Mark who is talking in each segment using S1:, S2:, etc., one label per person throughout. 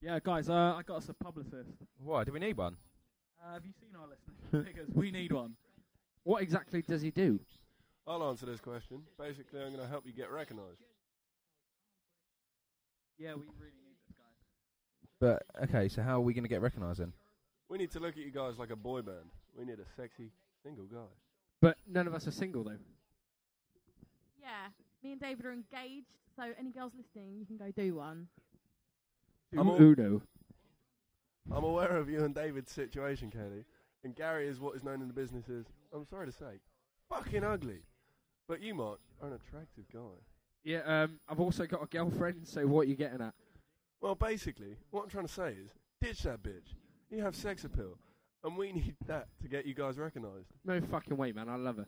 S1: Yeah, guys, uh, I got us a publicist.
S2: Why? Do we need one?
S1: Uh, have you seen our listening figures? We need one. What exactly does he do?
S3: I'll answer this question. Basically, I'm going to help you get recognised.
S1: Yeah, we really need this guy.
S2: But okay, so how are we going to get recognised then?
S3: We need to look at you guys like a boy band. We need a sexy single guy.
S1: But none of us are single, though.
S4: Yeah, me and David are engaged, so any girls listening, you can go do one.
S3: I'm all-
S1: Uno.
S3: I'm aware of you and David's situation, Kelly, and Gary is what is known in the business as, I'm sorry to say, fucking ugly. But you, Mark, are an attractive guy.
S1: Yeah, um, I've also got a girlfriend, so what are you getting at?
S3: Well, basically, what I'm trying to say is, ditch that bitch. You have sex appeal, and we need that to get you guys recognised.
S1: No fucking way, man. I love her.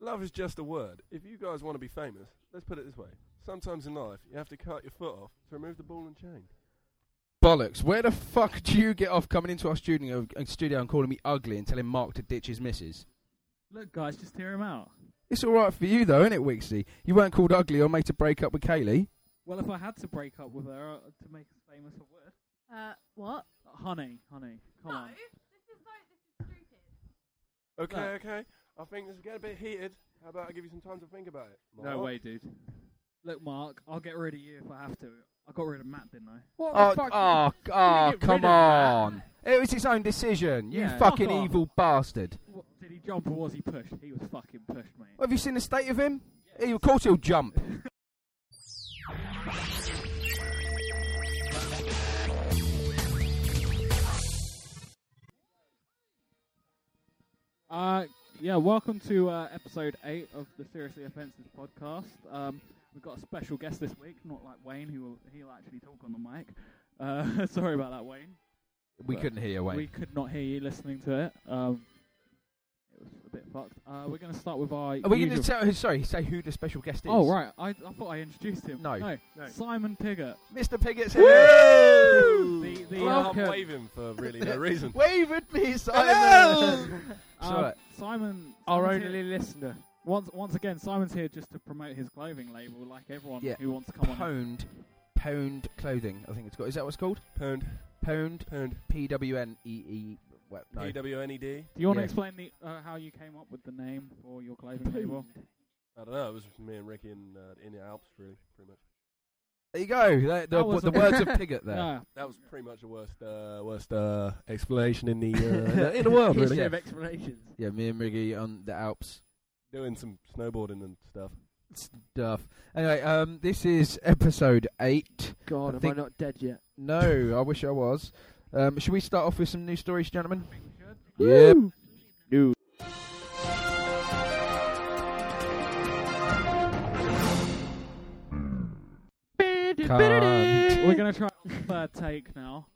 S3: Love is just a word. If you guys want to be famous, let's put it this way. Sometimes in life, you have to cut your foot off to remove the ball and chain.
S2: Bollocks! Where the fuck do you get off coming into our studio, uh, studio and calling me ugly and telling Mark to ditch his missus?
S1: Look, guys, just hear him out.
S2: It's all right for you though, isn't it, Wixie? You weren't called ugly or made to break up with Kaylee.
S1: Well, if I had to break up with her uh, to make us famous, I would.
S4: Uh, what?
S1: Uh, honey, honey, come on.
S4: this is no, this is stupid.
S3: Okay,
S1: No.
S3: okay. I think this is getting a bit heated. How about I give you some time to think about it?
S1: No
S3: Mark?
S1: way, dude. Look, Mark, I'll get rid of you if I have to. I got rid of Matt, didn't I?
S2: What
S1: the
S2: oh,
S1: fuck?
S2: Oh,
S1: You
S2: oh,
S1: didn't get rid
S2: come
S1: of
S2: on! It was his own decision. You
S1: Yeah.
S2: fucking
S1: Fuck off.
S2: evil bastard.
S1: What, did he jump or was he pushed? He was fucking pushed, mate.
S2: Have you seen the state of him? He, of course he'll jump.
S1: Uh, yeah, welcome to uh, episode 8 of the Seriously Offensive podcast. Um, we've got a special guest this week, not like Wayne, who will, he'll actually talk on the mic. Uh, sorry about that, Wayne.
S2: We
S1: Well,
S2: couldn't hear you, Wayne.
S1: We could not hear you listening to it. Um, it was a bit fucked. Uh, we're going to start with our.
S2: Are we going to
S1: usual-
S2: tell? Sorry, say who the special guest is.
S1: Oh, right. I, I thought I introduced him.
S2: No.
S1: No.
S3: No.
S1: Simon Pigott.
S2: Mr. Piggott's
S3: Woo!
S2: here.
S1: The, the,
S3: Well,
S1: uh,
S3: I'm waving for really no reason.
S2: Wave at me, Simon.
S1: Um,
S2: Sorry.
S1: Simon,
S5: Our
S1: Simon's
S5: only
S1: here-
S5: listener.
S1: Once, once again, Simon's here just to promote his clothing label, like everyone
S2: Yeah.
S1: who wants to come on.
S2: Pwned, Pwned clothing. I think it's got. Is that what it's called?
S3: Pound,
S2: Pwned,
S3: pound.
S2: P W N E E. well, No.
S3: P W N E D.
S1: Do you want
S2: Yeah.
S1: to explain the, uh, how you came up with the name for your clothing label?
S3: I don't know. It was me and Ricky in, uh, in the Alps, really, pretty much.
S2: There you go. The, the,
S1: That was
S2: the
S1: a-
S2: words of Pigott there.
S1: Yeah.
S3: That was pretty much the worst, uh, worst uh, explanation in the uh, in the- in the world,
S2: History
S3: really.
S2: Yeah.
S5: of explanations.
S2: Yeah, me and Riggy on the Alps
S3: Doing some snowboarding and stuff.
S2: stuff. Anyway, um, this is episode eight.
S5: God,
S2: I
S5: am I
S2: think-
S5: not dead yet?
S2: No, I wish I was. Um, should we start off with some news stories, gentlemen?
S5: Yep.
S2: News. Can't.
S1: We're going to try third take now.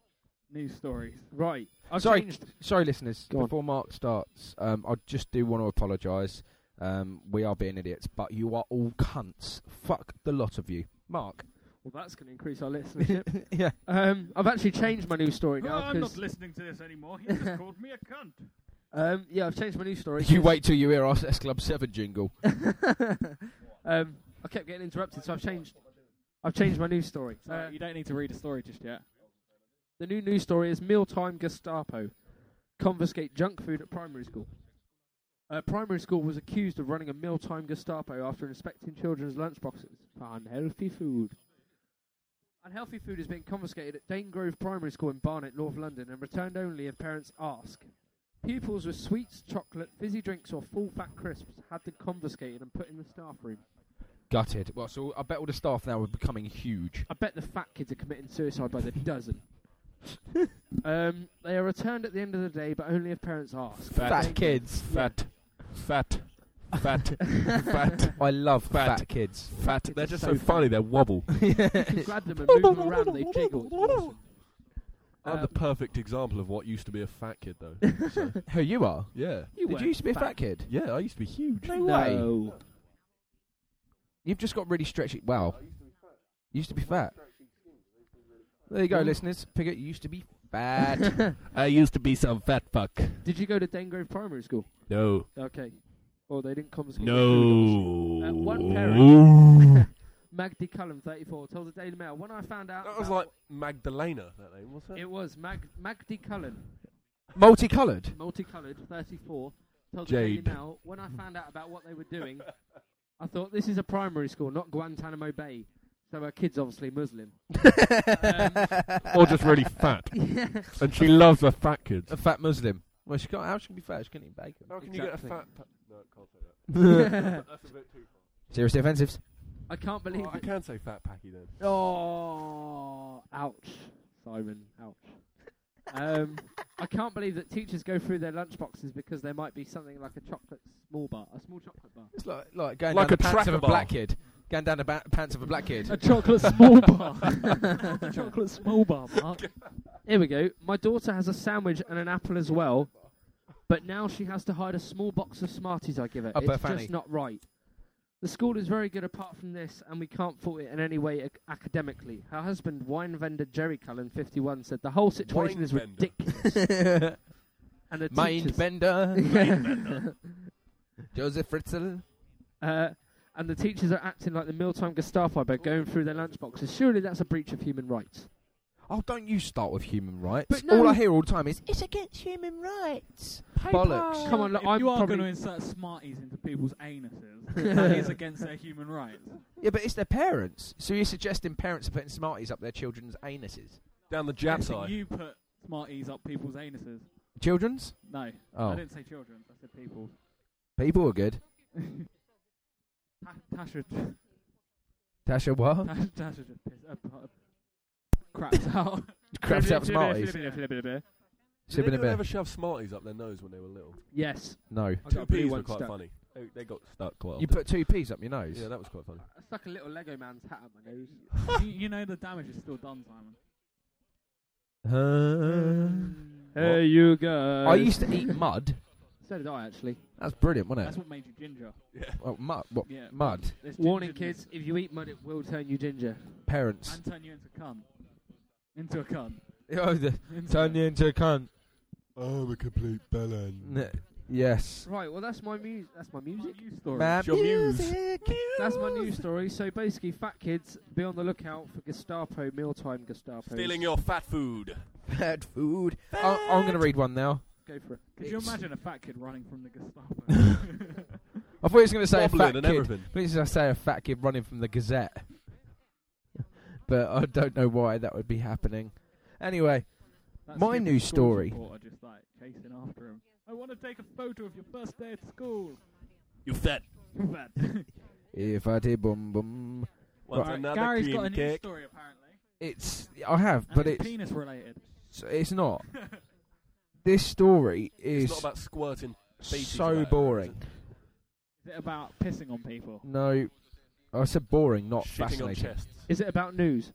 S1: News stories.
S5: Right. I've
S2: Sorry.
S5: changed.
S2: Sorry, listeners.
S5: Go on.
S2: before Mark starts, um, I just do want to apologise. Um, we are being idiots, but you are all cunts. Fuck the lot of you, Mark.
S5: Well, that's going to increase our listenership.
S2: yeah.
S5: um, I've actually changed my news story now.
S1: Oh, I'm not
S5: 'cause,
S1: listening to this anymore. He just called me a cunt.
S5: um, yeah, I've changed my news story.
S2: You wait till you hear our S Club Seven jingle.
S5: um, I kept getting interrupted, so I've changed. I've changed my news story.
S1: So
S5: Uh,
S1: you don't need to read a story just yet.
S5: the new news story is mealtime Gestapo confiscate junk food at primary school. A primary school was accused of running a mealtime Gestapo after inspecting children's lunchboxes for unhealthy food. Unhealthy food is being confiscated at Dane Grove Primary School in Barnet, North London, and returned only if parents ask. Pupils with sweets, chocolate, fizzy drinks, or full fat crisps had them confiscated and put in the staff room.
S2: Gutted. Well, so I bet all the staff now are becoming huge.
S5: I bet the fat kids are committing suicide by the dozen. um, they are returned at the end of the day, but only if parents ask.
S2: Fat kids.
S5: Fat.
S3: Fat, fat,
S2: I love
S3: Fat.
S2: fat, kids.
S3: fat.
S5: They're just so funny,
S3: They wobble.
S5: you grab them and move them around, they jiggle. It's awesome.
S3: I'm
S5: Um,
S3: the perfect example of what used to be a fat kid, though. So,
S2: Who you are?
S3: yeah,
S5: You
S2: Did
S5: weren't
S2: you used to be a fat kid?
S3: yeah. I used to be huge.
S2: No, way.
S5: No.
S2: You've just got really stretchy. Wow. You used to be fat. There you go, listeners. Pigott, you used to be fat.
S3: I used to be some fat fuck.
S5: Did you go to Dangrove Primary School?
S3: No,
S5: Okay. Or they didn't confiscate. your food,
S3: no.
S5: obviously. Uh, one parent Magdi Cullen, 34, told the Daily Mail, when I found out...
S3: That was
S5: about-
S3: like Magdalena, that name, wasn't it?
S5: It was. Mag- Magdi Cullen,
S2: Multicoloured.
S5: multicoloured, 34, told the
S3: Jade.
S5: Daily Mail, when I found out about what they were doing, I thought, this is a primary school, not Guantanamo Bay. So our kid's obviously Muslim.
S3: or just really fat. and she loves her fat kids.
S2: a fat Muslim. Well, she can't. How she can be fat? She can eat bacon.
S3: How Oh, can you get a
S5: Exactly.
S3: fat? Pa- no, I can't say that. That's a bit too
S2: Seriously offensives.
S5: I can't
S3: far.
S5: believe
S3: Well, Oh, I
S5: it.
S3: can say fat packy then.
S5: Oh, ouch, Simon, ouch. Um, I can't believe that teachers go through their lunchboxes because there might be something like a chocolate small bar, a small chocolate bar.
S2: It's like like going
S3: Like
S2: down
S3: a
S2: the pants of
S3: tracker
S2: a
S3: bar.
S2: black kid. Going down the ba- pants of a black kid.
S1: A chocolate small bar. a chocolate small bar, Mark.
S5: Here we go. My daughter has a sandwich and an apple as well, but now she has to hide a small box of Smarties I give her.
S2: Up her
S5: it's
S2: fanny.
S5: just not right. The school is very good apart from this, and we can't fault it in any way ac- academically. Her husband, wine vendor Jerry Cullen, 51, said the whole situation
S3: Wine
S5: is
S3: vendor.
S5: ridiculous. and the
S2: Mind
S5: teachers,
S2: bender. Joseph Fritzl.
S5: Uh, and the teachers are acting like the mealtime Gestapo by going through their lunchboxes. Surely that's a breach of human rights.
S2: Oh, don't you start with human rights.
S5: But
S2: all
S5: no-
S2: I hear all the time is it's against human rights. Bollocks.
S5: Come on, look,
S1: if
S5: I'm
S1: you are
S5: probably
S1: going to insert Smarties into people's anuses, that is against their human rights.
S2: Yeah, but it's their parents. So you're suggesting parents are putting Smarties up their children's anuses?
S3: Down the jab
S1: Yes,
S3: side.
S1: You put Smarties up people's anuses.
S2: Children's?
S1: No, I
S2: Oh,
S1: didn't say children. I said people.
S2: people are good.
S1: Ta- Tasha, Tasha,
S2: Tasha, what?
S1: Tasha just pissed, uh, uh, craps out.
S2: Crabs out Smarties.
S3: Did
S2: Sipping a
S3: anyone
S2: beer.
S3: ever shove Smarties up their nose when they were little?
S5: Yes.
S2: No.
S5: I got
S3: Two
S5: a blue
S3: peas were
S5: one
S3: quite
S5: stuck.
S3: funny. They, they got stuck quite
S2: You
S3: often.
S2: put two peas up your nose.
S3: Yeah, that was quite funny.
S5: I stuck a little Lego man's hat up my nose.
S1: you, you know the damage is still done, Simon.
S2: Uh,
S5: Hey, you guys.
S2: I used to eat mud.
S5: So did I, actually.
S2: That's brilliant, wasn't
S1: Mm. That's
S2: it?
S1: what made you ginger.
S2: Well, mud. What?
S1: Yeah.
S2: Mud.
S1: There's
S5: Warning,
S1: gingerness
S5: kids, if you eat mud, it will turn you ginger.
S2: Parents.
S1: And turn you into a cunt. Into a cunt.
S2: Oh, the-
S1: Into
S2: Turn you into a cunt.
S3: I'm a complete bellend.
S2: N- Yes.
S5: Right, well, that's my music. That's my music.
S1: News story.
S2: My
S3: It's your muse.
S5: That's my news story. So basically, fat kids, be on the lookout for Gestapo, mealtime Gestapo.
S3: Stealing your fat food.
S2: Bad food. I- I'm going to read one now.
S5: Go for it.
S1: Could you
S2: It's-
S1: imagine a fat kid running from the Gestapo?
S2: I thought he was going to say a
S3: Wobbling
S2: fat
S3: and
S2: kid.
S3: everything.
S2: Please, I say a fat kid running from the Gazette. but I don't know why that would be happening. Anyway,
S1: That
S2: My
S1: stupid
S2: news
S1: school
S2: story.
S1: reporter Just like chasing after him. I want to take a photo of your first day at school.
S3: You fat.
S1: Bad.
S2: if I did boom boom,
S3: What's
S1: Right,
S3: another
S1: Gary's
S3: cream
S1: got a news
S3: cake?
S1: story apparently,
S2: it's I have,
S1: and
S2: but
S1: it's,
S2: it's
S1: penis related.
S2: it's, not. this story
S3: It's
S2: is
S3: not about squirting. feces
S2: so
S3: out, is it?
S2: boring.
S1: Is it about pissing on people?
S2: No, I said boring, not
S3: Shitting on
S2: fascinating.
S3: chests.
S5: Is it about news?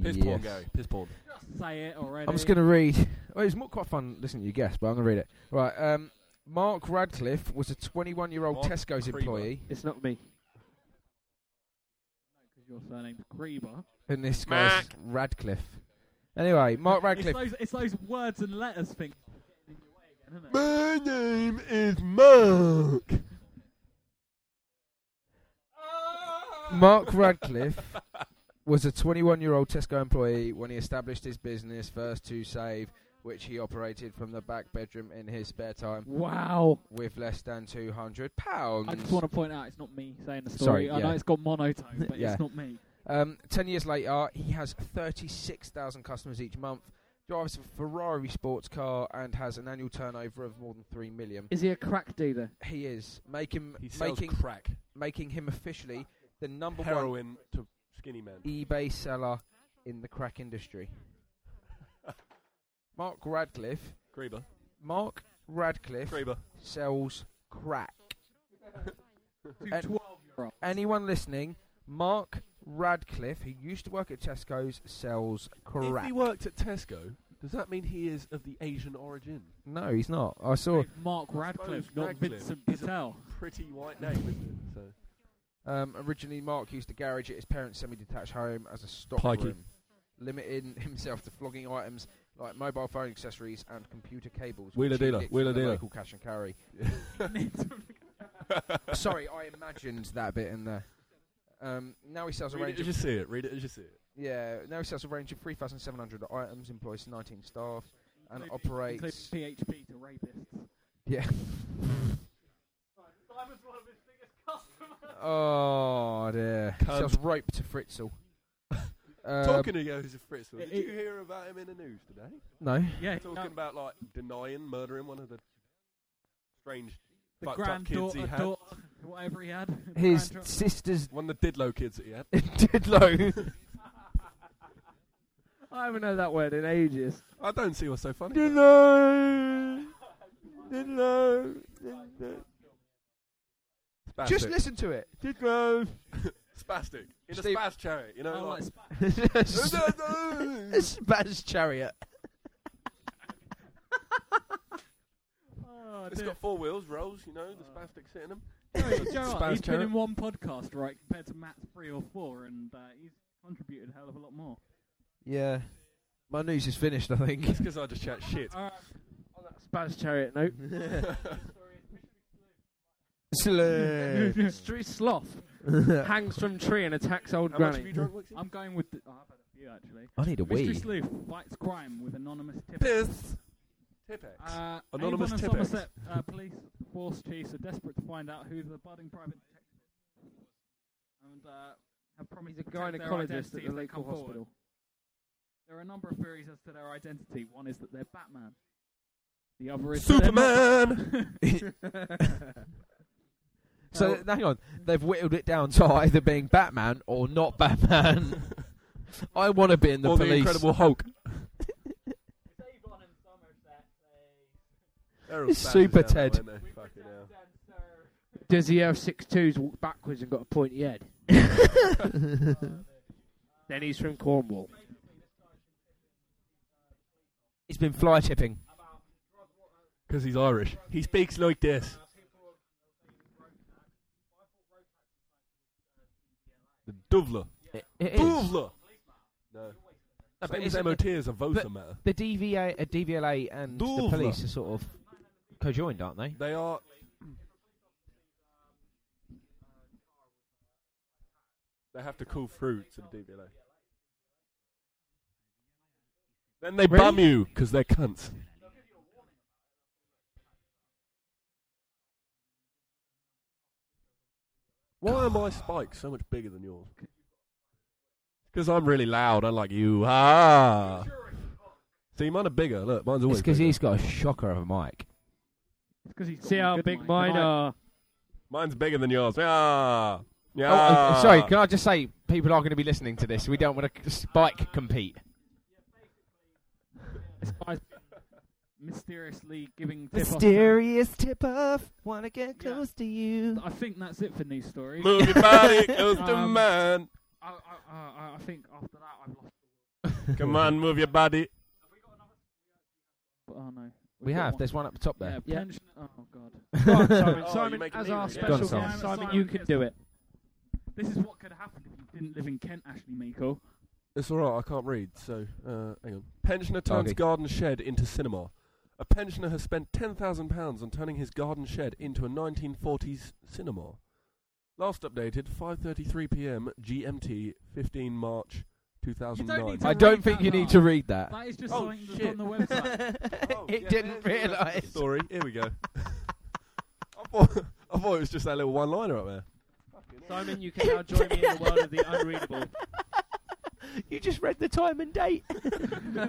S3: Piss
S2: Yes.
S3: porn, Gary. Piss porn.
S1: Just say it already.
S2: I'm just going to read. Well, it's more quite fun listening to you guess, but I'm going to read it. Right, um, Mark Radcliffe was a 21 year old
S3: Mark
S2: Tesco's
S3: Creamer.
S2: employee,
S5: It's not me.
S1: Because your surname's Grieber.
S2: and this guy's Radcliffe. Anyway, Mark Radcliffe.
S1: It's those, it's those words and letters thing. in your way again, isn't it?
S3: My name is Mark.
S2: Mark Radcliffe was a 21 year old Tesco employee when he established his business, First to Save, which he operated from the back bedroom in his spare time
S1: Wow.
S2: with less than 200 pounds.
S1: I just want to point out it's not me saying the story.
S2: Sorry,
S1: I know
S2: yeah.
S1: it's got monotone, but
S2: Yeah.
S1: it's not me.
S2: Um, 10 years later, he has 36,000 customers each month, drives a Ferrari sports car, and has an annual turnover of more than 3 million.
S5: Is he a crack dealer?
S2: He is making,
S3: He sells
S2: making,
S3: crack,
S2: making him officially the number one E
S3: heroin to skinny men.
S2: eBay seller in the crack industry. Mark Radcliffe.
S3: Grieber.
S2: Mark Radcliffe
S3: Grieber.
S2: sells crack.
S1: To
S2: And-
S1: 12 year old.
S2: Anyone listening? Mark Radcliffe, who used to work at Tesco's, sells
S3: If
S2: crack.
S3: he worked at Tesco, does that mean he is of the Asian origin?
S2: no, he's not. I saw.
S1: Mark
S3: Suppose
S1: Radcliffe, not
S3: Radcliffe
S1: Vincent
S3: is a-
S1: Patel.
S3: Pretty white name, isn't it? So.
S2: Um, originally, Mark used the garage at his parents' semi-detached home as a stock
S3: Pikey.
S2: room, limiting himself to flogging items like mobile phone accessories and computer cables.
S3: Wheeler
S2: which he
S3: dealer,
S2: nicked
S3: wheeler
S2: from the
S3: dealer.
S2: Local cash and carry. Sorry, I imagined that bit in there. Um, now he sells a
S3: Read it
S2: range.
S3: as
S2: Of,
S3: you see it. Read it as you see it.
S2: yeah, now he sells a range of 3,700 items, employs 19 staff, and
S1: Including- Include
S2: operates.
S1: PHP to rapists.
S2: Yeah.
S1: I was one of his biggest customers.
S2: Oh dear.
S3: Cunt.
S2: Sells rope to Fritzl. um,
S3: Talking of Joseph Fritzl,
S1: It-
S3: did you
S1: it-
S3: hear about him in the news today?
S2: No.
S1: Yeah, he-
S3: Talking about like denying murdering one of the strange
S1: the
S3: fucked up kids he
S1: granddaughter,
S3: had.
S1: daughter, whatever he had. the
S2: His
S1: granddaughter.
S2: sister's
S3: One of the Didlow kids that he had.
S2: Didlow.
S5: I haven't heard that word in ages.
S3: I don't see what's so funny. about it.
S2: Didlow. Didlow. Didlow.
S3: Spastic.
S2: Just listen to it. Didlow.
S3: Spastic. In
S2: Steve-
S3: a spaz chariot, you know?
S1: Oh,
S3: like,
S1: like,
S2: Spaz chariot.
S1: oh,
S3: it's
S1: dear.
S3: got four wheels, rolls, you know, the spastic sit in them.
S1: Joe, Joe,
S3: Spaz
S1: he's been
S3: chariot.
S1: in one podcast, right, compared to Matt's three or four, and uh, he's contributed a hell of a lot more.
S2: Yeah. My news is finished, I think.
S3: It's because I just chat shit.
S1: Uh,
S5: On that spaz chariot note.
S2: Slay.
S5: Street sloth hangs from tree and attacks old
S3: How much have
S5: granny.
S3: you drunk, Wixie?
S1: I'm going with. The, oh, I've had a few actually.
S2: I need a
S1: Mystery
S2: wee.
S1: sleuth fights crime with anonymous tip.
S3: Piss. Tipex.
S1: Uh,
S3: Anonymous
S1: Avon and
S3: Tippex.
S1: Somerset uh, police force chiefs are desperate to find out who the budding private detective is, and uh, have promised
S5: He's a
S1: to protect their
S5: gynecologist
S1: identity
S5: at
S1: if
S5: the
S1: they come
S5: local
S1: forward.
S5: hospital.
S1: There are a number of theories as to their identity. One is that they're Batman. The other is
S3: Superman!
S2: so hang on, they've whittled it down to either being Batman or not Batman. I want to be in the
S3: or
S2: police.
S3: the Incredible Hulk. They're all
S2: It's
S3: spazzes
S2: Super
S3: out there,
S2: Ted.
S3: weren't they? Fucking hell.
S5: Does he have six twos, walk backwards and got a pointy head? then he's from Cornwall.
S2: He's been fly tipping.
S3: Because he's Irish. He speaks like this. The Duvla.
S2: It, it is.
S3: Duvla! No.
S2: No, but
S3: Same
S2: is
S3: as
S2: it-
S3: MOT as a voter
S2: but-
S3: matter.
S2: the DVA, uh, DVLA, and the
S3: Duvla.
S2: police are sort of co-joined, aren't they?
S3: They are. They have to call through to the DVLA. Then they
S2: Really?
S3: bum you because they're cunts. Why are my spikes so much bigger than yours? Because I'm really loud. I like you. Ah. See, mine are bigger. Look, mine's always.
S2: It's because
S3: bigger.
S2: he's got a shocker of a mic.
S5: See how big mine are.
S3: Mine's bigger than yours. Yeah. Yeah.
S2: Oh, uh, sorry, can I just say people are going to be listening to this. We don't want to spike compete.
S1: spies mysteriously giving tip off to-
S2: Mysterious tip off, wanna get
S1: Yeah.
S2: close to you.
S1: I think that's it for news stories.
S3: Move your body, goes to
S1: Um,
S3: man.
S1: I, I, I, I think after that I've lost.
S3: Come on, move your body.
S1: Oh no, We've
S2: We
S1: got
S2: have.
S1: one.
S2: There's one up the top
S1: Yeah,
S2: there.
S5: Yeah.
S1: pension. Oh god,
S5: Right, Simon,
S3: Oh,
S5: Simon
S3: you make
S5: as
S3: me
S5: our
S3: read it.
S5: special
S2: Go
S5: guest,
S2: on,
S5: Simon,
S1: Simon.
S5: you can do it.
S1: this is what could happen if you didn't live in Kent, Ashley Meikle.
S3: It's all right. I can't read. So, uh, hang on. Pensioner turns
S2: Okay.
S3: garden shed into cinema. A pensioner has spent ten thousand pounds on turning his garden shed into a 1940s cinema. Last updated 5:33 p.m. GMT, 15 March
S1: to-
S3: 2009.
S2: I
S1: I
S2: don't
S1: read
S2: think
S1: that
S2: you need
S1: now.
S2: to read that.
S1: That is just
S3: Oh,
S1: something that's
S3: shit.
S1: on the website.
S3: Oh,
S2: it
S3: yeah,
S2: didn't
S3: there's the rest of the
S2: realise.
S3: Story. Here we go. I thought I thought it was just that little one-liner up there.
S5: Simon, you can now join me in the world of the unreadable.
S2: You just read the time and date.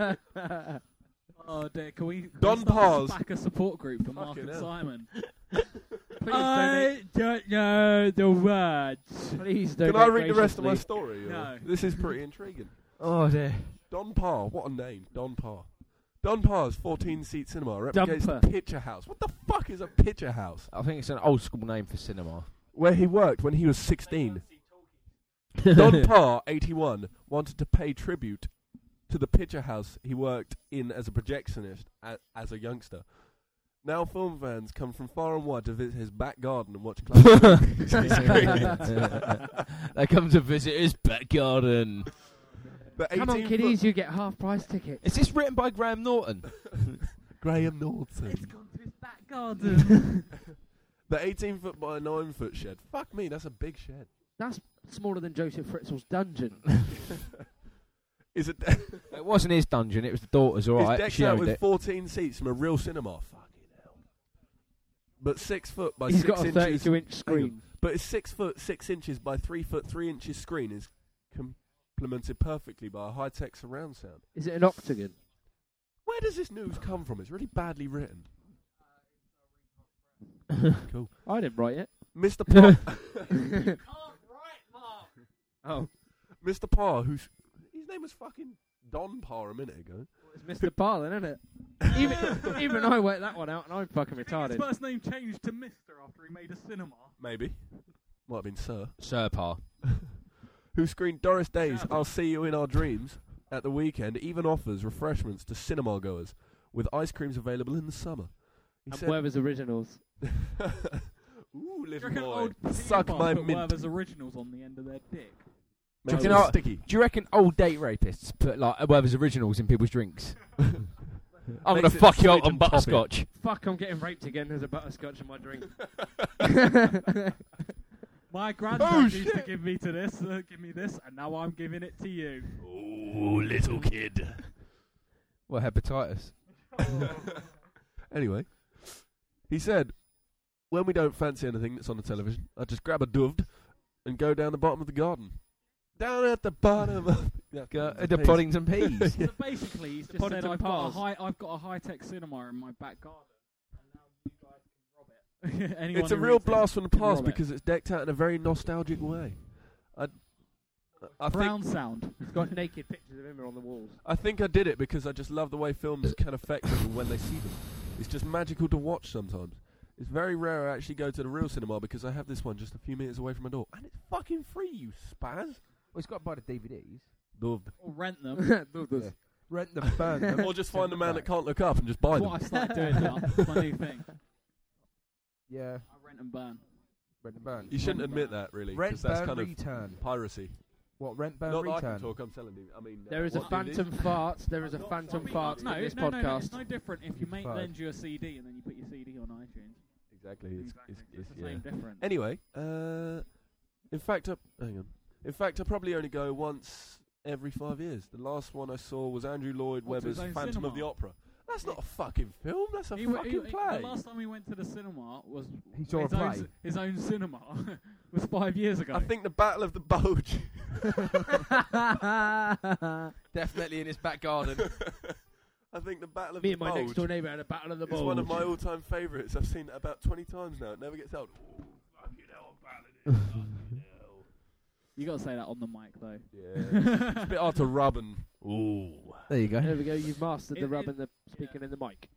S1: oh dear, can we? Can
S3: Don
S1: we start
S3: Pars.
S1: Back a support group for Mark
S3: Fucking
S1: and
S3: hell.
S1: Simon.
S5: Please donate.
S1: don't know the words.
S5: Please donate.
S3: Can I read the rest of my
S5: graciously.
S3: story? or-
S1: No.
S3: This is pretty intriguing.
S2: Oh dear.
S3: Don Parr, what a name, Don Parr. Don Parr's 14-seat cinema replicates the
S5: Dumper.
S3: Picture House. What the fuck is a Picture House?
S2: I think it's an old school name for cinema.
S3: Where he worked when he was 16. Don Parr, 81, wanted to pay tribute to the Picture House he worked in as a projectionist a as a youngster. Now film fans come from far and wide to visit his back garden and watch classic
S2: they come to visit his back garden.
S3: The
S5: Come on,
S3: 18
S5: kiddies, you get half price tickets.
S2: Is this written by Graham Norton?
S3: foot- Graham Norton.
S4: It's gone to his back garden.
S3: The 18 foot by 9 foot shed. Fuck me, that's a big shed.
S5: That's smaller than Joseph Fritzl's dungeon.
S3: Is it?
S2: It wasn't his dungeon. It was the daughter's. All
S3: It's
S2: right,
S3: decked
S2: she
S3: out
S2: owned
S3: with
S2: it.
S3: 14 seats from a real cinema. Fucking hell. But six foot by
S5: He's
S3: six
S5: got a
S3: inches.
S5: 32 inch screen.
S3: But a six foot six inches by three foot three inches screen is complemented perfectly by a high tech surround sound.
S5: Is it an octagon?
S3: Where does this news come from? It's really badly written. cool.
S5: I didn't write it.
S3: Mr. Parr,
S5: Oh,
S3: Mr. Parr, who's his name was fucking Don Parr a minute ago.
S5: it's Mr. Parlin, isn't it? Even, even I worked that one out, and I'm fucking
S1: His
S5: retarded.
S1: first name changed to Mister after he made a cinema.
S3: Maybe. Might have been Sir.
S2: Sir Parr.
S3: Who screened Doris Day's
S1: Shout out.
S3: I'll See You in Our Dreams at the weekend, even offers refreshments to cinema goers with ice creams available in the summer. He
S5: And
S3: said-
S5: Werther's originals.
S3: Ooh,
S1: Do you
S3: little
S1: reckon
S3: boy.
S1: old Peter
S3: Suck
S1: Parr
S3: my
S1: put
S3: mint.
S1: Werther's originals on the end of their dick.
S2: Do you
S3: Makes
S2: reckon
S3: it
S2: I-
S3: sticky.
S2: Do you reckon old date rapists put like Werther's originals in people's drinks? I'm gonna
S3: Makes it
S2: fuck you up
S3: sweet
S2: on
S3: and toppy.
S2: butterscotch.
S5: Fuck, I'm getting raped again. There's a butterscotch in my drink.
S3: Oh,
S1: My granddad used to give me to this, uh, give me this, and now I'm giving it to you.
S3: Ooh, little kid.
S2: Well, hepatitis.
S3: Anyway, he said, when we don't fancy anything that's on the television, I just grab a dove and go down the bottom of the garden. Down at the bottom of the
S2: the
S3: Please.
S2: Poddington peas.
S1: So basically, he's just said
S5: Poddington
S1: I've got, a
S5: Pars.
S1: high, I've got a high-tech cinema in my back garden, and now you guys can rob it. Anyone
S3: It's a
S1: who
S3: real
S1: reads this
S3: blast from the
S1: can
S3: past
S1: rob it.
S3: because it's decked out in a very nostalgic way. I, I, think,
S1: Brown sound.
S5: It's got naked pictures of him on the walls.
S3: I think I did it because I just love the way films can affect people when they see them. It's just magical to watch sometimes. It's very rare I actually go to the real cinema because I have this one just a few minutes away from my door. And it's fucking free, you spaz.
S2: it's got by the DVDs.
S3: Loved.
S1: Or rent them.
S5: Werther's.
S2: Rent them, burn them.
S3: or just find a man that can't look up and just
S1: That's
S3: buy them.
S1: what I started doing now. That's my new thing.
S2: Yeah,
S1: I rent and burn.
S2: rent and burn.
S3: You shouldn't admit that, really, because
S2: Rent
S3: that's
S2: burn
S3: kind of
S2: return.
S3: piracy.
S2: What rent burn
S3: Not that I can
S2: return?
S3: talk, I'm telling you. I mean, uh,
S5: There is a
S3: what it
S5: phantom fart. There is a phantom fart
S1: no,
S5: in this
S1: no, no, no,
S5: podcast.
S1: it's no different if you make,
S2: Fuck.
S1: lend you a CD and then you put your CD on iTunes.
S3: Exactly. It's,
S1: exactly.
S3: it's,
S1: It's
S3: it's-
S1: the
S3: yeah.
S1: same difference.
S3: Anyway, uh, in fact, I, hang on. In fact, I probably only go once every five years. The last one I saw was Andrew Lloyd
S1: What, to
S3: Webber's
S1: his own
S3: Phantom of the
S1: cinema?
S3: Opera. That's not a fucking film. That's a
S1: He w-
S3: fucking
S1: he- he-
S3: play.
S1: The last time we went to the cinema was
S2: He saw a
S1: his, own,
S2: play.
S1: ci- his own cinema was five years ago.
S3: I think the Battle of the Bulge.
S2: Definitely in his back garden.
S3: I think the Battle of
S5: Me
S3: the
S5: and my
S3: Bulge
S5: next door neighbour had a battle of the
S3: is one of my
S5: balls.
S3: all-time favourites. I've seen it about twenty times now. It never gets old. Oh, fucking hell, I'm battling it.
S1: you got to say that on the mic though.
S3: fucking hell. Yeah, it's a bit hard to rub and. Ooh.
S2: there you go.
S5: There we go. You've mastered
S1: It-
S5: the rub
S1: it-
S5: and the speaking in the mic.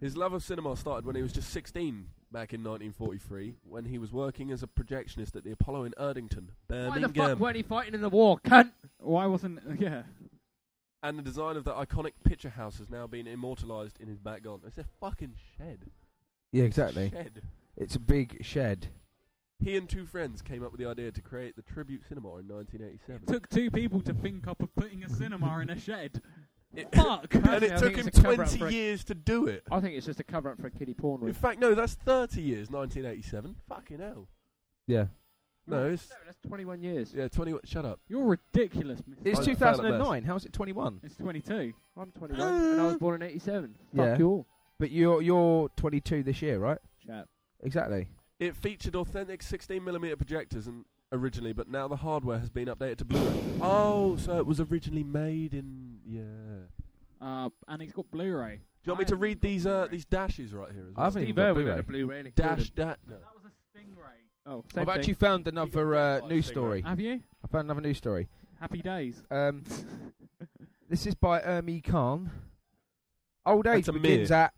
S3: His love of cinema started when he was just 16 back in 1943 when he was working as a projectionist at the Apollo in Erdington,
S5: Why the fuck
S3: Birmingham.
S5: weren't he fighting in the war, cunt?
S1: Why wasn't? Yeah,
S3: and the design of that iconic picture house has now been immortalised in his back garden. It's a fucking shed.
S2: Yeah, exactly.
S3: Shed.
S2: It's a big shed.
S3: He and two friends came up with the idea to create the Tribute Cinema in
S1: it
S3: 1987.
S1: took two people to think up of putting a cinema in a shed.
S3: It-
S1: Fuck.
S3: and
S5: Personally,
S3: it
S5: I
S3: took
S5: think
S3: him
S5: it's a cover-up
S3: 20
S5: for a-
S3: years to do it.
S5: I think it's just a cover up for a kiddie porn
S3: In
S5: with.
S3: fact, no, that's 30 years, 1987. Fucking hell.
S2: Yeah.
S3: No, it's.
S5: that's 21 years.
S3: Yeah, 21. Shut up.
S1: You're ridiculous, Mr.
S2: It's
S3: I
S1: Bob.
S3: two- felt at
S2: 2009. How's it 21?
S1: It's 22.
S5: I'm 21 and I was born in 87.
S2: Yeah.
S5: Fuck you all.
S2: But you're you're 22 this year, right?
S5: Chap.
S2: Exactly.
S3: It featured authentic 16mm projectors and originally, but now the hardware has been updated to Blu-ray. oh, so it was originally made in yeah.
S1: Uh, and he's got Blu-ray.
S3: Do you want me to read these uh, these dashes right here? As
S2: I
S3: well?
S2: haven't even
S5: Steve
S2: got
S5: Irwin
S2: Blu-ray.
S5: had a Blu-ray and it killed
S3: Dash
S5: him.
S3: dash. No.
S1: That was a stingray.
S5: Oh,
S2: I've
S5: same thing.
S2: actually found another uh, news story.
S1: Have you?
S2: I found another news story.
S1: Happy days.
S2: Um, this is by Ermi Khan. Old age
S3: That's a
S2: begins
S3: mere.
S2: at.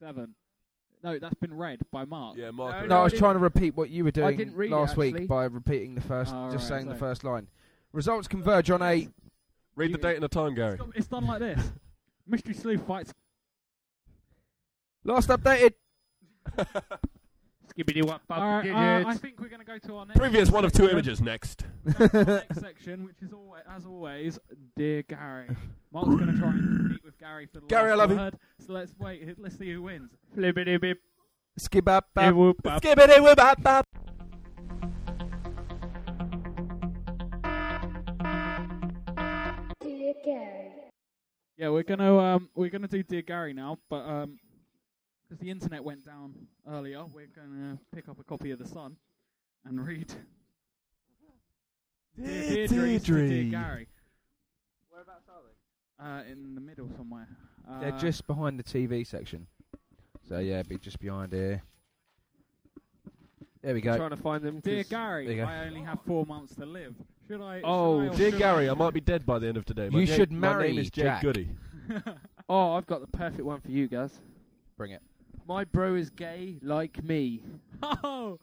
S1: 27. No, that's been read by Mark.
S3: Yeah,
S5: No,
S3: Mark.
S2: No, I was
S5: didn't-
S2: trying to repeat what you were doing
S5: didn't read it,
S2: last
S5: actually.
S2: week by repeating the first,
S1: Oh,
S2: just
S1: right,
S2: saying
S1: sorry.
S2: the first line. Results converge on a.
S3: read the date and the time, Gary.
S1: It's, got- it's done like this. Mystery sleuth fights.
S2: Last updated.
S5: Skibbity wap bap
S1: Alright, uh, I
S5: digits.
S1: think we're going to go to our next
S3: Previous one of two
S1: section.
S3: images next.
S1: Our next section, which is always, as always, dear Gary. Mark's going to try and compete with Gary for the
S3: Gary,
S1: last
S3: I love you.
S1: word. So let's wait. Let's see who wins.
S5: Flibbity bip.
S2: Skibab.
S5: bip, whoop, bap.
S3: Skibbity wibba bap.
S6: Gary.
S1: Yeah, we're gonna um, we're gonna do Dear Gary now, but um 'cause the internet went down earlier, we're gonna pick up a copy of the Sun and read Dear Deirdre used to Dear Gary.
S5: Whereabouts are they?
S1: Uh, in the middle somewhere. Uh,
S2: They're just behind the TV section. So yeah, be just behind here. There we go.
S5: Trying to find them.
S1: Dear
S5: 'cause-
S2: there
S1: Gary,
S2: you go.
S1: I only have four months to live. Should I? should
S5: Oh,
S1: I or
S3: Dear
S1: should
S3: Gary, I might be dead by the end of today. My
S2: You
S3: Jake-
S2: should
S3: My
S2: marry
S3: name is Jake
S2: Jack.
S3: Goody.
S5: Oh, I've got the perfect one for you, guys.
S2: Bring it.
S5: My bro is gay like me.
S1: oh,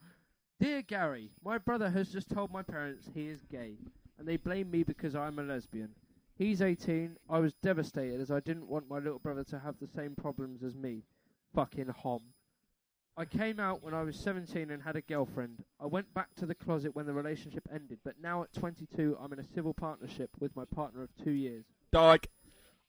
S5: Dear Gary, my brother has just told my parents he is gay, and they blame me because I'm a lesbian. He's 18. I was devastated as I didn't want my little brother to have the same problems as me. Fucking hom. I came out when I was 17 and had a girlfriend. I went back to the closet when the relationship ended, but now at 22, I'm in a civil partnership with my partner of two years.
S3: Dyke.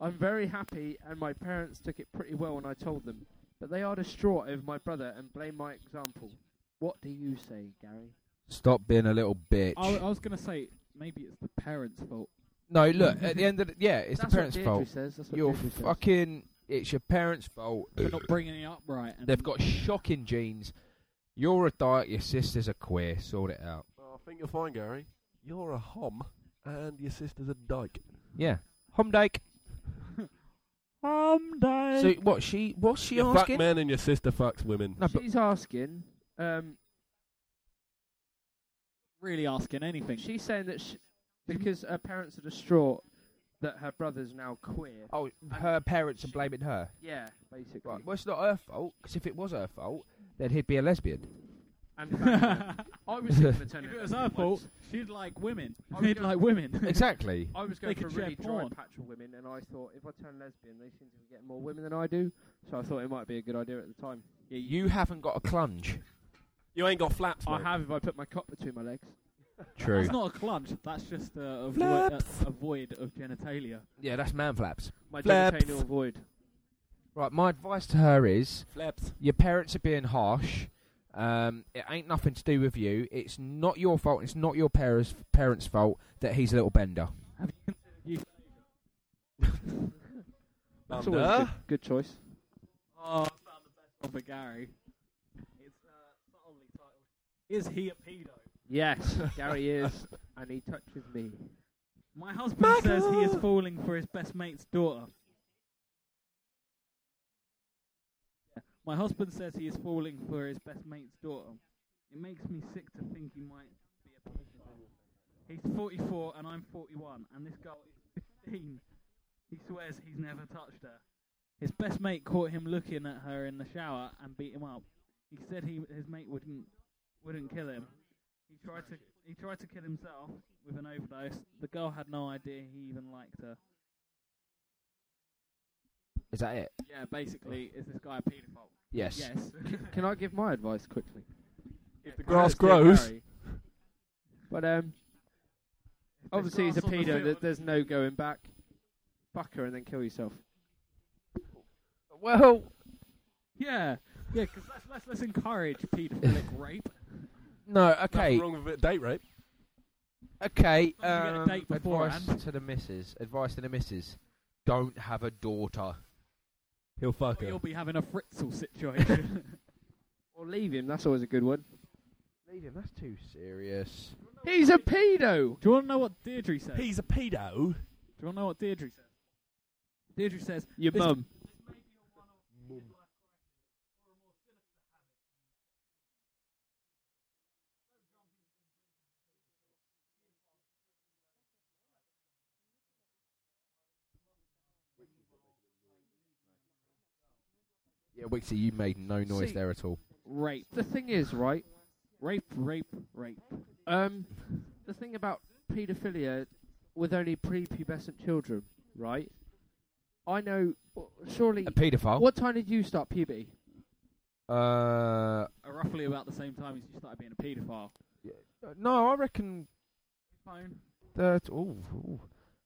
S5: I'm very happy, and my parents took it pretty well when I told them. But they are distraught over my brother and blame my example. What do you say, Gary?
S2: Stop being a little bitch.
S1: I, I was gonna say maybe it's the parents' fault.
S2: no, look. At the end of the, yeah, it's
S5: That's
S2: the parents'
S5: what Deirdre
S2: fault.
S5: Says. That's what
S2: You're
S5: Deirdre says.
S2: fucking. It's your parents' fault.
S1: for not bringing it up right. And
S2: They've got shocking genes. You're a dyke. Your sister's a queer. Sort it out.
S3: Oh, I think you're fine, Gary. You're a hom, and your sister's a dyke.
S2: Yeah. Home dyke.
S1: Home day.
S2: So what? She what's she
S3: you fuck
S2: asking?
S3: men and your sister fucks women.
S2: No, but
S5: She's asking. Um,
S1: really asking anything.
S5: she's saying that sh because her parents are distraught that her brother's now queer.
S2: oh, her parents are blaming her.
S5: Yeah, basically.
S2: Right. Well, it's not her fault. Because if it was her fault, then he'd be a lesbian.
S5: And the fact that I was in the maternity
S1: if it was
S5: ward
S1: her
S5: once.
S1: fault, she'd like women.
S5: I was
S1: She'd
S5: gonna-
S1: like women.
S2: Exactly.
S5: I was
S1: They
S5: going for a
S1: could share
S5: really dry
S1: porn.
S5: patch of women, and I thought if I turn lesbian, they seem to be getting more women than I do. So I thought it might be a good idea at the time.
S2: You haven't got a clunge.
S3: You ain't got flaps.
S5: I
S3: mate.
S5: have if I put my cock between my legs.
S2: True.
S1: That's not a clunge. That's just a, a, void, a, a void of genitalia.
S2: Yeah, that's man flaps.
S5: My
S3: Flaps.
S5: genital void.
S2: Right, my advice to her is
S3: flaps.
S2: your parents are being harsh. Um, it ain't nothing to do with you. It's not your fault. It's not your parents' parents' fault that he's a little bender.
S5: That's
S3: Under.
S5: always a good, good choice.
S1: Oh, I found the best one for Gary. It's uh, subtly titled. Is he a pedo?
S5: Yes, Gary is, and he touches me.
S1: My husband says he is falling for his best mate's daughter. My husband says he is falling for his best mate's daughter. It makes me sick to think he might be a pedophile. He's 44 and I'm 41, and this girl is 15. He swears he's never touched her. His best mate caught him looking at her in the shower and beat him up. He said he his mate wouldn't wouldn't kill him. He tried to he tried to kill himself with an overdose. The girl had no idea he even liked her.
S2: Is that it?
S1: Yeah, basically, is this guy a paedophile?
S2: Yes.
S1: Yes.
S5: Can I give my advice quickly?
S3: If the grass grows,
S5: But um, obviously he's a
S1: grass on the
S5: pedo.
S1: field.
S5: th- there's no going back. Fuck her and then kill yourself.
S2: Well,
S1: yeah, yeah. Because let's, let's let's encourage paedophilic rape.
S2: no.
S3: nothing
S2: Okay,
S3: wrong with it. Date rape.
S2: okay.
S1: As long as you get a
S2: um,
S1: date
S2: advice
S1: beforehand.
S2: to the missus. Advice to the missus. Don't have a daughter.
S3: He'll fuck
S1: Or
S3: her.
S1: you'll be having a fritzel situation.
S5: Or leave him. That's always a good one.
S2: Leave him. That's too serious.
S5: He's a pedo.
S1: Do you want to know what Deirdre says? Do
S3: He's a pedo.
S1: you want to know what Deirdre says? Deirdre says
S5: Your
S1: This-
S5: mum.
S2: Yeah, Wixie, you made no noise
S5: See-
S2: there at all.
S1: rape,
S5: The thing is, right?
S1: rape, rape, rape.
S5: Um, the thing about paedophilia with only prepubescent children, right? I know. Surely.
S2: A paedophile.
S5: What time did you start puberty?
S2: Uh,
S1: Uh, roughly about the same time as you started being a paedophile.
S2: no, I reckon
S1: Phone.
S2: that. Ooh, ooh.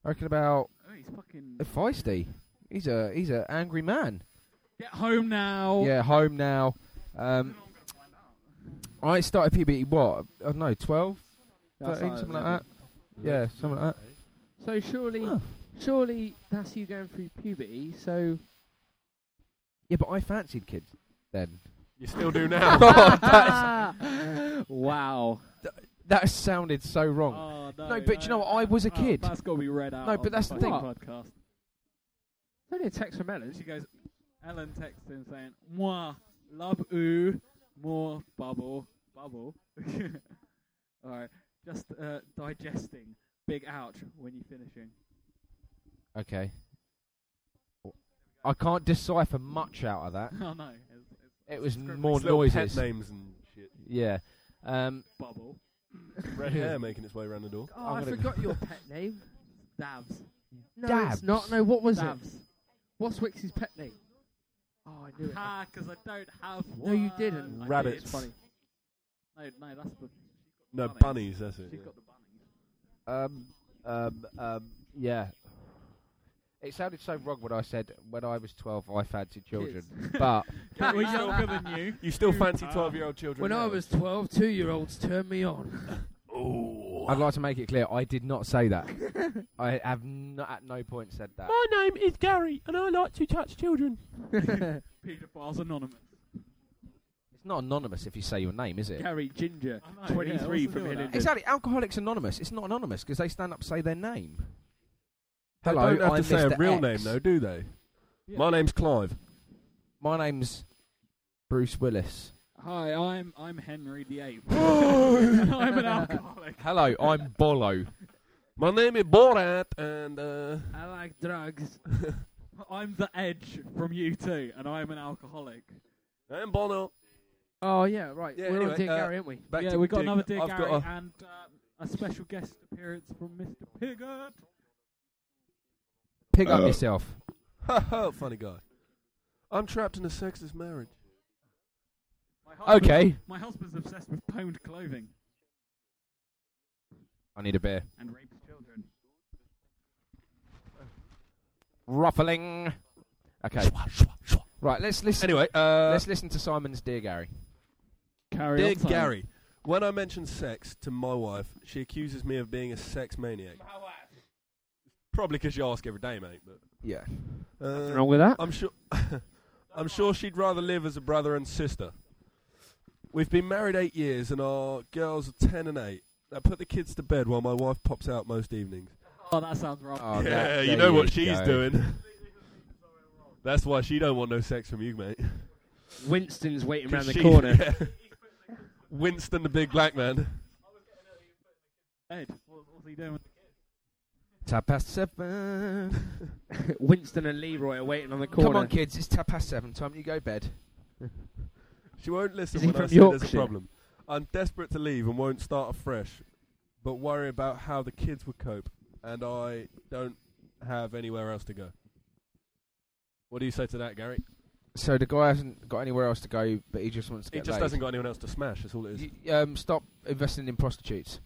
S2: I reckon about
S1: Oh, he's fucking.
S2: feisty. He's a he's a angry man.
S1: Get home now.
S2: Yeah, home now. Um, I started puberty. What? I don't know, twelve,
S5: That's
S2: thirteen,
S5: like
S2: something like that. Yeah, something like that.
S5: So surely
S2: Huh.
S5: Surely that's you going through puberty, so
S2: Yeah, but I fancied kids then.
S3: You still do now.
S4: Ah.
S5: that's wow.
S2: That sounded so wrong.
S1: Oh, no,
S2: No, but you know what? I was a
S1: Oh,
S2: kid.
S1: that's got to be read out.
S2: No,
S1: on
S2: but that's the
S1: fucking
S2: thing.
S1: Podcast.
S5: It's only a text from Ellen.
S1: And she goes, Ellen texts him saying, "Moi love oo more bubble bubble." All right, just uh, digesting. Big ouch when you're finishing.
S2: Okay. I can't decipher much out of that.
S1: Oh no, it's, it's
S2: It was
S1: Scribbling.
S2: more
S3: It's little pet
S2: noises.
S3: names and shit.
S2: Yeah. Um,
S1: bubble.
S3: Red hair making its way around the door.
S5: Oh,
S2: I'm
S5: I
S2: gonna-
S5: forgot your pet name.
S1: Dabs.
S5: No,
S2: Dabs.
S5: it's not. No, what was it?
S1: Dabs.
S5: What's Wix's pet name? Oh, I knew it.
S1: Ha, because I don't have.
S5: No, you
S1: one.
S5: didn't.
S1: I
S3: Rabbit.
S1: did.
S5: It's funny.
S1: No, no, that's the.
S3: No,
S1: Bunnies.
S3: bunnies, that's it.
S1: She's
S3: yeah.
S1: got the bunnies.
S2: um, um, um, yeah. It sounded so wrong when I said when I was 12 I fancied children. But
S1: We're younger than you.
S3: You still fancy
S1: Ah.
S3: 12 year old children?
S5: When I
S3: now?
S5: was 12, two year olds turned me on.
S3: Oh.
S2: I'd like to make it clear I did not say that. I have not at no point said that.
S3: name is Gary, and I like to touch children.
S1: Pedophiles Anonymous.
S2: It's not anonymous if you say your name, is it?
S5: Gary Ginger,
S1: I know, yeah,
S5: 23
S1: what's the
S5: from
S1: deal with
S5: Hidden.
S1: that?
S2: Exactly. Alcoholics Anonymous. It's not anonymous because they stand up and say their name.
S3: They
S2: Hello,
S3: don't have
S2: I'm
S3: to say a
S2: Mr.
S3: real
S2: X.
S3: name, though, do they?
S1: Yeah.
S3: My name's Clive.
S2: My name's Bruce Willis.
S1: Hi, I'm I'm Henry the Eighth. I'm an alcoholic.
S2: Hello, I'm Bolo.
S3: My name is Borat, and uh,
S5: I like drugs.
S1: I'm the Edge from U2, and I'm an alcoholic.
S3: I'm Bono.
S5: Oh, yeah, right.
S3: Yeah,
S5: We're
S3: anyway,
S5: on Dear
S3: uh,
S5: Gary, aren't we?
S3: Back
S1: yeah,
S3: to
S1: we got
S3: Dig.
S1: another Dear
S3: I've
S1: Gary
S3: got a-
S1: and uh, a special guest appearance from Mr. Piggott.
S2: Pick
S3: Uh,
S2: up yourself.
S3: Ha ha, funny guy. I'm trapped in a sexist marriage.
S1: My husband-
S2: Okay.
S1: My husband's obsessed with pwned clothing
S2: I need a beer.
S1: and rapes children.
S2: Ruffling. Okay. Right. Let's listen.
S3: Anyway, uh,
S2: let's listen to Simon's Dear Gary.
S1: Carry
S3: dear
S1: on, Simon.
S3: Gary, when I mention sex to my wife, she accuses me of being a sex maniac. Probably 'cause you ask every day, mate. But
S2: Yeah.
S3: uh,
S5: Nothing wrong with that?
S3: I'm sure. I'm sure she'd rather live as a brother and sister. We've been married eight years, and our girls are ten and eight. I put the kids to bed while my wife pops out most evenings.
S1: Oh, that sounds wrong.
S2: Oh,
S3: yeah,
S2: that-
S3: you
S2: there
S3: know what she's
S2: go.
S3: doing. That's why she don't want no sex from you, mate.
S5: Winston's waiting around the
S3: She-
S5: corner.
S3: yeah. Winston, the big black man.
S1: Ed, what, what's he doing? With
S2: Tap past seven.
S5: Winston and Leroy are waiting on the corner.
S2: Come on, kids. It's tap past seven. Time you go bed.
S3: She won't listen
S5: Is he
S3: when I
S5: from
S3: say there's a
S5: Yorkshire?
S3: problem. I'm desperate to leave and won't start afresh, but worry about how the kids would cope, and I don't have anywhere else to go. What do you say to that, Gary?
S2: So the guy hasn't got anywhere else to go, but he just wants to
S3: He
S2: get
S3: just
S2: laid.
S3: hasn't got anyone else to smash. That's all it is.
S2: Y- um, stop investing in prostitutes.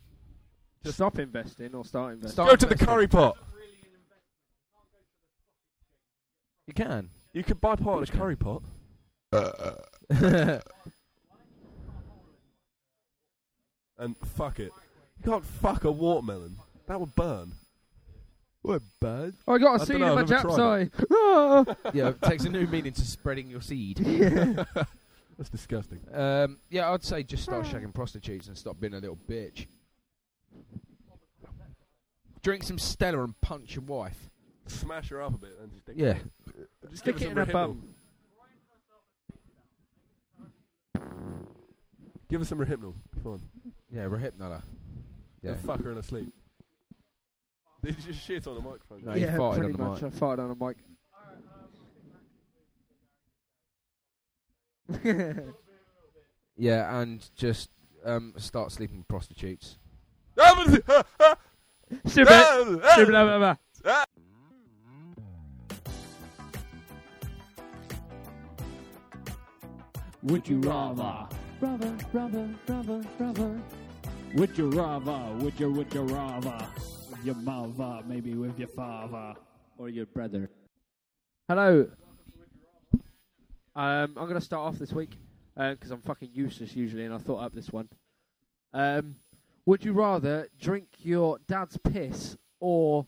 S5: Just stop investing or start investing.
S2: Stop
S3: go to the
S2: investing.
S3: curry pot.
S2: You can.
S3: You could buy part of the curry pot. and fuck it. You can't fuck a watermelon. That would burn. Would burn?
S5: Oh, I got
S3: I
S5: a seed
S3: dunno,
S5: in my
S3: I've never
S5: Jap's
S3: tried
S5: eye. Ah.
S2: yeah, it takes a new meaning to spreading your seed.
S3: That's disgusting.
S2: Um, yeah, I'd say just start shagging prostitutes and stop being a little bitch. Drink some Stella and punch your wife.
S3: Smash her up a bit and stick
S2: Yeah.
S3: it. Just
S5: Stick
S3: give
S5: it
S3: us
S5: in her
S3: Rahipal.
S5: bum.
S3: Give us some rehypnol. Come on.
S2: Yeah, Rahipnala. Yeah.
S3: And fuck her in her sleep. Did you just shit on the microphone?
S2: No, he farted
S5: Ah.
S2: on
S5: pretty
S2: the
S5: much.
S2: mic.
S5: I farted on a mic.
S2: Yeah, and just um, start sleeping with prostitutes.
S5: Shibit. Shibit, blah, blah, blah.
S1: Would you rather? Rather, rather, rather, rather. Would you rather? Would you, would you rather? With your mother, maybe with your father. Or your brother.
S5: Hello. Um, I'm going to start off this week because I'm fucking useless usually, and I thought up this one. Um, would you rather drink your dad's piss or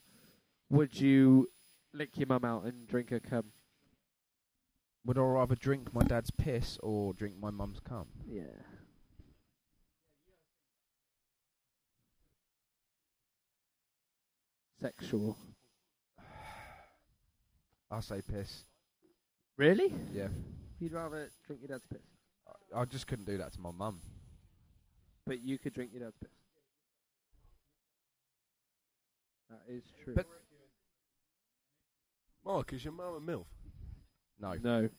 S5: would you lick your mum out and drink her cum?
S2: Would I rather drink my dad's piss or drink my mum's cum?
S5: Yeah. Sexual.
S2: I'll say piss.
S5: Really?
S2: Yeah.
S5: You'd rather drink your dad's piss,
S2: I- I just couldn't do that to my mum.
S5: but you could drink your dad's piss. That is true.
S2: But-
S3: Mark, is your mum a MILF?
S2: No.
S5: no,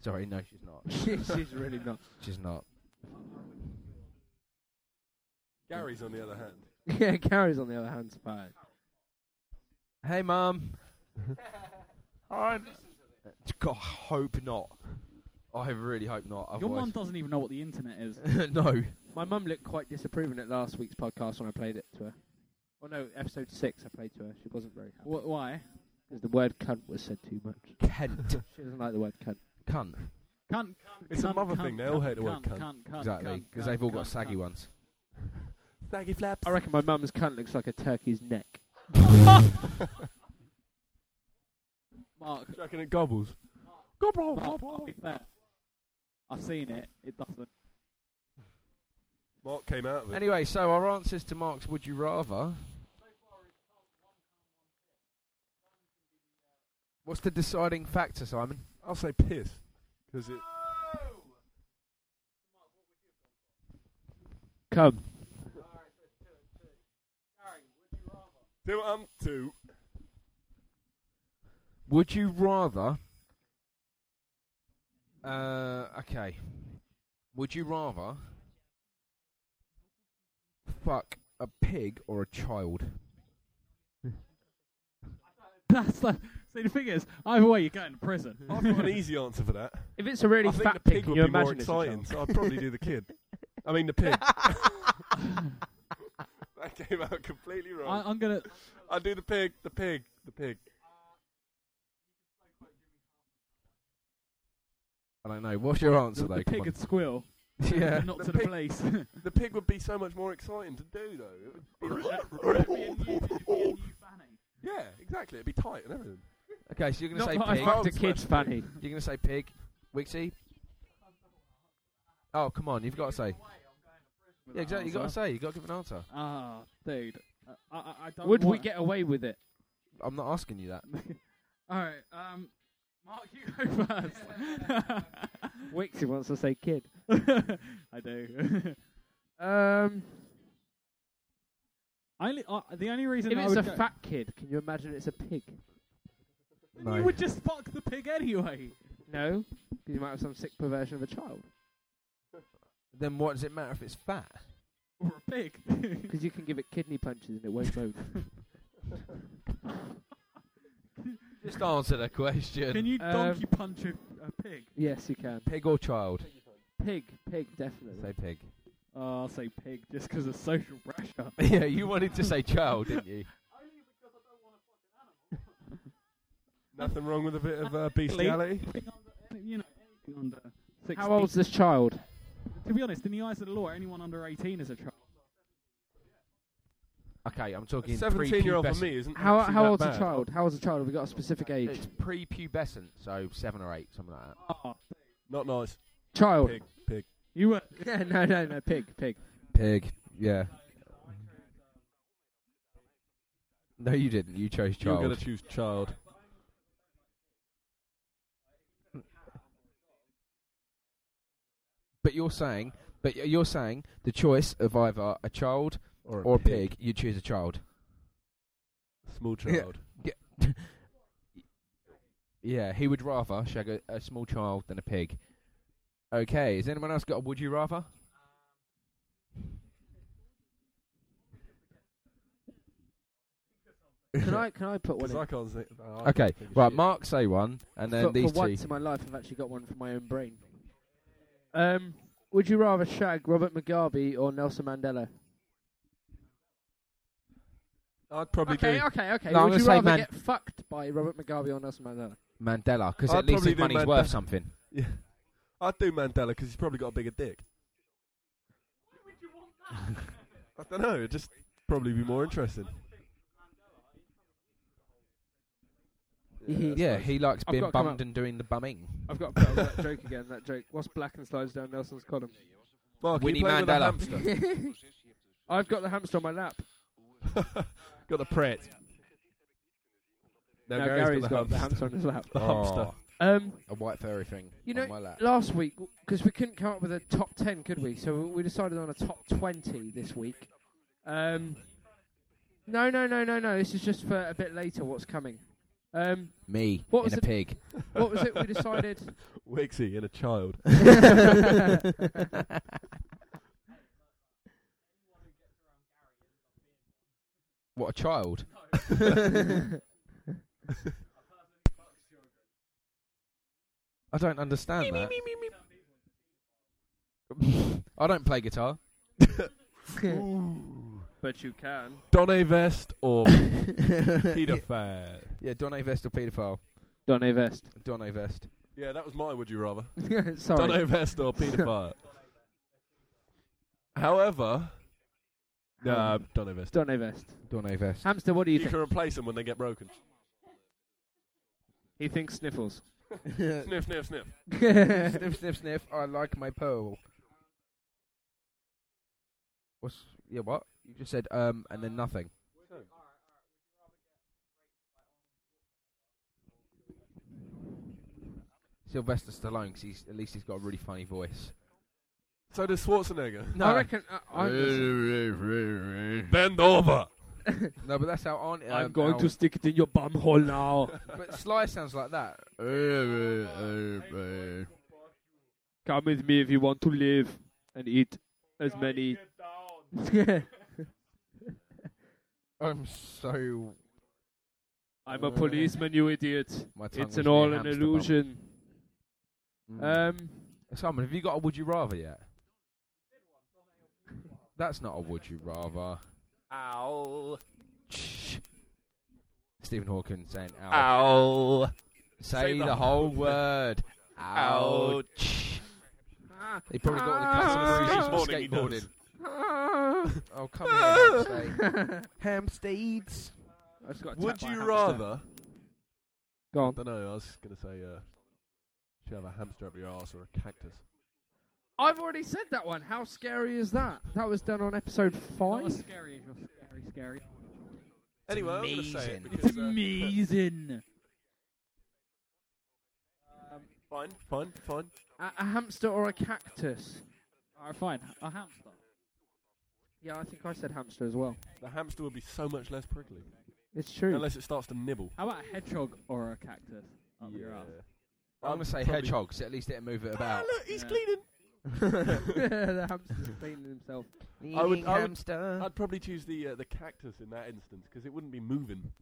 S2: Sorry, no, she's not.
S5: she's really not.
S2: She's not.
S3: Gary's on the other hand.
S5: Yeah, Gary's on the other hand's fine.
S2: Hey, mum. I God, I hope not. I really hope not.
S1: Your mum
S2: Otherwise,
S1: doesn't even know what the internet is.
S2: no.
S5: My mum looked quite disapproving at last week's podcast when I played it to her. Well, no, episode six I played to her. She wasn't very happy.
S1: Wh- why?
S5: Because the word cunt was said too much.
S2: Kent.
S5: She doesn't like the word cunt.
S2: Cunt.
S1: Cunt.
S3: It's a
S1: cunt,
S3: mother
S1: cunt,
S3: thing, they all
S1: cunt,
S3: hate the word cunt.
S1: cunt
S2: Exactly.
S1: cunt,
S2: Because they've all got
S1: cunt,
S2: saggy
S1: cunt.
S2: ones.
S3: Faggy flaps.
S5: I reckon my mum's cunt looks like a turkey's neck.
S1: Mark,
S3: Do you reckon it gobbles?
S1: Mark, I'll be fair. I've seen it. It doesn't.
S3: Mark came out of it.
S2: Anyway, so our answers to Mark's Would You Rather. What's the deciding factor, Simon?
S3: I'll say piss. Because it.
S5: Come.
S3: Two, um, two.
S2: Would you rather. Uh, okay. Would you rather. Fuck a pig or a child?
S1: That's like, see, the thing is, either way, you're going to prison.
S3: I've got an easy answer for that.
S5: If it's a really
S3: I think the
S5: fat
S3: pig
S5: pig,
S3: would
S5: you
S3: be more
S5: imagine
S3: exciting, so I'd probably do the kid. I mean, the pig. that came out completely
S1: I,
S3: wrong.
S1: I'm gonna.
S3: I'd do the pig, the pig, the pig.
S2: I don't know. What's your answer,
S1: The,
S2: though?
S1: the
S2: Come
S1: pig
S2: on.
S1: would squeal.
S2: yeah.
S1: Not
S3: The
S1: to the
S3: pig-
S1: police.
S3: The pig would be so much more exciting to do, though. It would be like-
S1: It'd be a new- it'd be a new Fanny.
S3: yeah, exactly. It'd be tight and everything.
S2: Okay, so you're going
S5: Not
S2: to say
S5: that I
S2: pig.
S5: fucked a
S3: Arms
S5: kid's fanny.
S2: You're going to say pig. Wixie? Oh, come on. You've got to say. Yeah, exactly. You've got to say. You've got to give an answer.
S1: Ah, dude. Uh, I, I, I don't
S5: Would we
S1: want-
S5: get away with it?
S2: I'm not asking you that.
S1: All right, um, Mark, you go first.
S5: Wixie wants to say kid.
S1: I do.
S5: Um,
S1: I only, uh, the only reason
S5: if
S1: I
S5: it's
S1: would
S5: a
S1: go-
S5: fat kid, can you imagine it's a pig?
S1: Then
S2: No.
S1: you would just fuck the pig anyway.
S5: No, because you might have some sick perversion of a child.
S2: Then what does it matter if it's fat?
S1: Or a pig.
S5: Because you can give it kidney punches and it won't move.
S2: Just answer the question.
S1: Can you
S5: Um,
S1: donkey punch a, a pig?
S5: yes, you can.
S2: pig or child?
S5: Pig, pig, definitely.
S2: Say pig.
S1: Oh, I'll say pig just because of social pressure.
S2: yeah, you wanted to say child, didn't you?
S3: Nothing wrong with a bit of uh, bestiality.
S1: Anything under- you know, anything under 16.
S5: How old's this child?
S1: To be honest, in the eyes of the law, anyone under 18 is a child.
S2: Okay, I'm talking.
S3: Seventeen-year-old for
S2: prepubescent.
S3: me isn't.
S5: How
S3: actually
S5: how
S3: that
S5: old's
S3: bad.
S5: a child? How old's a child? Have we got a specific age?
S2: It's prepubescent, so seven or eight, something like that.
S1: Ah,
S3: Not nice.
S5: Child.
S3: Pig, pig.
S1: you were.
S5: Yeah, no, no, no. Pig, pig.
S2: Pig. Yeah. No, you didn't. You chose
S3: You're
S2: child.
S3: gonna choose child.
S2: but you're saying, but y- you're saying the choice of either a child
S3: Or a,
S2: or a pig. You choose a child.
S3: Small child.
S2: Yeah, he would rather shag a, a small child than a pig. Okay, has anyone else got a would you rather?
S5: Can I can I put one?
S3: 'Cause
S5: In?
S3: I can't think. oh, I
S2: Okay,
S3: can't think of
S2: right,
S3: shit.
S2: Mark say one, and then
S5: for,
S2: these
S5: for
S2: two.
S5: once in my life, I've actually got one from my own brain. Um, would you rather shag Robert Mugabe or Nelson Mandela?
S3: I'd probably
S5: okay,
S3: do.
S5: okay, okay.
S2: No, I'm
S5: would
S2: gonna
S5: you
S2: say
S5: rather
S2: Man-
S5: get fucked by Robert Mugabe or Nelson Mandela?
S2: Mandela, because
S3: I'd
S2: at least
S3: probably
S2: his
S3: do
S2: money's
S3: Mandela.
S2: worth something.
S3: Yeah. I'd do Mandela because he's probably got a bigger dick. I don't know. It'd just probably be more interesting.
S5: Mhm.
S2: yeah, he likes
S5: I've
S2: being
S5: got to come
S2: bummed
S5: up-
S2: and doing the bumming.
S5: I've got to put up that joke again. That joke. What's black and slides down Nelson's column?
S3: Fuck,
S2: Winnie
S3: you playing with a
S2: Mandela.
S3: hamster.
S5: I've got the hamster on my lap.
S3: got the Pret.
S5: Now, Gary's got the hamster on his lap.
S3: The hamster.
S2: Oh,
S5: Um,
S2: a white furry thing
S5: You
S2: on
S5: know-
S2: my lap.
S5: last week, because we couldn't come up with a top 10, could we? So we decided on a top 20 this week. Um, no, no, no, no, no. This is just for a bit later what's coming. Um,
S2: Me
S5: What was
S2: in a
S5: it-
S2: pig.
S5: what was it we decided?
S3: Wixie and a child.
S2: What a child. I don't understand that. I don't play guitar.
S5: but you can.
S3: Donny Vest or
S2: yeah,
S3: pedophile?
S2: Don A. Vest or paedophile?
S5: Don A. Vest.
S2: Don A. Vest.
S3: Yeah, that was mine, would you rather?
S5: Sorry.
S3: Donny Vest or pedophile? However, nah, Donny Vest.
S5: Don A. Vest.
S2: Don A. Vest.
S5: Hamster, Um, what do you
S3: You
S5: think?
S3: can replace them when they get broken.
S5: He thinks sniffles.
S3: Sniff, sniff, sniff.
S2: sniff, sniff, sniff. I like my pearl. What's yeah? What you just said? Um, and then nothing. Sylvester Stallone, 'cause he's at least he's got a really funny voice.
S3: So does Schwarzenegger.
S5: I reckon. I, I'm, Mm.
S3: Bend over.
S2: No, but that's how Aunt. Um,
S5: I'm going
S2: how-
S5: to stick it in your bum hole now.
S2: But Sly sounds like that.
S5: Come with me if you want to live and eat as many.
S2: I'm so.
S5: I'm a policeman, you idiot.
S2: My tongue
S5: It's
S2: was
S5: an
S2: near
S5: all an
S2: hamster bum.
S5: illusion.
S2: Mm.
S5: Um,
S2: Simon, have you got a would you rather yet? That's not a would you rather.
S3: Ow.
S2: Shh. Stephen Hawking saying ow.
S3: Ow.
S2: Say,
S3: Say
S2: the,
S3: the
S2: whole word. Ouch. He probably got the customer
S3: This
S2: from
S3: morning he
S2: skateboarding.
S3: does.
S2: Oh, come here, Hamsteads.
S5: I just got
S3: Would you rather?
S5: Go
S3: I don't know. I was going to say, uh, should have a hamster up your ass or a cactus.
S5: I've already said that one. How scary is that? That was done on episode
S1: Not as
S5: five.
S1: scary as your scary, scary.
S3: Anyway, I'm going to say it
S2: amazing.
S1: It's
S3: because. Uh,
S1: amazing.
S5: Um,
S3: fine, fine, fine.
S5: A, a hamster or a cactus?
S1: Alright, fine. A hamster.
S5: Yeah, I think I said hamster as well.
S3: The hamster would be so much less prickly.
S5: It's true.
S3: Unless it starts to nibble.
S1: How about a hedgehog or a cactus? Oh, Up your ass.
S2: I'm going to say
S3: Probably-
S2: hedgehog, so at least it'll move it about.
S3: look, he's
S1: Yeah.
S3: cleaning.
S5: the hamster's cleaning himself.
S3: I would- I would-
S2: hamster.
S3: I'd probably choose the uh, the cactus in that instance because it wouldn't be moving.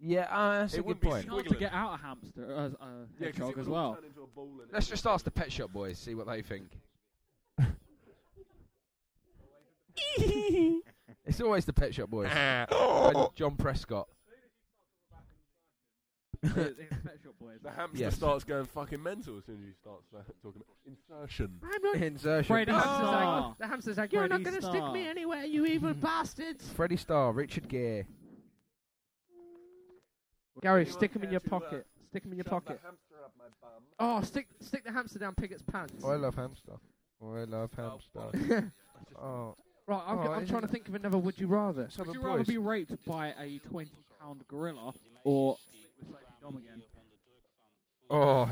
S2: yeah, uh, that's
S3: It
S2: a good
S3: would be
S2: point.
S1: It's hard to
S3: Wiggling.
S1: get out a hamster, uh, a hedgehog as well.
S2: Let's just ask the Pet Shop Boys, see what they think. it's always the Pet Shop Boys.
S3: Ah.
S2: And John Prescott.
S1: It's- it's Pet Shop Boys.
S3: The hamster
S2: Yes.
S3: starts going fucking mental as soon as you start sa- talking about insertion.
S5: I'm not.
S2: Insertion.
S1: Freddy
S5: The hamster's
S1: Star.
S5: like, the hamster's like,
S1: You're
S5: you're
S1: not
S5: not going
S1: gonna
S5: to
S1: stick
S5: stick
S1: me
S5: me anywhere, you evil bastards.
S2: Freddie Starr, Richard Gere.
S5: Gary,
S3: Anyone
S5: stick 'em in
S3: care
S5: your
S3: to, uh,
S5: pocket. Stick 'em in your
S3: shove
S5: pocket.
S3: that hamster up my bum?
S5: Oh, stick stick the hamster down Pigot's pants.
S2: Oh, I love hamster. Oh, I love hamster. Oh,
S5: Right, I'm,
S2: Oh,
S5: g- I'm
S2: is
S5: trying to
S2: it-
S5: think of another would you rather.
S2: so
S1: Would
S2: the
S1: you rather
S2: boys.
S1: be raped by a 20 pound gorilla or. Dumb again.
S2: Oh,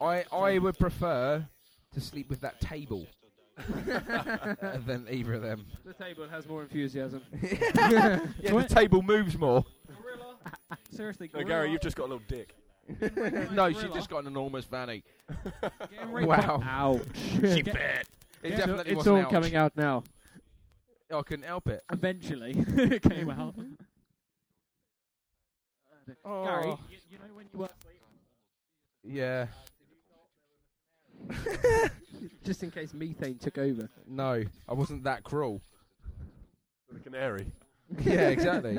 S2: I I would prefer to sleep with that table uh, than either of them.
S5: The table has more enthusiasm.
S2: Yeah, the table moves more.
S1: Gorilla? Seriously,
S3: No,
S1: gorilla.
S3: Gary, you've just got a little dick.
S2: no, she just got an enormous fanny.
S1: Getting raped
S2: Wow.
S1: By,
S5: Ouch.
S1: She
S5: it's
S1: fat. Yeah,
S2: It
S1: so
S2: definitely
S5: it's
S2: wasn't
S5: all
S2: ouch.
S5: coming out now.
S2: I couldn't help it.
S1: Eventually, it came out. Gary, you,
S2: Oh.
S1: you know when you were
S2: Yeah.
S5: Just in case methane took over.
S2: No, I wasn't that cruel.
S3: The canary.
S2: yeah, exactly.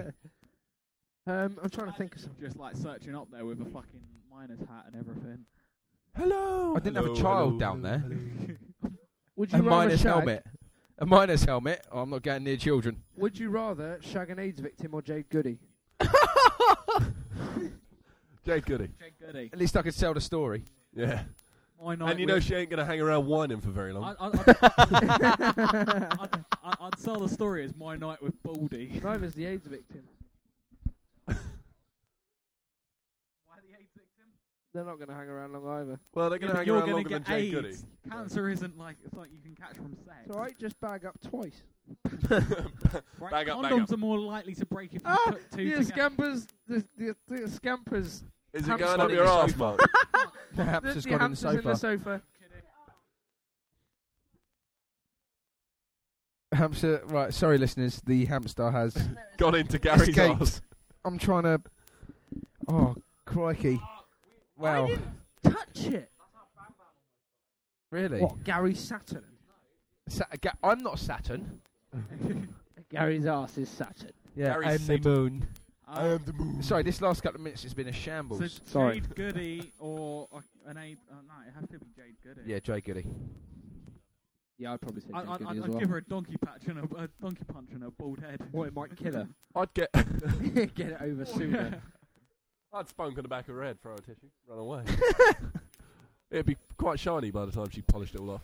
S5: Um, I'm trying to think of some.
S1: just like searching up there with a fucking miner's hat and everything.
S3: Hello.
S2: I didn't have a child down there.
S5: Would you
S2: A
S5: rather
S2: miner's
S5: shag,
S2: helmet. A miner's helmet. Oh, I'm not getting near children.
S5: Would you rather shag an AIDS victim or Jade Goody?
S3: Jade Goody.
S1: Jake Goody.
S2: At least I could sell the story.
S3: Yeah.
S1: My night
S3: And you know
S1: with-
S3: she ain't gonna hang around whining for very long.
S1: I, I, I'd, I'd, I'd, I'd sell the story as my night with Baldy.
S5: Neither is the AIDS victim.
S1: Why the AIDS victim?
S5: They're not going to hang around long either.
S3: well, they're
S1: Yeah,
S3: gonna
S1: but
S3: hang
S1: you're
S3: around
S1: gonna
S3: longer
S1: get
S3: than Jade Goody.
S1: AIDS. Cancer isn't like it's like you can catch from sex.
S5: It's alright, just bag up twice.
S1: Right?
S3: Bang up,
S1: Condoms
S3: bang up.
S1: are more likely to break if you
S5: Ah,
S1: put two
S5: The
S1: together.
S5: scampers, the, the, the scampers,
S3: Is it
S5: Hamster
S3: going up
S5: on
S3: your
S5: the
S3: ass,
S5: sofa.
S3: Mark?
S2: The
S5: the,
S2: hamster's
S5: the
S2: gone in the
S5: hamsters in the
S2: sofa.
S5: sofa.
S2: Hamster, right? Sorry, listeners. The hamster has.
S3: Gone into Gary's
S2: Escaped.
S3: ass.
S2: I'm trying to. Oh crikey! Wow,
S5: Touch it.
S2: really?
S5: What, Gary Saturn?
S2: Sa- Ga- I'm not Saturn.
S1: Uh,
S5: Gary's ass is Saturn.
S2: Yeah,
S3: Gary
S2: I'm
S3: Saturn.
S2: the moon.
S1: I am
S3: the moon.
S2: Sorry, this last couple of minutes has been a shambles.
S1: So
S5: Sorry.
S1: Jade Goody or uh, an AIDS? Uh, no, it has to be Jade Goody.
S2: yeah, Jay Goody.
S5: Yeah, I'd probably say
S1: I,
S5: Jane
S1: I, I'd,
S5: Goody as
S1: I'd
S5: well.
S1: give her a donkey patch and a, a donkey punch and a bald head.
S5: What, it might kill her?
S3: I'd get.
S5: Get it over sooner.
S3: I'd spunk on the back of her head, throw a tissue, run away. It'd be quite shiny by the time she polished it all off.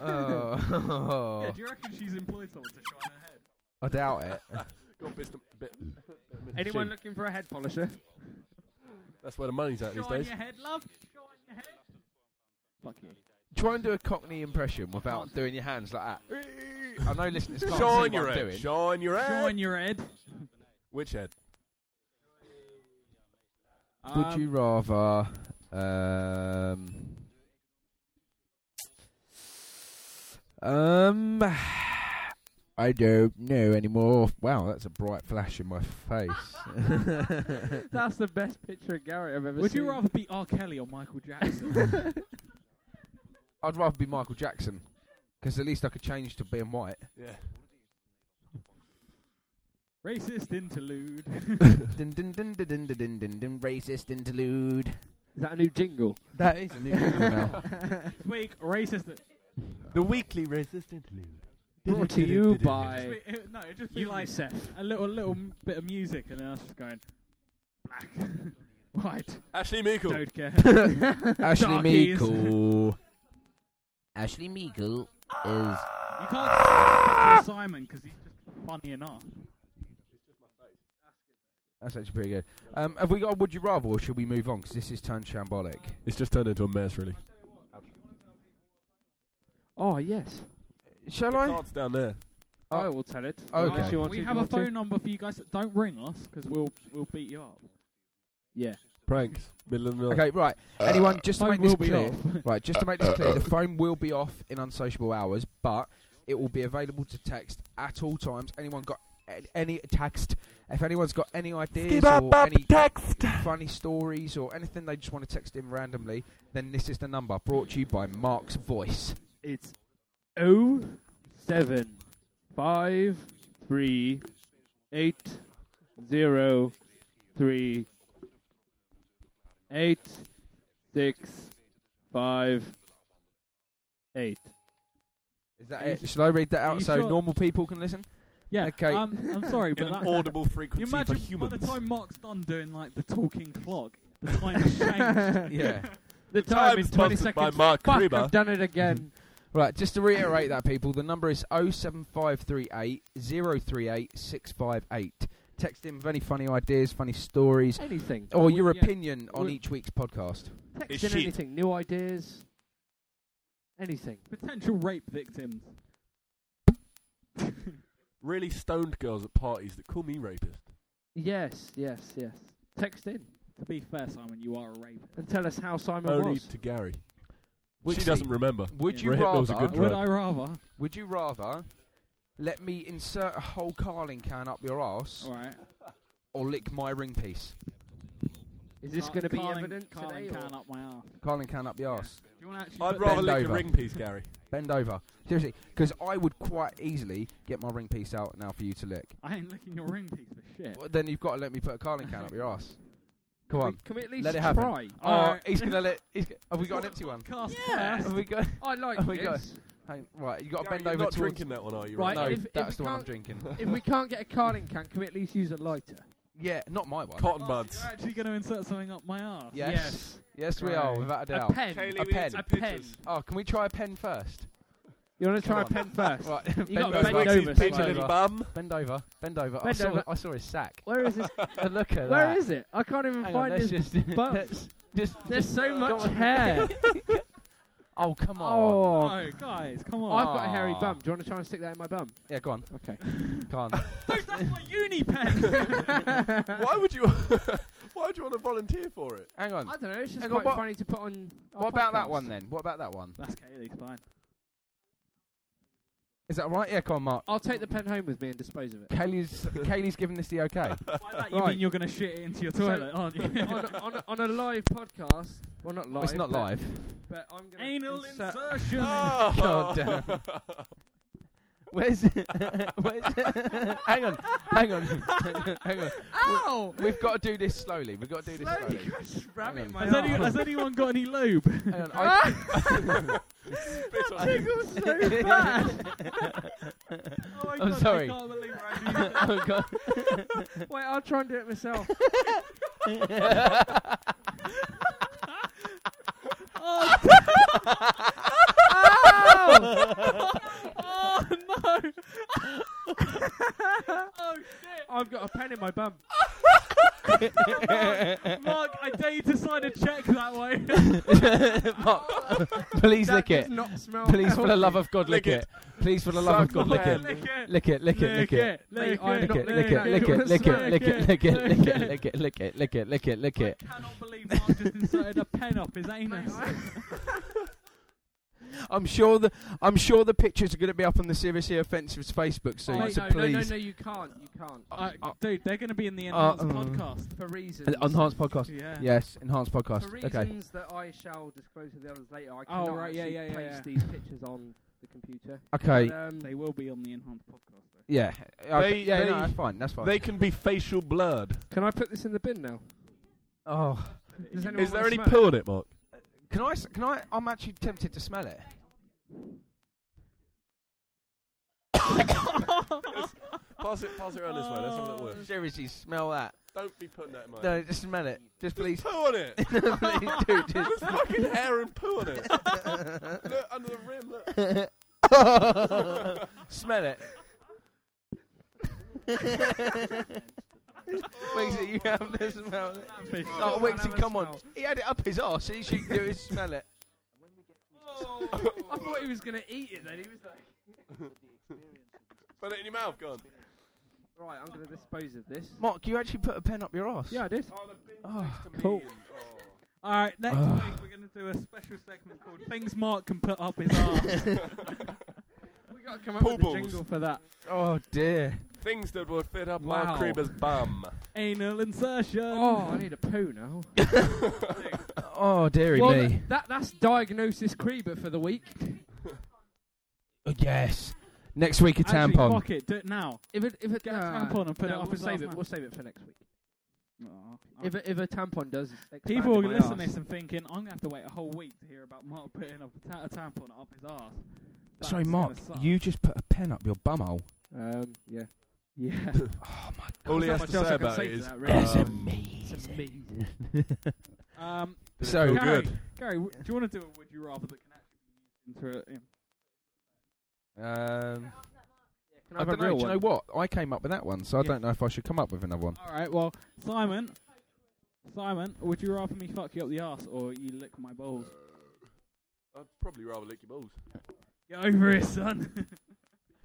S2: oh,
S1: Yeah, do you reckon she's employed someone to shine her head?
S2: I doubt it.
S3: Got bits to- bit- bit missing
S5: Anyone
S3: chin.
S5: looking for a head polisher?
S3: That's where the money's at these
S1: Shine
S3: days.
S1: your head, love. Shine your head.
S5: Fuck you.
S2: Try and do a Cockney impression without doing your hands like that. I know listeners can't
S3: Shine
S2: see
S3: your
S2: what I'm
S3: head.
S2: doing.
S3: Shine your head.
S1: Shine your head.
S3: Which head?
S2: Would you rather? Um, um, I don't know anymore. Wow, that's a bright flash in my face.
S5: That's the best picture of Gary I've ever
S1: Would
S5: seen.
S1: you rather be R. Kelly or Michael Jackson?
S2: I'd rather be Michael Jackson because at least I could change to being white.
S3: Yeah.
S1: Racist interlude.
S2: dun, dun, dun, dun, dun, dun, dun, dun, dun, racist interlude.
S5: Is that a new jingle?
S2: That is a new jingle now.
S1: This week, racist. This
S3: The weekly resist interlude.
S5: Brought to you
S1: week,
S5: by
S1: it- eh, no, it'd just be like
S5: UNICEF.
S1: a little little m- bit of music, and then us just going black, white,
S3: Ashley Meekle.
S1: don't care.
S2: Ashley
S1: Darkies.
S2: Meekle. Ashley Meekle is
S1: You can't say Simon because he's just funny enough.
S2: That's actually pretty good. Um, have we got a would you rather, or should we move on? Because this is turned shambolic.
S3: It's just turned into a mess, really.
S5: Oh yes,
S2: Shall
S3: The
S2: I?
S3: card's down there.
S2: Oh.
S5: I will tell it.
S2: Okay.
S5: Unless you want
S1: we
S5: to,
S1: have
S5: do you
S1: a
S5: want to?
S1: phone number for you guys. That don't ring us because we'll we'll beat you up.
S5: Yeah.
S3: Pranks. Middle of the night.
S2: Okay, right.
S3: Uh,
S2: Anyone, just to
S1: Phone
S2: make
S1: will
S2: this
S1: be
S2: clear,
S1: off.
S2: right? Just to make this clear, the phone will be off in unsociable hours, but it will be available to text at all times. Anyone got a- any text? If anyone's got any ideas or any
S3: text.
S2: funny stories or anything they just want to text in randomly, then this is the number. Brought to you by Mark's Voice.
S5: It's O seven five three eight zero three eight six five eight.
S1: Are
S2: Is that
S1: you
S2: it?
S1: su-
S2: Should I read that
S1: are
S2: out
S1: you
S2: so
S1: sure?
S2: normal people can listen?
S1: Yeah.
S2: Okay.
S1: Um, I'm sorry, but
S3: An
S1: that,
S3: audible frequency
S1: you
S3: for
S1: imagine by
S3: humans.
S1: the time Mark's done doing like the talking clock, the time has changed.
S2: Yeah.
S5: The
S3: Time
S5: time is
S3: sponsored by
S5: twenty seconds.
S3: Mark
S5: Fuck,
S3: Kreber.
S5: I've done it again.
S2: Right, just to reiterate that, people, the number is 07538 038 658. Text in with any funny ideas, funny stories,
S5: Anything.
S2: or
S1: We-
S2: your
S1: yeah.
S2: opinion on
S5: We-
S2: each week's podcast.
S5: Text
S3: It's
S5: in
S3: shit.
S5: anything. New ideas. Anything.
S1: Potential rape victims.
S3: Really stoned girls at parties that call me rapist.
S5: Yes, yes, yes. Text in
S1: To be fair, Simon, you are a rapist.
S5: and tell us how Simon
S3: Only
S5: was.
S3: to Gary.
S2: Would
S3: she
S2: you-
S3: doesn't remember.
S2: Would
S1: Yeah.
S2: you
S3: Red Bull's a
S2: rather?
S3: good
S1: Would
S3: Right.
S1: I rather?
S2: Would you rather let me insert a whole Carling can up your ass,
S1: All right.
S2: or lick my ring piece?
S5: Is this
S1: Car-
S5: going to be
S1: Carling-
S5: evident
S1: Carling
S5: today?
S1: can up my ass.
S2: Carling can up your ass.
S1: Do you want to actually?
S3: I'd
S1: put
S3: rather
S2: Bend
S3: lick a
S2: over.
S3: ring piece, Gary.
S2: Bend over, seriously, because I would quite easily get my ring piece out now for you to lick.
S1: I ain't licking your ring piece for shit.
S2: Well, then you've got to let me put a Carling can up your ass. Come
S5: Or
S2: on.
S5: Can we at least
S2: Let it happen.
S5: try?
S2: Oh,
S1: Alright.
S2: he's gonna let. He's, g- have we got an empty one?
S1: Cast
S5: Yeah.
S1: first.
S2: Have we got?
S5: I like
S2: Oh my
S5: this.
S2: Hang, right, you got to
S3: Gary,
S2: bend
S3: you're
S2: over
S3: not
S2: towards.
S3: drinking that one, are you?
S5: Right,
S2: No,
S5: if- if
S2: that's the
S5: we
S2: one I'm
S5: can't-
S2: drinking.
S5: if we can't get a Carling can, can we at least use a lighter?
S2: Yeah, not my one.
S3: Cotton buds.
S1: You're actually going to insert something up my arse.
S2: yes. yes. we are,
S5: Right.
S2: without a
S5: A
S2: doubt.
S5: pen.
S2: A we need pen. some
S5: A pen.
S2: Oh, can we try a pen first?
S5: You want to try a
S2: Come
S5: pen first?
S2: Right.
S5: You
S2: bend,
S5: got
S2: over.
S5: bend over.
S3: Pinch a
S5: slightly.
S3: little bum.
S2: bend over. Bend over. I,
S5: Bend
S2: saw,
S5: over.
S2: I saw his sack.
S5: Where is this?
S2: But look at
S5: Where
S2: that.
S5: is it? I can't even
S2: Hang on,
S5: find
S2: let's
S5: this.
S2: just,
S5: bum.
S2: let's just.
S5: There's so much
S2: on.
S5: hair.
S2: Oh, come on.
S5: oh,
S1: Oh, guys, come
S5: I've
S1: on.
S5: got a hairy
S2: Aw.
S5: bum. Do you want to try and stick that in my bum?
S2: Yeah, go on.
S5: Okay.
S2: Go on.
S1: That's my uni pen.
S3: Why would you? Why would you want to volunteer for it?
S2: Hang on.
S5: I don't know. It's just
S2: Hang on,
S5: quite
S2: what-
S5: funny to put on. our
S2: What about that
S5: podcast.
S2: one then? What about that one?
S1: That's Kaylee's fine.
S2: Is that right? Yeah, come on, Mark.
S5: I'll take the pen home with me and dispose of it.
S2: Kaylee's, Kaylee's giving this the okay.
S1: By that you
S5: Right.
S1: mean you're going to shit it into your
S5: So-
S1: toilet, aren't you?
S5: on, a, on, a, on a live podcast, well, not live.
S2: it's not
S5: but-
S2: live.
S5: But I'm gonna
S1: Anal
S5: insert-
S1: insertion.
S2: oh,
S3: Ah. Oh.
S2: God damn. Where's it? Where's it? hang on, hang on, hang on.
S5: Ow!
S2: We've got to do this slowly. We've got to do this slowly.
S5: Slowly, gosh, ram it in my
S1: Has, any, has
S5: arm. Ah,
S1: anyone got any lube? Oh,
S2: Hang on, I,
S3: Spit on it.
S5: Tickles so bad.
S1: Oh my
S2: I'm
S1: God,
S2: sorry.
S1: I can't believe we're actually doing
S2: oh god.
S5: Wait, I'll try and do it myself. Oh! I've got a pen in my bum.
S1: that. Mark, I dare you to sign a check that way.
S2: Mark, please
S5: that
S2: lick
S5: does
S2: it.
S5: Not smell
S2: Please, for
S5: healthy.
S2: the love of God, lick
S3: Lick it.
S2: it. Please, for the love of
S3: Suck
S2: God,
S3: my
S2: lick it.
S3: hand.
S1: Lick it.
S2: Lick it, lick it, lick it.
S5: Mate,
S1: Lick
S5: I'm
S1: it.
S2: Lick
S5: not
S2: it,
S5: licking
S2: lick it,
S5: that.
S2: lick
S5: You
S2: it, lick it,
S5: wanna
S2: lick it, lick it,
S1: Lick it.
S2: lick it, lick it, lick it, lick it, lick it, lick
S1: I
S2: it.
S1: cannot believe Mark just inserted a pen up his anus.
S2: I'm sure the I'm sure the pictures are going to be up on the seriously offensive's Facebook soon.
S5: Mate,
S2: so
S5: no,
S2: please,
S5: no, no, no, you can't. You can't.
S1: Uh, dude, they're going to be in the
S2: Uh,
S1: enhanced
S2: uh.
S1: podcast.
S5: For reasons.
S2: enhanced podcast.
S1: Yeah.
S2: Yes, enhanced
S5: For
S2: podcast.
S5: reasons
S2: Okay.
S5: that I shall disclose to the others later, I
S1: Oh,
S5: cannot
S1: right, yeah,
S5: actually
S1: yeah, yeah,
S5: place
S1: yeah.
S5: these pictures on the computer.
S2: Okay.
S5: But, um,
S1: They will be on the enhanced podcast. Though.
S2: Yeah. Uh,
S3: They-
S2: Okay, yeah,
S3: they-
S2: no, that's fine. That's fine.
S3: They can be facial blurred.
S5: can I put this in the bin now?
S2: oh.
S5: Does anyone
S3: Is there
S5: wanna
S3: any
S5: smoke?
S3: poo in it, Mark?
S2: Can I? s- Can I? I'm actually tempted to smell it.
S3: Pass it, pass it around this way. Let's have a look.
S2: Seriously, smell that.
S3: Don't be putting that in my.
S2: No, just smell it. Just please,
S3: Poo on it.
S2: please, dude. Just.
S3: There's fucking hair and poo on it. look under the rim. Look.
S2: smell it. Wixie, you have to smell it. Oh, Wixie, come on. He had it up his arse. He should do is smell it.
S1: Oh.
S5: I thought he was going to eat it then. He was like,
S3: Put it in your mouth. Go on.
S5: right, I'm going to dispose of this.
S2: Mark, you actually put a pen up your arse.
S5: Yeah, I did.
S2: Oh,
S5: Cool.
S1: All right, next week we're going to do a special segment called "Things Mark Can Put Up His Arse."
S5: we got to come up
S3: Poo Oh.
S5: with
S3: balls.
S5: a jingle for that.
S2: oh dear.
S3: Things that will fit up
S5: Wow.
S3: Mark Creeper's bum.
S1: Anal insertion.
S5: Oh, I need a poo now.
S2: Oh dearie
S5: well,
S2: me.
S5: That, that's diagnosis Creeber for the week.
S2: Oh, yes. Next week a
S1: Actually,
S2: tampon.
S1: fuck it, do it now.
S5: If it, if it,
S1: Get a
S5: nah,
S1: tampon and put
S5: no,
S1: it up
S5: we'll
S1: his arse
S5: save it.
S1: now.
S5: We'll save it for next week.
S1: Oh,
S5: If a, if a tampon does, expand
S1: people are going
S5: my
S1: to listen to
S5: arse.
S1: this and thinking, "I'm going to have to wait a whole week to hear about Mark putting a, ta- a tampon up his arse." That's
S2: Sorry,
S1: gonna
S2: Mark.
S1: suck.
S2: You just put a pen up your bumhole.
S5: Um, yeah.
S1: Yeah.
S2: Oh my.
S3: All he
S5: There's
S3: has
S5: not
S3: to
S5: much else I
S3: say
S5: can
S3: about
S5: say
S3: it
S5: to
S3: is.
S5: that, really. That's
S2: amazing.
S5: It's amazing.
S1: um,
S2: So
S3: Feel
S1: Gary,
S3: good.
S1: Gary, w- do you want to do a would you rather that can actually be used into a-
S2: Um.
S5: Can I
S2: I
S5: have a
S2: don't know.
S5: real
S2: Do you
S5: one?
S2: know what? I came up with that one, so I
S1: Yeah.
S2: don't know if I should come up with another one.
S1: All right, well, Simon, Simon, would you rather me fuck you up the arse or you lick my balls?
S3: I'd probably rather lick your balls.
S1: Get over it, son.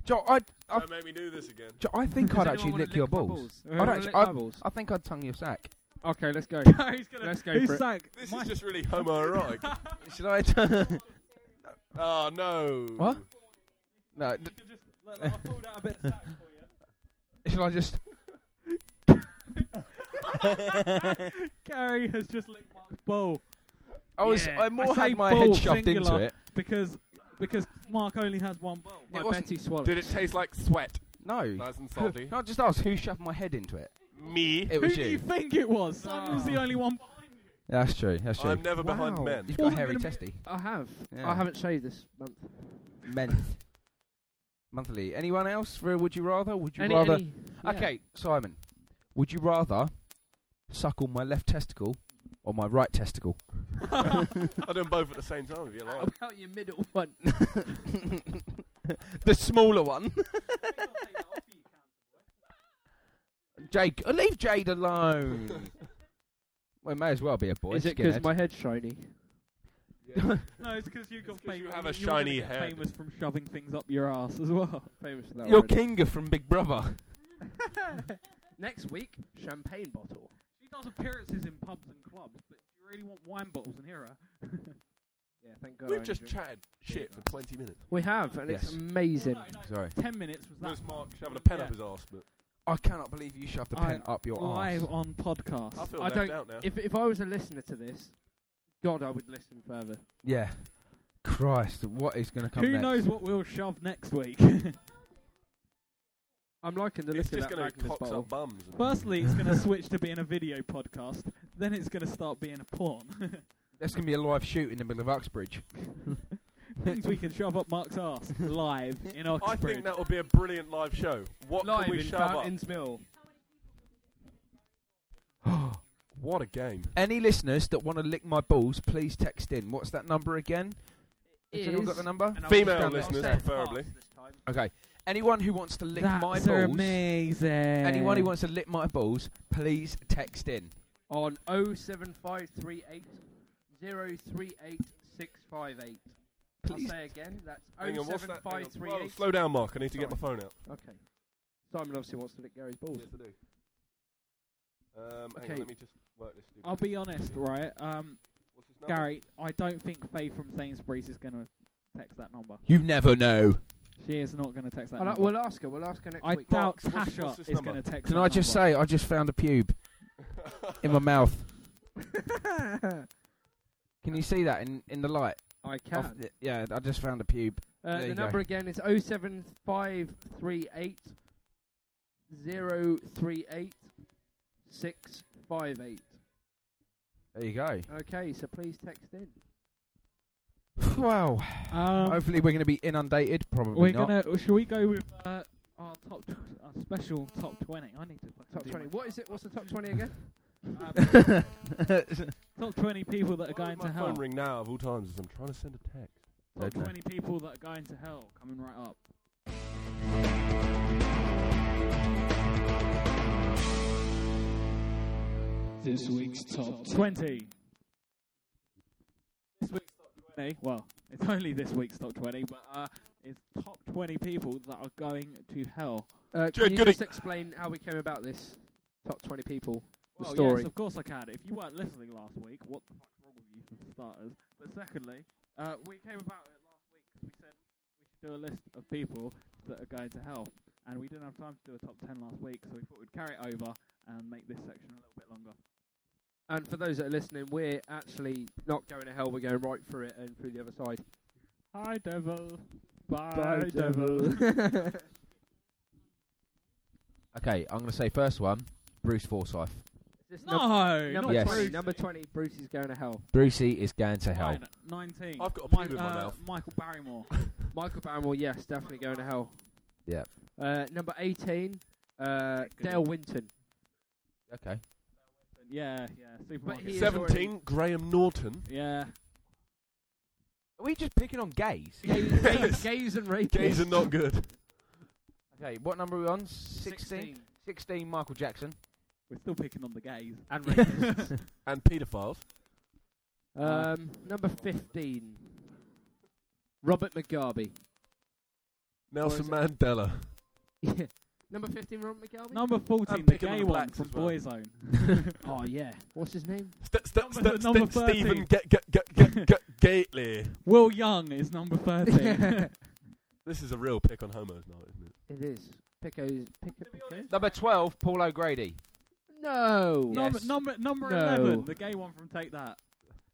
S2: Joe, I, I,
S3: Don't make me do this again.
S2: Joe, I think
S5: Does
S2: I'd
S5: anyone
S2: actually
S5: wanna
S2: lick your
S5: my
S2: balls.
S5: Anyone
S2: I'd
S5: wanna
S2: actually-
S5: lick my
S2: I'd-
S5: balls?
S2: I think I'd tongue your sack.
S5: Okay, let's go.
S1: Gary's gonna.
S5: Let's go
S1: who's
S5: for it.
S1: sack?
S3: This
S1: My-
S3: is just really homoerotic.
S2: Should I? T-
S3: oh no.
S2: What? no.
S1: You could just let- I'll pull out a bit of sack for you.
S2: Should I just?
S1: Gary has just licked Mark's bowl
S2: I was.
S5: Yeah.
S2: I more
S1: I say
S2: had my
S1: ball
S2: head shoved
S1: singular.
S2: into it.
S1: because because Mark only has one bowl.
S5: My
S2: It wasn't-
S5: Betty swallowed.
S3: Did it taste like sweat?
S2: No.
S3: Nice and
S2: Who-
S3: salty.
S2: no, I just asked who shoved my head into it.
S3: Me.
S2: It
S1: Who
S2: was
S1: do
S2: you.
S1: you think it was? Simon was the only one.
S2: That's true. That's true.
S3: I'm never behind
S5: Wow.
S3: men.
S2: You've got a
S5: Wasn't
S2: hairy
S5: gonna
S2: testy.
S5: I have. I
S2: Yeah.
S5: haven't shaved this month.
S2: Menth. Monthly. Anyone else for a would you rather? Would you
S5: Any-
S2: rather?
S5: any- yeah.
S2: Okay, Simon. Would you rather suckle my left testicle or my right testicle?
S3: I'll do them both at the same time if you like.
S5: about your middle one?
S2: the smaller one. Jake, uh, leave Jade alone. well, it may as well be a boy.
S5: Is it because
S2: because
S5: my head's shiny?
S1: No, it's because you got
S3: 'cause
S1: famous.
S3: you have a
S1: you're gonna
S3: shiny
S1: get
S3: head.
S1: Famous from shoving things up your ass as well.
S5: Famous for that.
S2: You're
S5: already.
S2: Kinga from Big Brother.
S5: Next week, champagne bottle.
S1: She does appearances in pubs and clubs, but you really want wine bottles in here.
S5: Yeah, thank God. I
S3: We've just
S5: enjoyed-
S3: chatted shit for 20 minutes.
S5: we have, and
S2: Yes.
S5: it's amazing.
S2: Sorry.
S1: Ten minutes was that.
S3: Where's Mark shoving a
S1: pen
S3: pen
S1: up
S3: up his ass? But
S2: I cannot believe you shoved a
S1: I-
S2: pen up your
S1: Live
S2: arse.
S1: on podcast.
S3: I feel
S5: I
S3: left
S5: don't-
S3: out now.
S5: If if I was a listener to this, God, I would listen further.
S2: Yeah. Christ, what is going to come
S1: Who
S2: next?
S1: knows what we'll shove next week?
S5: I'm liking the
S3: it's
S5: look of
S3: just
S5: that
S3: going to
S5: Magnus
S3: cock
S5: bottle.
S3: up bums.
S1: Firstly, it's going to switch to being a video podcast. Then it's going to start being a porn.
S2: That's going to be a live shoot in the middle of Uxbridge.
S1: Things we can shove up Mark's ass live in
S3: I
S1: Oxford.
S3: think that would be a brilliant live show. What
S5: Live
S3: can we
S5: in
S3: shove up?
S5: Fountains Mill.
S3: What a game.
S2: Any listeners that want to lick my balls, please text in. What's that number again? Has anyone got
S5: Is-
S2: the number?
S1: And I'll
S3: Female
S1: just-
S3: listeners,
S1: I'll say-
S3: preferably.
S2: Okay. Anyone who wants to lick my
S1: That's
S2: balls,
S1: amazing.
S2: anyone who wants to lick my balls, please text in.
S5: on 07538 038658. I'll
S2: Please.
S5: say again, that's
S3: Hang on, what's that? Hang on. Whoa,
S5: 07538.
S3: slow down, Mark. I need to get my
S5: Sorry.
S3: phone out.
S5: Okay. Simon obviously wants to lick Gary's balls.
S3: Yes, I do. Um, hang
S5: Okay.
S3: on, let me just work this. stupid-
S1: I'll be honest, right? Um,
S3: What's his number?
S1: Gary, I don't think Faye from Sainsbury's is going to text that number.
S2: You never know.
S1: She is not going to text that
S5: I'll,
S1: number.
S5: we'll ask her. We'll ask her next
S1: I
S5: week.
S1: doubt
S3: Mark, what's-
S1: Tasha
S3: what's this
S1: is
S3: number?
S1: going to text
S2: Can
S1: that
S2: I just
S1: number.
S2: say, I just found a pube in my mouth. Can you see that in, in the light?
S5: I
S2: Off
S5: can.
S2: the- yeah, I just found a pube.
S5: Uh,
S2: there you
S5: the
S2: go.
S5: number again is 07538 038658.
S2: There you go.
S5: Okay, so please text in.
S2: Wow.
S1: Um,
S2: Hopefully we're going to be inundated. Probably
S1: We're
S2: not.
S1: gonna. Should we go with uh, our top, tw- our special top twenty? I need to fucking
S5: Top
S1: do
S5: 20.
S1: my-
S5: What is it? What's the top 20 again?
S1: Um, top twenty people that are
S3: Why
S1: going
S3: would my
S1: to
S3: phone
S1: hell.
S3: ring now of all times as I'm trying to send a text.
S1: Top
S2: Okay.
S1: twenty people that are going to hell coming right up. This week's top twenty. This week's top twenty. Well, it's only this week's top twenty, but uh, it's top twenty people that are going to hell.
S5: Uh,
S3: Jared
S5: can you
S3: Gooding.
S5: just explain how we came about this top 20 people? The
S1: Well,
S5: story.
S1: Yes, of course I can. If you weren't listening last week, what the fuck's wrong with you for starters? But secondly, uh, we came about it last week 'cause we said we should do a list of people that are going to hell, and we didn't have time to do a top ten last week, so we thought we'd carry it over and make this section a little bit longer.
S5: And for those that are listening, we're actually not going to hell, we're going right through it and through the other side.
S1: Hi devil, bye,
S2: okay, I'm going to say first one, Bruce Forsyth.
S5: This
S1: No,
S5: num-
S1: not
S5: number,
S2: Yes.
S5: 20,
S1: Bruce.
S5: number 20, Bruce is going to hell.
S2: Brucey is going to hell.
S1: Mine, Nineteen.
S3: I've got a
S1: Mi-
S3: pube in my
S1: uh,
S3: mouth.
S1: Michael Barrymore.
S5: Michael Barrymore, yes, definitely going to hell.
S2: Yep.
S5: Uh, number 18, uh,
S1: Good.
S5: Dale Winton.
S2: Okay.
S1: yeah, yeah, supermarket.
S5: he is
S1: Seven-
S5: already-
S3: 17, Graham Norton.
S1: Yeah.
S2: Are we just picking on gays?
S5: Gays,
S3: Yes.
S5: gays, gays and rapists.
S3: Gays are not good.
S2: Okay, what number are we on? 16? 16, Michael Jackson.
S1: We're still picking on the gays.
S5: And rapists.
S3: And paedophiles.
S5: um, number 15, Robert Mugabe.
S3: Nelson
S5: it-
S3: Mandela.
S5: number 15, Robert Mugabe?
S1: Number 14,
S3: I'm
S1: the
S3: picking on
S1: gay
S3: the
S1: one
S3: blacks
S1: from
S3: as well.
S1: Boyzone.
S5: Oh, yeah. What's his name?
S3: St- st-
S1: Number-
S3: st-
S1: number
S3: st-
S1: 13.
S3: Stephen Ga- Ga- Ga- Ga- Ga- Gately.
S1: Will Young is number 13.
S3: This is a real pick on homos now, isn't it?
S5: It is. Picco's. Picco, Picco?
S2: Number 12, Paul O'Grady.
S5: No!
S1: number,
S2: Yes.
S1: number, number
S5: No.
S1: 11, the gay one from Take That.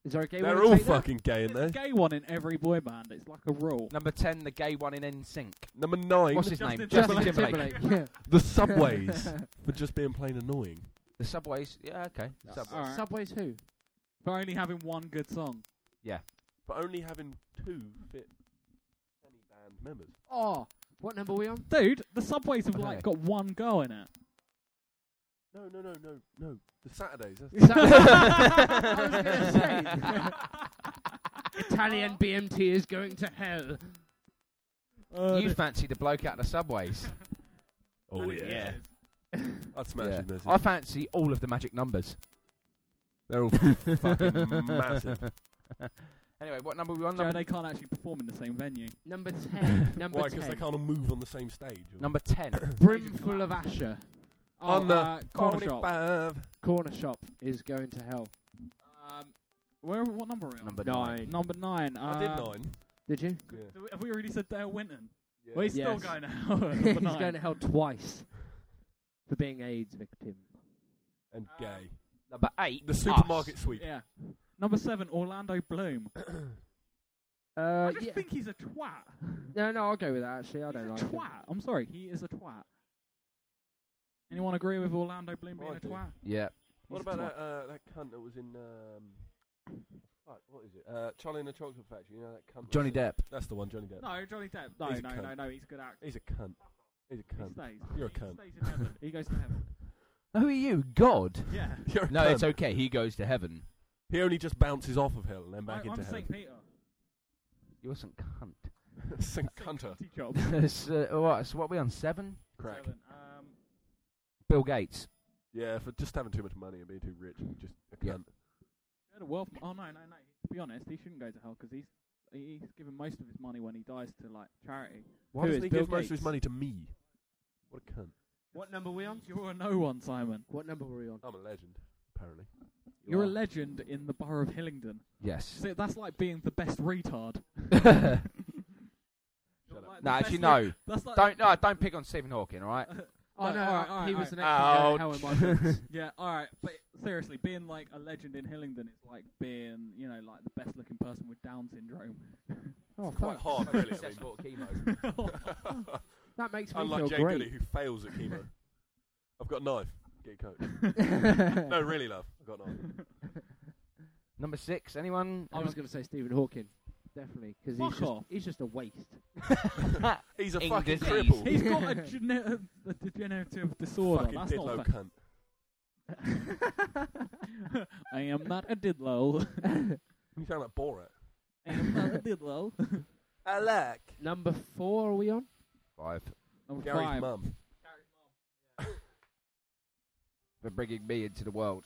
S5: Is there a gay
S3: They're
S5: one
S3: all
S5: to take that?
S3: fucking gay, aren't
S1: There's
S3: they?
S1: a gay one in every boy band. It's like a rule.
S2: Number 10, the gay one in NSYNC.
S3: Number nine,
S2: What's his
S1: Justin
S2: name?
S1: Timberlake.
S2: Justin Timberlake.
S5: yeah.
S3: the subways for just being plain annoying.
S2: The Subways. Yeah, okay. Subways.
S1: Alright.
S5: Subway's who?
S1: For only having one good song.
S3: But only having two fit any band members.
S5: Oh, what number are we on?
S1: Dude, the Subways have
S2: Okay.
S1: like got one girl in it.
S3: No, no, no, no, no. The Saturdays. That's
S5: I was gonna say. Italian BMT is going to hell.
S1: Uh,
S2: you fancy the bloke out of the subways.
S3: oh yeah. I'd smash
S2: Yeah.
S3: his missus.
S2: I fancy all of the magic numbers.
S3: They're all fucking massive.
S2: Anyway, what number are we on?
S1: Joe,
S2: Number,
S1: they can't actually perform in the same venue.
S5: Number ten. Number
S3: Why? Because they
S5: ten.
S3: can't move on the same stage. or-
S2: number 10.
S5: Brimful of Asher.
S3: On
S5: Oh,
S3: the
S5: uh, corner
S3: Corny
S5: shop.
S3: Bav.
S5: corner shop is going to hell.
S1: Um, where? What number are we on?
S2: number
S5: Nine.
S1: Number nine. Uh,
S3: I did nine.
S5: Did you?
S1: do we- Have we already said Dale Winton?
S3: Yeah.
S1: Well, he's still
S5: Yes.
S1: going now. number
S5: He's
S1: nine.
S5: going to hell twice for being AIDS victim.
S3: and
S1: Uh,
S3: gay.
S2: Number 8.
S3: The supermarket sweep.
S1: Yeah. Number seven, Orlando Bloom.
S5: Uh,
S1: I just
S5: yeah.
S1: think he's a twat.
S5: No, no, I'll go with that. Actually, I
S1: He's
S5: don't
S1: a
S5: like. him.
S1: twat. I'm sorry, he is a twat. Anyone agree with Orlando Bloom being
S3: Oh, I
S1: a
S3: do.
S1: twat?
S2: Yeah.
S3: What
S1: He's
S3: about
S1: a twat.
S3: that, uh, that cunt that was in. Um, fuck, what is it? Uh, Charlie in the Chocolate Factory. You know that cunt?
S2: Johnny
S3: that's
S2: Depp.
S3: a- That's the one, Johnny Depp.
S1: No, Johnny Depp. No,
S3: He's a
S1: no,
S3: cunt.
S1: no, no. He's a good actor.
S3: He's a cunt. He's a
S1: He
S3: cunt.
S1: stays.
S3: You're a
S1: he
S3: cunt.
S1: Stays in heaven. he goes to heaven.
S2: Who are you? God?
S1: Yeah.
S3: You're a
S2: No,
S3: cunt.
S2: it's okay. He goes to heaven.
S3: He only just bounces off of hell and then back
S1: I,
S3: into
S1: I'm
S3: hell.
S1: Saint Peter.
S2: You're some cunt.
S3: St.
S1: Saint
S3: Cunter.
S1: Cunty job.
S2: so, all right, so uh, what are we on? 7?
S3: Crack.
S1: Seven. Um,
S2: Bill Gates.
S3: Yeah, for just having too much money and being too rich. Just a
S2: Yeah.
S3: cunt.
S1: he had a wealth. Oh no, no, no. To be honest, he shouldn't go to hell because he's he's given most of his money when he dies to like charity.
S3: Why
S1: Who
S3: doesn't
S1: is
S3: he
S1: Bill
S3: give most of his
S1: Gates?
S3: money to me? What a cunt.
S5: What number we on?
S1: You're a no one, Simon.
S5: What number were we on?
S3: I'm a legend, apparently.
S1: You're a legend in the borough of Hillingdon.
S2: Yes.
S1: So that's like being the best retard.
S2: no,
S1: You're like the
S2: actually,
S1: best
S2: no.
S1: re- That's like
S2: Don't, no, don't pick on Stephen Hawking, all right?
S5: Oh no,
S1: No, alright,
S5: alright,
S1: alright,
S5: he was the next one
S2: alright.
S5: going to hell in my books.
S1: Yeah, all right, but seriously, being like a legend in Hillingdon is like being, you know, like the best-looking person with Down syndrome.
S5: Oh,
S3: Quite
S5: fuck.
S3: hard, really. I mean.
S2: Successful at chemo.
S5: That makes me
S3: Unlike
S5: feel
S3: Jay Goody,
S5: great.
S3: who fails at chemo. I've got a knife. Get a coat. No,
S5: I
S3: really, love. I've got a knife.
S2: Number 6. Anyone?
S5: was going to say Stephen Hawking, definitely, because
S1: Fuck
S5: he's just,
S1: off.
S5: he's just a waste.
S3: He's a
S2: Ing
S3: fucking
S2: disease.
S3: cripple.
S1: He's got a, gene- a degenerative disorder.
S3: fucking
S1: That's
S3: didlo
S1: not
S3: cunt.
S1: fair. I am not a diddlo.
S3: You sound like Borat.
S1: I am not a diddlo.
S3: Alec.
S5: Number four, are we on?
S2: Five.
S1: Number
S3: Gary's
S1: five.
S3: mum.
S2: For bringing me into the world.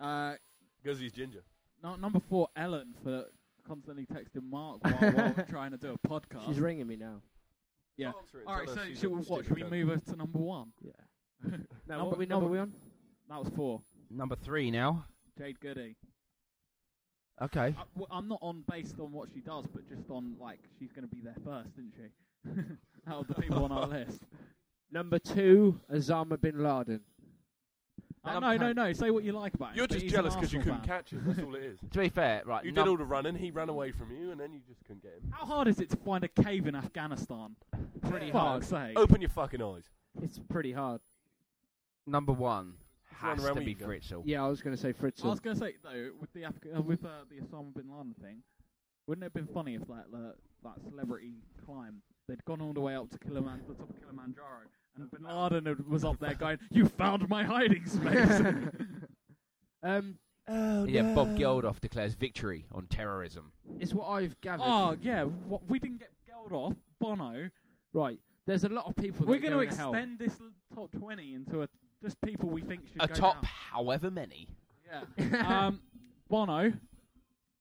S1: Uh,
S3: Because he's ginger.
S1: no, number four, Ellen for constantly texting Mark while, while we're trying to do a podcast.
S5: She's ringing me now.
S1: Yeah.
S3: Answer it,
S1: all right,
S3: tell
S1: so
S3: her she's
S1: should
S3: a
S1: we, what,
S3: stupid
S1: should we
S3: cunt.
S1: move us to number one?
S5: Yeah. Now,
S1: Number-
S5: what we, number
S1: number-
S5: we on?
S1: That was four.
S2: Number 3 now.
S1: Jade Goody.
S2: Okay.
S1: I, w- Uh, I'm not on based on what she does, but just on like she's going to be there first, isn't she? Out of the people on our list.
S5: Number two, Osama bin Laden.
S1: Uh,
S2: Um,
S1: no, no, no. Say what you like about him.
S3: You're
S1: but
S3: just
S1: he's an
S3: jealous because you
S1: Arsenal
S3: couldn't catch him. That's all it is.
S2: To be fair, right.
S3: You
S2: num-
S3: did all the running, he ran away from you, and then you just couldn't get him.
S1: fan. How hard is it to find a cave in Afghanistan?
S5: Pretty
S1: Fuck's
S5: hard.
S1: sake.
S3: Open your fucking eyes.
S5: It's pretty hard.
S2: number 1
S3: Run
S2: has
S3: around
S2: to
S3: with
S2: be
S3: you, girl.
S2: Fritzl.
S5: Yeah, I was going to say
S1: I was
S5: Fritzl.
S1: going to say though, with the Afga- uh, with uh, the Osama bin Laden thing, wouldn't it have been funny if like the, that celebrity climb they'd gone all the way up to Kiliman- the top of Kilimanjaro, and bin Laden had- was up there going, "You found my hiding space."
S5: Um,
S3: Oh,
S2: Yeah, Bob Geldof declares victory on terrorism.
S5: it's what I've gathered.
S1: oh yeah, what, we didn't get Geldof, Bono.
S5: Right. There's a lot of people.
S1: We're
S5: going
S1: going to
S5: to hell.
S1: extend this l- top twenty into a just people we think should
S2: A
S1: go
S2: top,
S1: down.
S2: however many.
S1: Yeah. um, Bono.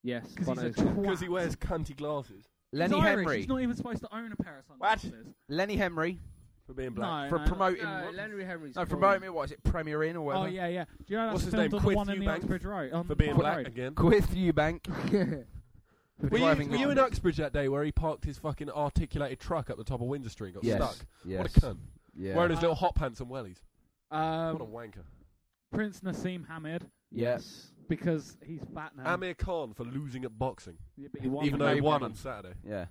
S5: Yes,
S1: Because he's a
S5: Bono's-
S1: twat.
S3: Because he wears cunty glasses
S1: He's
S2: Lenny
S1: Irish,
S2: Henry.
S1: He's not even supposed to own a pair of
S3: What?
S1: sunglasses.
S2: Lenny Henry
S3: for being black.
S1: No,
S2: for
S1: no,
S2: promoting.
S5: No,
S2: what?
S5: Lenny Henry's.
S2: no,
S5: cool.
S2: promoting. What is it? Premier Inn or
S1: Oh
S2: whatever.
S1: yeah, yeah. Do you know
S3: What's
S1: that's
S3: his
S1: filmed on
S3: name?
S1: the
S3: Quith
S1: one in the um,
S3: Eubank?
S1: Uxbridge Road? On
S3: For being
S1: Park
S3: black
S1: Road.
S3: again.
S2: With Eubank. For
S3: Were you,
S2: driving
S3: were you in
S2: reckless.
S3: Uxbridge that day where he parked his fucking articulated truck up the top of Windsor Street and got
S2: Yes.
S3: stuck?
S2: Yes.
S3: What a cunt.
S2: Yeah.
S3: Wearing his little hot pants and wellies.
S1: Uh, Um,
S3: What a wanker.
S1: Prince Nassim Hamid
S2: yeah.
S1: because he's fat now.
S3: Amir Khan for losing at boxing,
S1: Yeah, but he won
S3: even
S1: the
S3: though he
S1: Nobel.
S3: won on Saturday.
S2: Yeah.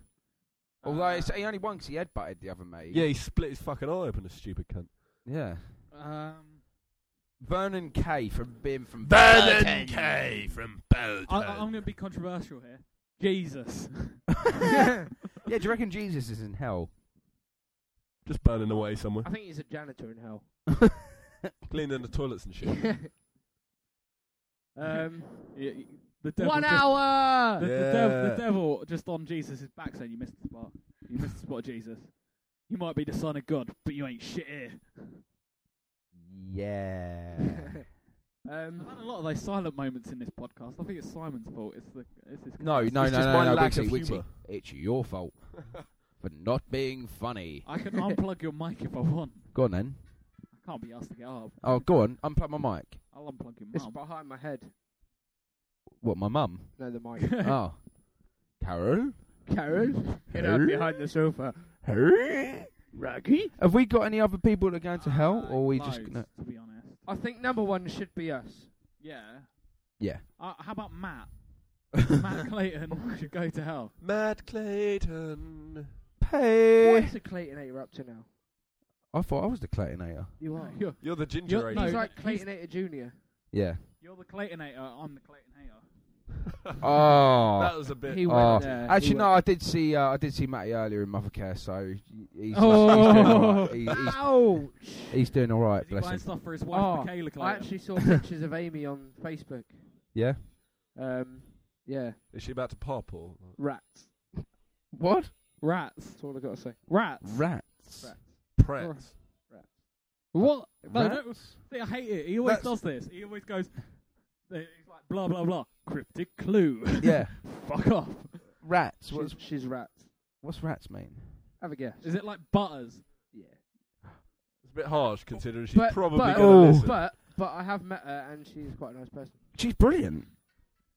S1: Uh,
S2: Although it's, he only won 'cause he headbutted the other mate.
S3: Yeah, he split his fucking eye open, a stupid cunt.
S2: Yeah.
S1: um,
S2: Vernon K from being from Burton.
S3: K from
S1: I, I- I'm going to be controversial here. Jesus.
S2: yeah. Do you reckon Jesus is in hell?
S3: Just burning away somewhere.
S5: I think he's a janitor in hell.
S3: Cleaning the toilets and shit.
S5: um,
S1: Yeah, y- the devil
S5: one
S1: just-
S5: hour.
S1: The, the, dev,
S3: Yeah.
S1: the devil just on Jesus' back saying, You missed the spot. You missed the spot, of Jesus. You might be the son of God, but you ain't shit here.
S6: Yeah.
S5: um,
S1: I've had a lot of those silent moments in this podcast. I think it's Simon's fault. It's the it's his
S2: No, no,
S3: It's
S2: no,
S3: just
S2: no,
S3: my
S2: no,
S3: lack
S2: Wixie,
S3: of
S2: Wixie,
S3: humour.
S2: It's your fault for not being funny.
S1: I can unplug your mic if I want.
S2: Go on then.
S1: I can't be asked to get up.
S2: Oh, go on. Unplug my mic.
S1: I'll unplug your
S5: it's
S1: mum.
S5: behind my head.
S2: What, my mum?
S5: No, the mic.
S2: oh. Carol?
S5: Carol, get out behind the sofa. Rocky.
S2: Have we got any other people that are going to hell, or are we just
S1: Ah, Loads,
S2: gonna...
S1: to be honest.
S5: I think number one should be us.
S1: Yeah.
S2: Yeah.
S1: Uh, how about Matt? Matt Clayton should go to hell.
S3: Matt Clayton.
S2: Pay.
S5: What's a Claytonator up to now?
S2: I thought I was the Claytonator.
S5: You are.
S1: You're,
S3: You're the ginger
S1: You're-
S5: He's
S1: no,
S3: agent.
S5: like
S1: he's-
S5: Claytonator Junior.
S2: Yeah.
S1: you're the Claytonator. uh, I'm the Clayton hater.
S3: that
S2: Oh.
S3: was a bit.
S5: He
S2: Oh.
S5: went there.
S2: Actually,
S5: he
S2: no. I did see. Uh, I did see Matty earlier in Mothercare, so he's,
S1: Oh.
S2: he's, he's doing all right. He- he's,
S5: Ouch!
S2: he's doing all right.
S1: Is he
S2: Bless
S1: buying
S2: him.
S1: stuff for his wife,
S5: Oh,
S1: Michaela Clayton?
S5: I actually saw pictures of Amy on Facebook.
S2: Yeah.
S5: Um, yeah,
S3: Is she about to pop or?
S5: rats.
S2: What?
S1: Rats.
S5: That's all I gotta say.
S1: Rats.
S2: Rats.
S5: Rats.
S3: Prance.
S1: What? No,
S2: Rats.
S1: that was, see, I hate it. He always does
S2: That's-
S1: this. He always goes, uh, he's like, blah, blah, blah. Cryptic clue.
S2: Yeah.
S1: Fuck off.
S2: Rats.
S5: She's,
S2: What's
S5: she's rats.
S2: what's rats mean?
S5: Have a guess.
S1: Is it like butters?
S5: Yeah.
S3: It's a bit harsh considering she's
S5: But-
S3: probably
S5: but-
S3: going
S2: Oh.
S3: to listen.
S5: But but I have met her and she's quite a nice person.
S2: She's brilliant.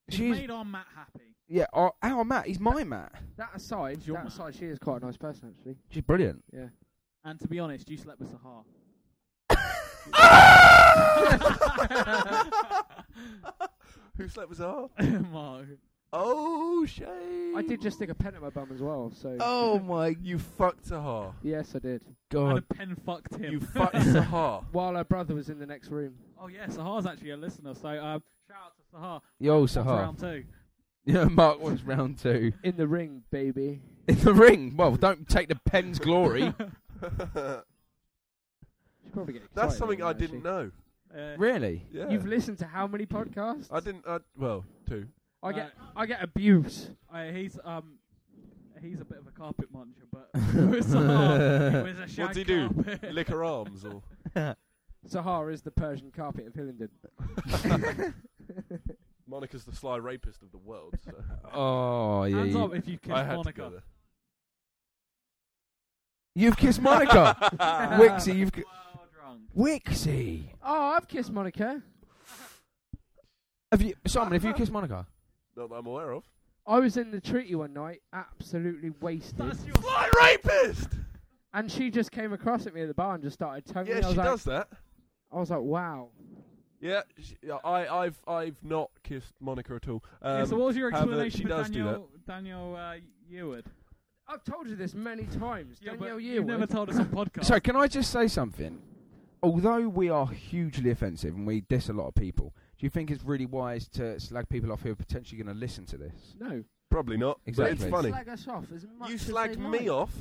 S1: He's
S2: She's
S1: made our Matt happy.
S2: yeah. Our, our Matt. He's my Matt.
S5: That aside,
S1: Your
S5: that
S1: man.
S5: aside, she is quite a nice person actually.
S2: She's brilliant.
S5: Yeah.
S1: And to be honest, you slept with Sahar.
S3: Who slept with her?
S1: Mark.
S3: Oh, shame.
S5: I did just stick a pen at my bum as well. So
S2: Oh my
S3: You fucked Sahar.
S5: yes, I did.
S1: And
S2: god.
S1: a pen fucked him.
S3: You fucked Sahar.
S5: While her brother was in the next room.
S1: oh, yeah, Sahar's actually a listener, so um, shout out to Sahar.
S2: Yo,
S1: That's
S2: Sahar.
S1: round two.
S2: Yeah, Mark was round two
S5: In the ring, baby.
S2: in the ring. Well, don't take the pen's glory.
S5: She'd probably get
S3: That's
S5: excited
S3: something
S5: over
S3: I
S5: that,
S3: didn't
S5: actually.
S3: know.
S1: Uh,
S2: really?
S3: Yeah.
S5: You've listened to how many podcasts?
S3: I didn't. I, well, two.
S5: I get I get abuse.
S1: uh, he's, um, he's a bit of a carpet muncher, but with Sahar, he was a shag
S3: What'd he do?
S1: carpet.
S3: Lick her arms or?
S5: Sahara is the Persian carpet of Hillingdon.
S3: Monica's the sly rapist of the world. So
S2: Oh yeah.
S1: Hands
S2: you-
S1: up if you kiss
S3: I had
S1: Monica.
S3: to go there.
S2: You've kissed Monica. Wixie, you've. ki-
S1: Well drunk.
S2: Wixie.
S5: Oh, I've kissed Monica.
S2: Have you, Simon? Have you kissed Monica?
S3: Not that I'm aware of.
S5: I was in the treaty one night, absolutely wasted,
S1: That's your
S3: Sly rapist.
S5: and she just came across at me at the bar and just started tonguing. me.
S3: Yeah,
S5: I was
S3: she
S5: like,
S3: does that.
S5: I was like, wow.
S3: Yeah, she, yeah, I, I've, I've not kissed Monica at all. Um,
S1: yeah, so what was your
S3: have a-
S1: explanation
S3: she
S1: for
S3: does do
S1: Daniel Daniel uh, Eward?
S5: I've told you this many times.
S1: Yeah,
S5: Danielle
S1: but
S5: Yearwood.
S1: you never told us on podcast.
S2: So can I just say something? Although we are hugely offensive and we diss a lot of people, do you think it's really wise to slag people off who are potentially going to listen to this?
S5: no.
S3: Probably not. but
S2: Exactly.
S3: it's funny.
S5: Slag us off as much
S3: you
S5: as they
S3: slagged me
S5: like.
S3: off,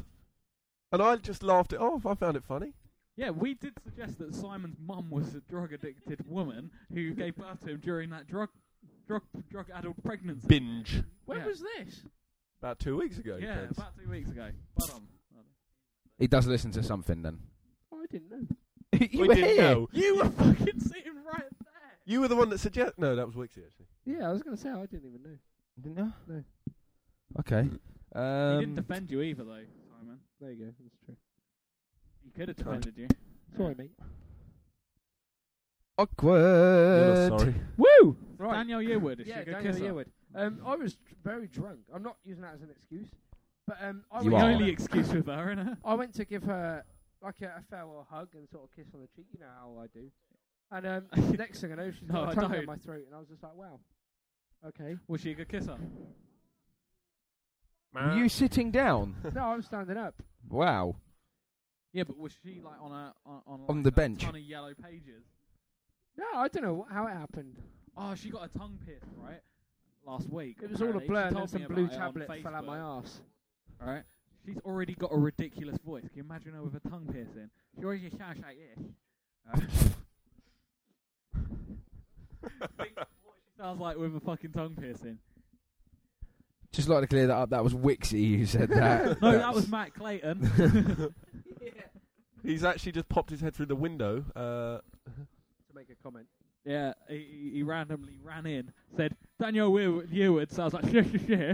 S3: and I just laughed it off. I found it funny.
S1: yeah, we did suggest that Simon's mum was a drug addicted woman who gave birth to him during that drug drug drug addled pregnancy.
S3: Binge.
S5: When
S1: Yeah.
S5: was this?
S3: About two weeks ago.
S1: yeah,
S3: depends.
S1: about two weeks ago. But, um,
S2: He does listen to something then.
S5: Oh, I didn't know.
S2: you
S3: we
S2: were
S3: didn't
S2: here.
S3: know.
S1: you were fucking sitting right there.
S3: You were the one that suggested. No, that was Wixie actually.
S5: Yeah, I was going to say I didn't even know.
S2: Didn't you?
S5: No.
S2: Okay.
S1: he didn't
S2: Um,
S1: defend you either, though, Simon.
S5: There you go. That's true.
S1: He could have defended you.
S5: Sorry, mate.
S2: awkward.
S3: You're sorry.
S5: Woo!
S1: Right.
S5: Right.
S1: Daniel Yearwood, is she
S5: yeah,
S1: a good
S5: Daniel
S1: kisser?
S5: Yearwood. Um, I was dr- very drunk. I'm not using that as an excuse, but um, I
S2: You
S1: The
S5: went
S2: are.
S1: only excuse with her, isn't it?
S5: I went to give her like a, a farewell hug and sort of kiss on the cheek. You know how I do. And um, next thing I know, she's
S1: No,
S5: got
S1: I
S5: a tongue
S1: don't.
S5: in my throat, and I was just like, "Wow, okay."
S1: Was she a good kisser?
S2: Were you sitting down?
S5: no, I'm standing up.
S2: Wow.
S1: Yeah, but was she like on a on, on,
S2: On
S1: like,
S2: the
S1: a
S2: bench.
S1: ton of yellow pages?
S5: No, I don't know wh- how it happened.
S1: Oh, she got a tongue pierced, right? Last week.
S5: It was all a
S1: apparently. She
S5: blur, and then
S1: told
S5: some
S1: me
S5: blue
S1: about it on
S5: tablet fell out my
S1: Facebook,
S5: ass.
S1: Right? She's already got a ridiculous voice. Can you imagine her with a tongue piercing? She already sounds like this. right? Sounds like with a fucking tongue piercing.
S2: Just like to clear that up. That was Wixie who said that.
S1: No, that
S2: That's-
S1: was Matt Clayton.
S3: He's actually just popped his head through the window. Uh,
S5: to make a comment.
S1: yeah, he- he, he randomly ran in, said Daniel Yew- Yearwood. So I was like, shh, shh, shh.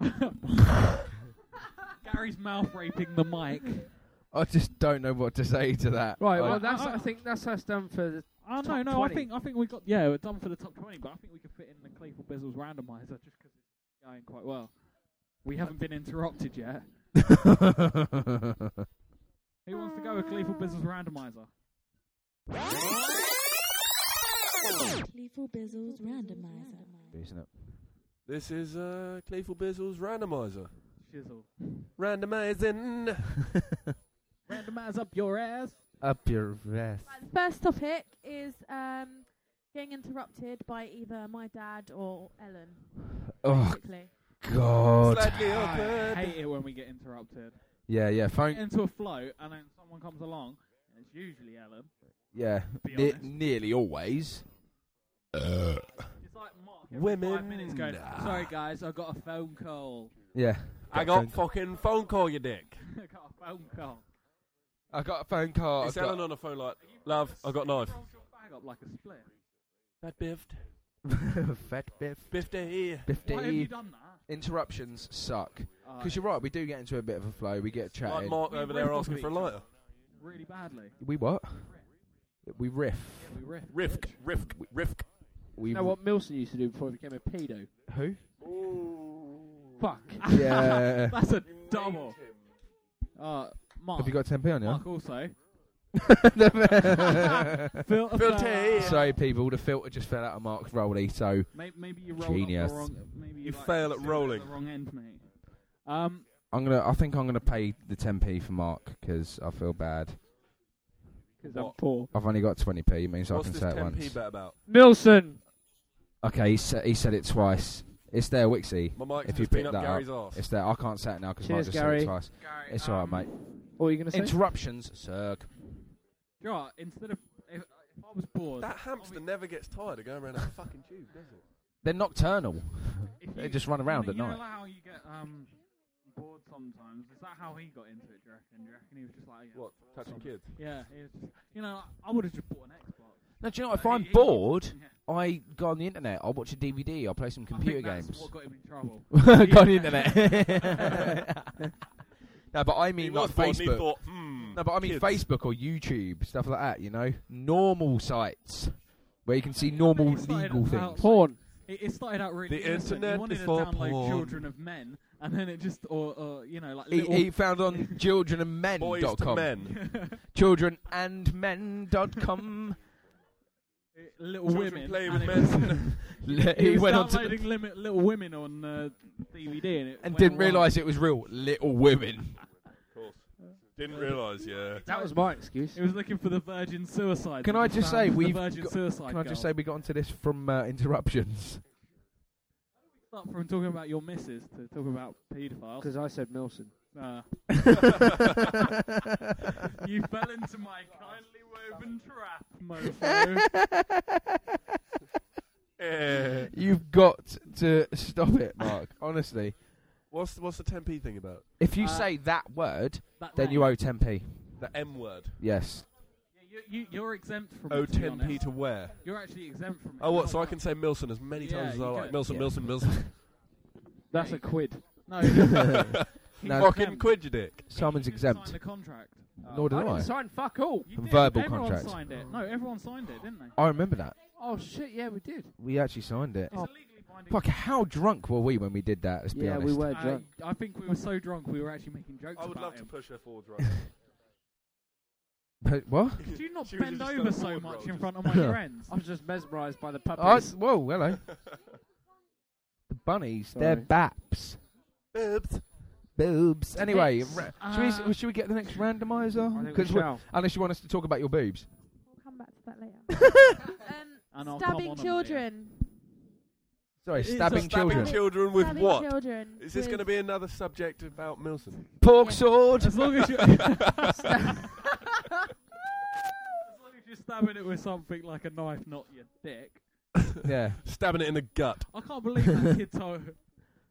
S1: And then ran out. Gary's mouth raping the mic.
S2: I just don't know what to say to that.
S5: Right,
S2: Like,
S5: well, that's
S1: I-
S5: I think that's us done for the
S1: Oh no,
S5: Top
S1: no, I
S5: 20.
S1: think I think we got yeah, we're done for the top twenty, but I think we could fit in the Clayful Bizzles randomizer just 'cause it's going quite well. We haven't been interrupted yet. Who wants to go with Clayful Bizzles randomizer?
S6: Lethal Bizzles Randomizer.
S2: Isn't it?
S3: this is uh, Clayful Bizzle's randomizer.
S1: Shizzle.
S3: Randomizing.
S1: Randomize up your ass.
S2: Up your vest.
S4: Right, the first topic is um, getting interrupted by either my dad or Ellen.
S2: Oh
S4: Basically.
S2: God.
S3: Slightly
S1: I
S3: awkward.
S1: hate it when we get interrupted.
S2: Yeah, yeah.
S1: Get
S2: Phone.
S1: into a flow and then someone comes along, and it's usually Ellen.
S2: Yeah.
S1: Be
S2: Ne-
S1: honest.
S2: nearly always. Uh.
S1: It's like Mark every five
S3: Women,
S1: minutes going,
S3: nah.
S1: sorry guys, I got a phone call.
S2: Yeah.
S3: I got fucking phone call, you dick.
S1: I got a phone call.
S2: I got a phone call.
S3: It's Ellen on the phone like, love, I got knife.
S1: Rolls your bag up like a split.
S3: That biffed.
S2: Fat biff.
S3: Biffed here.
S1: Why have you
S2: Fifty.
S1: done that?
S2: Interruptions suck.
S1: Oh,
S2: Because you're right, we do get into a bit of a flow. We get
S3: Like
S2: chatting.
S3: Mark
S1: We
S3: over
S1: riff
S3: there
S1: off
S3: asking
S1: of
S3: for a
S1: each
S3: lighter.
S1: really badly.
S2: we what? We riff.
S1: Yeah, we riff.
S3: Rifk, rifk, rifk.
S2: We
S5: You know what Milson used to do before he became a pedo?
S2: Who?
S5: Fuck.
S2: Yeah.
S1: That's a double. Uh, Mark.
S2: Have you got 10p on
S1: Mark also.
S2: you?
S1: Phil.
S3: Filter.
S2: so, people, the filter just fell out of Mark's rollie, so
S1: May- Maybe you roll up the
S2: Genius.
S1: wrong. Maybe you,
S3: You
S1: like,
S3: fail at
S1: still
S3: rolling.
S1: The wrong end, mate. Um,
S2: I'm gonna. I think I'm gonna pay the 10p for Mark because I feel bad.
S5: Because I'm
S3: What?
S5: poor.
S2: I've only got 20p. It means
S3: What's
S2: I
S3: this
S2: can say it
S3: 10p
S2: once.
S3: bet about?
S5: Milson!
S2: Okay, he, sa- he said it twice. It's there, Wixie.
S3: My mic's
S2: If you
S3: just been
S2: pick
S3: up
S2: that up,
S3: Gary's arse.
S2: It's there. I can't say it now because Mark
S5: Cheers,
S2: just said
S5: Gary.
S2: it twice.
S1: Gary,
S2: It's
S1: um,
S2: alright, mate.
S5: What are you going to say?
S2: Interruptions suck.
S1: You know what, instead of if, if I was bored,
S3: That hamster never gets tired of going around that fucking tube, does it?
S2: They're nocturnal.
S1: if
S2: They
S1: you-
S2: just run
S1: you
S2: around
S1: know-
S2: at
S1: you know
S2: night.
S1: like how you get um bored sometimes. Is that how he got into it? Do you reckon? Do you reckon he was just like, yeah,
S3: What, touching kids?
S1: yeah he was just, you know, I would have just bought an Xbox.
S2: No, do you know what? Oh, If
S1: But
S2: I'm
S1: he- he-
S2: bored,
S1: yeah.
S2: I go on the internet. I watch a DVD. I play some computer
S1: I think
S2: games.
S1: That's what got him in trouble.
S2: go on the internet. no, but I mean like
S3: bored and he
S2: Facebook.
S3: thought, hmm.
S2: No, but I mean
S3: kids.
S2: Facebook or YouTube, stuff like that. You know, normal sites where you can see normal
S1: It's like
S2: legal
S1: about-
S2: things.
S5: Porn.
S1: It, it started out really.
S3: The
S1: innocent.
S3: internet
S1: he wanted
S3: is
S1: to
S3: for
S1: download
S3: porn.
S1: Children of Men, and then it just, or, or you know, like
S2: He,
S1: little
S2: he found on childrenandmen.com.
S3: Boys to men.
S2: Childrenandmen.com.
S1: little
S3: Children
S1: women.
S3: play
S1: and
S3: with
S1: it was-
S3: men.
S2: Le-
S1: He,
S2: he
S1: was
S2: went on
S1: downloading
S2: to,
S1: limit Little Women on uh, DVD, and it
S2: and
S1: went
S2: didn't
S1: wrong.
S2: realise it was real. Little Women.
S3: of course. Didn't realise, yeah.
S5: That was my excuse.
S1: It was looking for the Virgin Suicide.
S2: Can
S1: It
S2: I
S1: was
S2: just
S1: found
S2: say
S1: the
S2: we've
S1: Virgin
S2: got-
S1: Suicide?
S2: Can I just
S1: girl.
S2: say we got onto this from uh, interruptions?
S1: start from talking about your missus to talking about paedophiles?
S5: Because I said Milson.
S1: Uh, you fell into my kindly woven trap, mofo.
S3: Eh.
S2: You've got to stop it, Mark. Honestly,
S3: What's, what's the 10p thing about?
S2: if you
S1: Uh,
S2: say that word,
S1: That
S2: then
S1: leg.
S2: you owe 10p.
S3: The M word.
S2: Yes.
S1: Yeah, you, you, you're exempt from
S3: Oh,
S1: it. to be
S3: 10p
S1: honest.
S3: to wear.
S1: You're actually exempt from it.
S3: Oh, what? So I
S1: You're
S3: can say Milson as many
S1: Yeah,
S3: times as
S1: you
S3: I like.
S1: can.
S3: Milson,
S2: Yeah.
S3: Milson, Milson.
S5: That's
S1: Yeah,
S5: a quid.
S1: not. No. He's
S2: No.
S3: Fucking
S1: exempt.
S3: quid, you dick.
S2: Simon's
S1: You didn't
S2: exempt.
S1: Sign the contract.
S2: Nor did
S5: I didn't
S2: I.
S5: sign fuck all.
S1: You did.
S2: Verbal
S1: everyone
S2: contract.
S1: signed it. No, everyone signed it, didn't they?
S2: I remember that.
S5: Oh shit, yeah, we did.
S2: We actually signed it.
S1: It's a legally binding.
S2: Fuck, how drunk were we when we did that? Let's be
S5: yeah,
S2: honest.
S5: we were
S1: Uh,
S5: drunk.
S1: I think we were so drunk we were actually making jokes
S3: I would
S1: about
S3: love to
S1: him.
S3: push her forwards right now.
S2: But- what?
S1: Could you not
S3: She was
S1: bend
S3: just
S1: over
S3: a
S1: so
S3: forward
S1: much
S3: roll,
S1: in
S3: just-
S1: front of my friends?
S5: I was just mesmerised by the
S2: Oh,
S5: puppies.
S2: whoa, hello. the bunnies, they're
S5: Sorry.
S2: baps.
S3: Boobs.
S2: Boobs. Anyway,
S1: Bits.
S2: ra- should,
S1: Uh,
S2: we, should we get the next
S5: I
S2: randomizer?
S5: think we
S2: Because
S5: shall.
S2: unless you want us to talk about your boobs.
S4: We'll come back to that later.
S1: And
S4: um,
S1: I'll come
S4: stabbing
S1: on 'em
S4: children.
S2: Sorry,
S1: It's a
S2: stabbing
S1: stabbing
S2: children.
S4: children.
S3: Children with
S4: stabbing
S3: what?
S4: children.
S3: Is this
S4: with-
S3: going to be another subject about Milson?
S2: Pork
S4: Yeah.
S2: sword.
S1: As long as you, as long as you you're stabbing it with something like a knife, not your dick.
S2: Yeah.
S3: Stabbing it in the gut.
S1: I can't believe that kid told.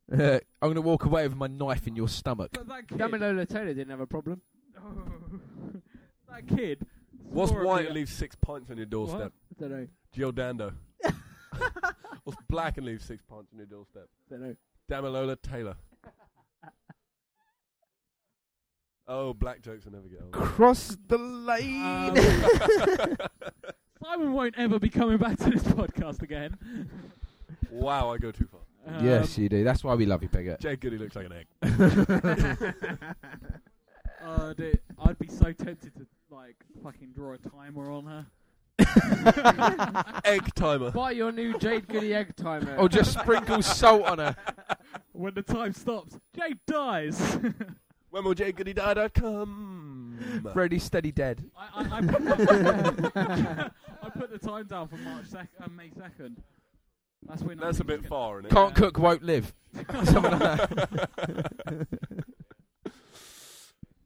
S2: I'm going to walk away with my knife in your stomach.
S1: But that kid.
S5: Damilola Taylor didn't have a problem.
S1: that kid.
S3: What's
S1: swore at
S3: white
S1: me-
S3: and leaves six pints on your doorstep?
S5: I don't know.
S3: Giordando. What's black and leaves six pints on your doorstep?
S5: don't know.
S3: Damilola Taylor. oh, black jokes will never get old.
S2: Cross the lane.
S1: Um, Simon won't ever be coming back to this podcast again.
S3: wow, I go too far.
S1: Um,
S2: yes, you do. That's why we love you, Piggott.
S3: Jay Goody looks like an egg.
S1: Oh, dude, I'd be so tempted to like fucking draw a timer on her.
S3: egg timer.
S5: Buy your new Jade Goody egg timer.
S2: Or Oh, just sprinkle salt on her.
S1: When the time stops, Jade dies.
S3: When will Jay Goody die? I come.
S2: Brody steady dead.
S1: I, I, I, put the, I put the time down for March sec- uh, May second. That's when. I
S3: That's a
S1: think
S3: bit
S1: it's
S3: far, isn't it?
S2: Can't cook, won't live. Something like that.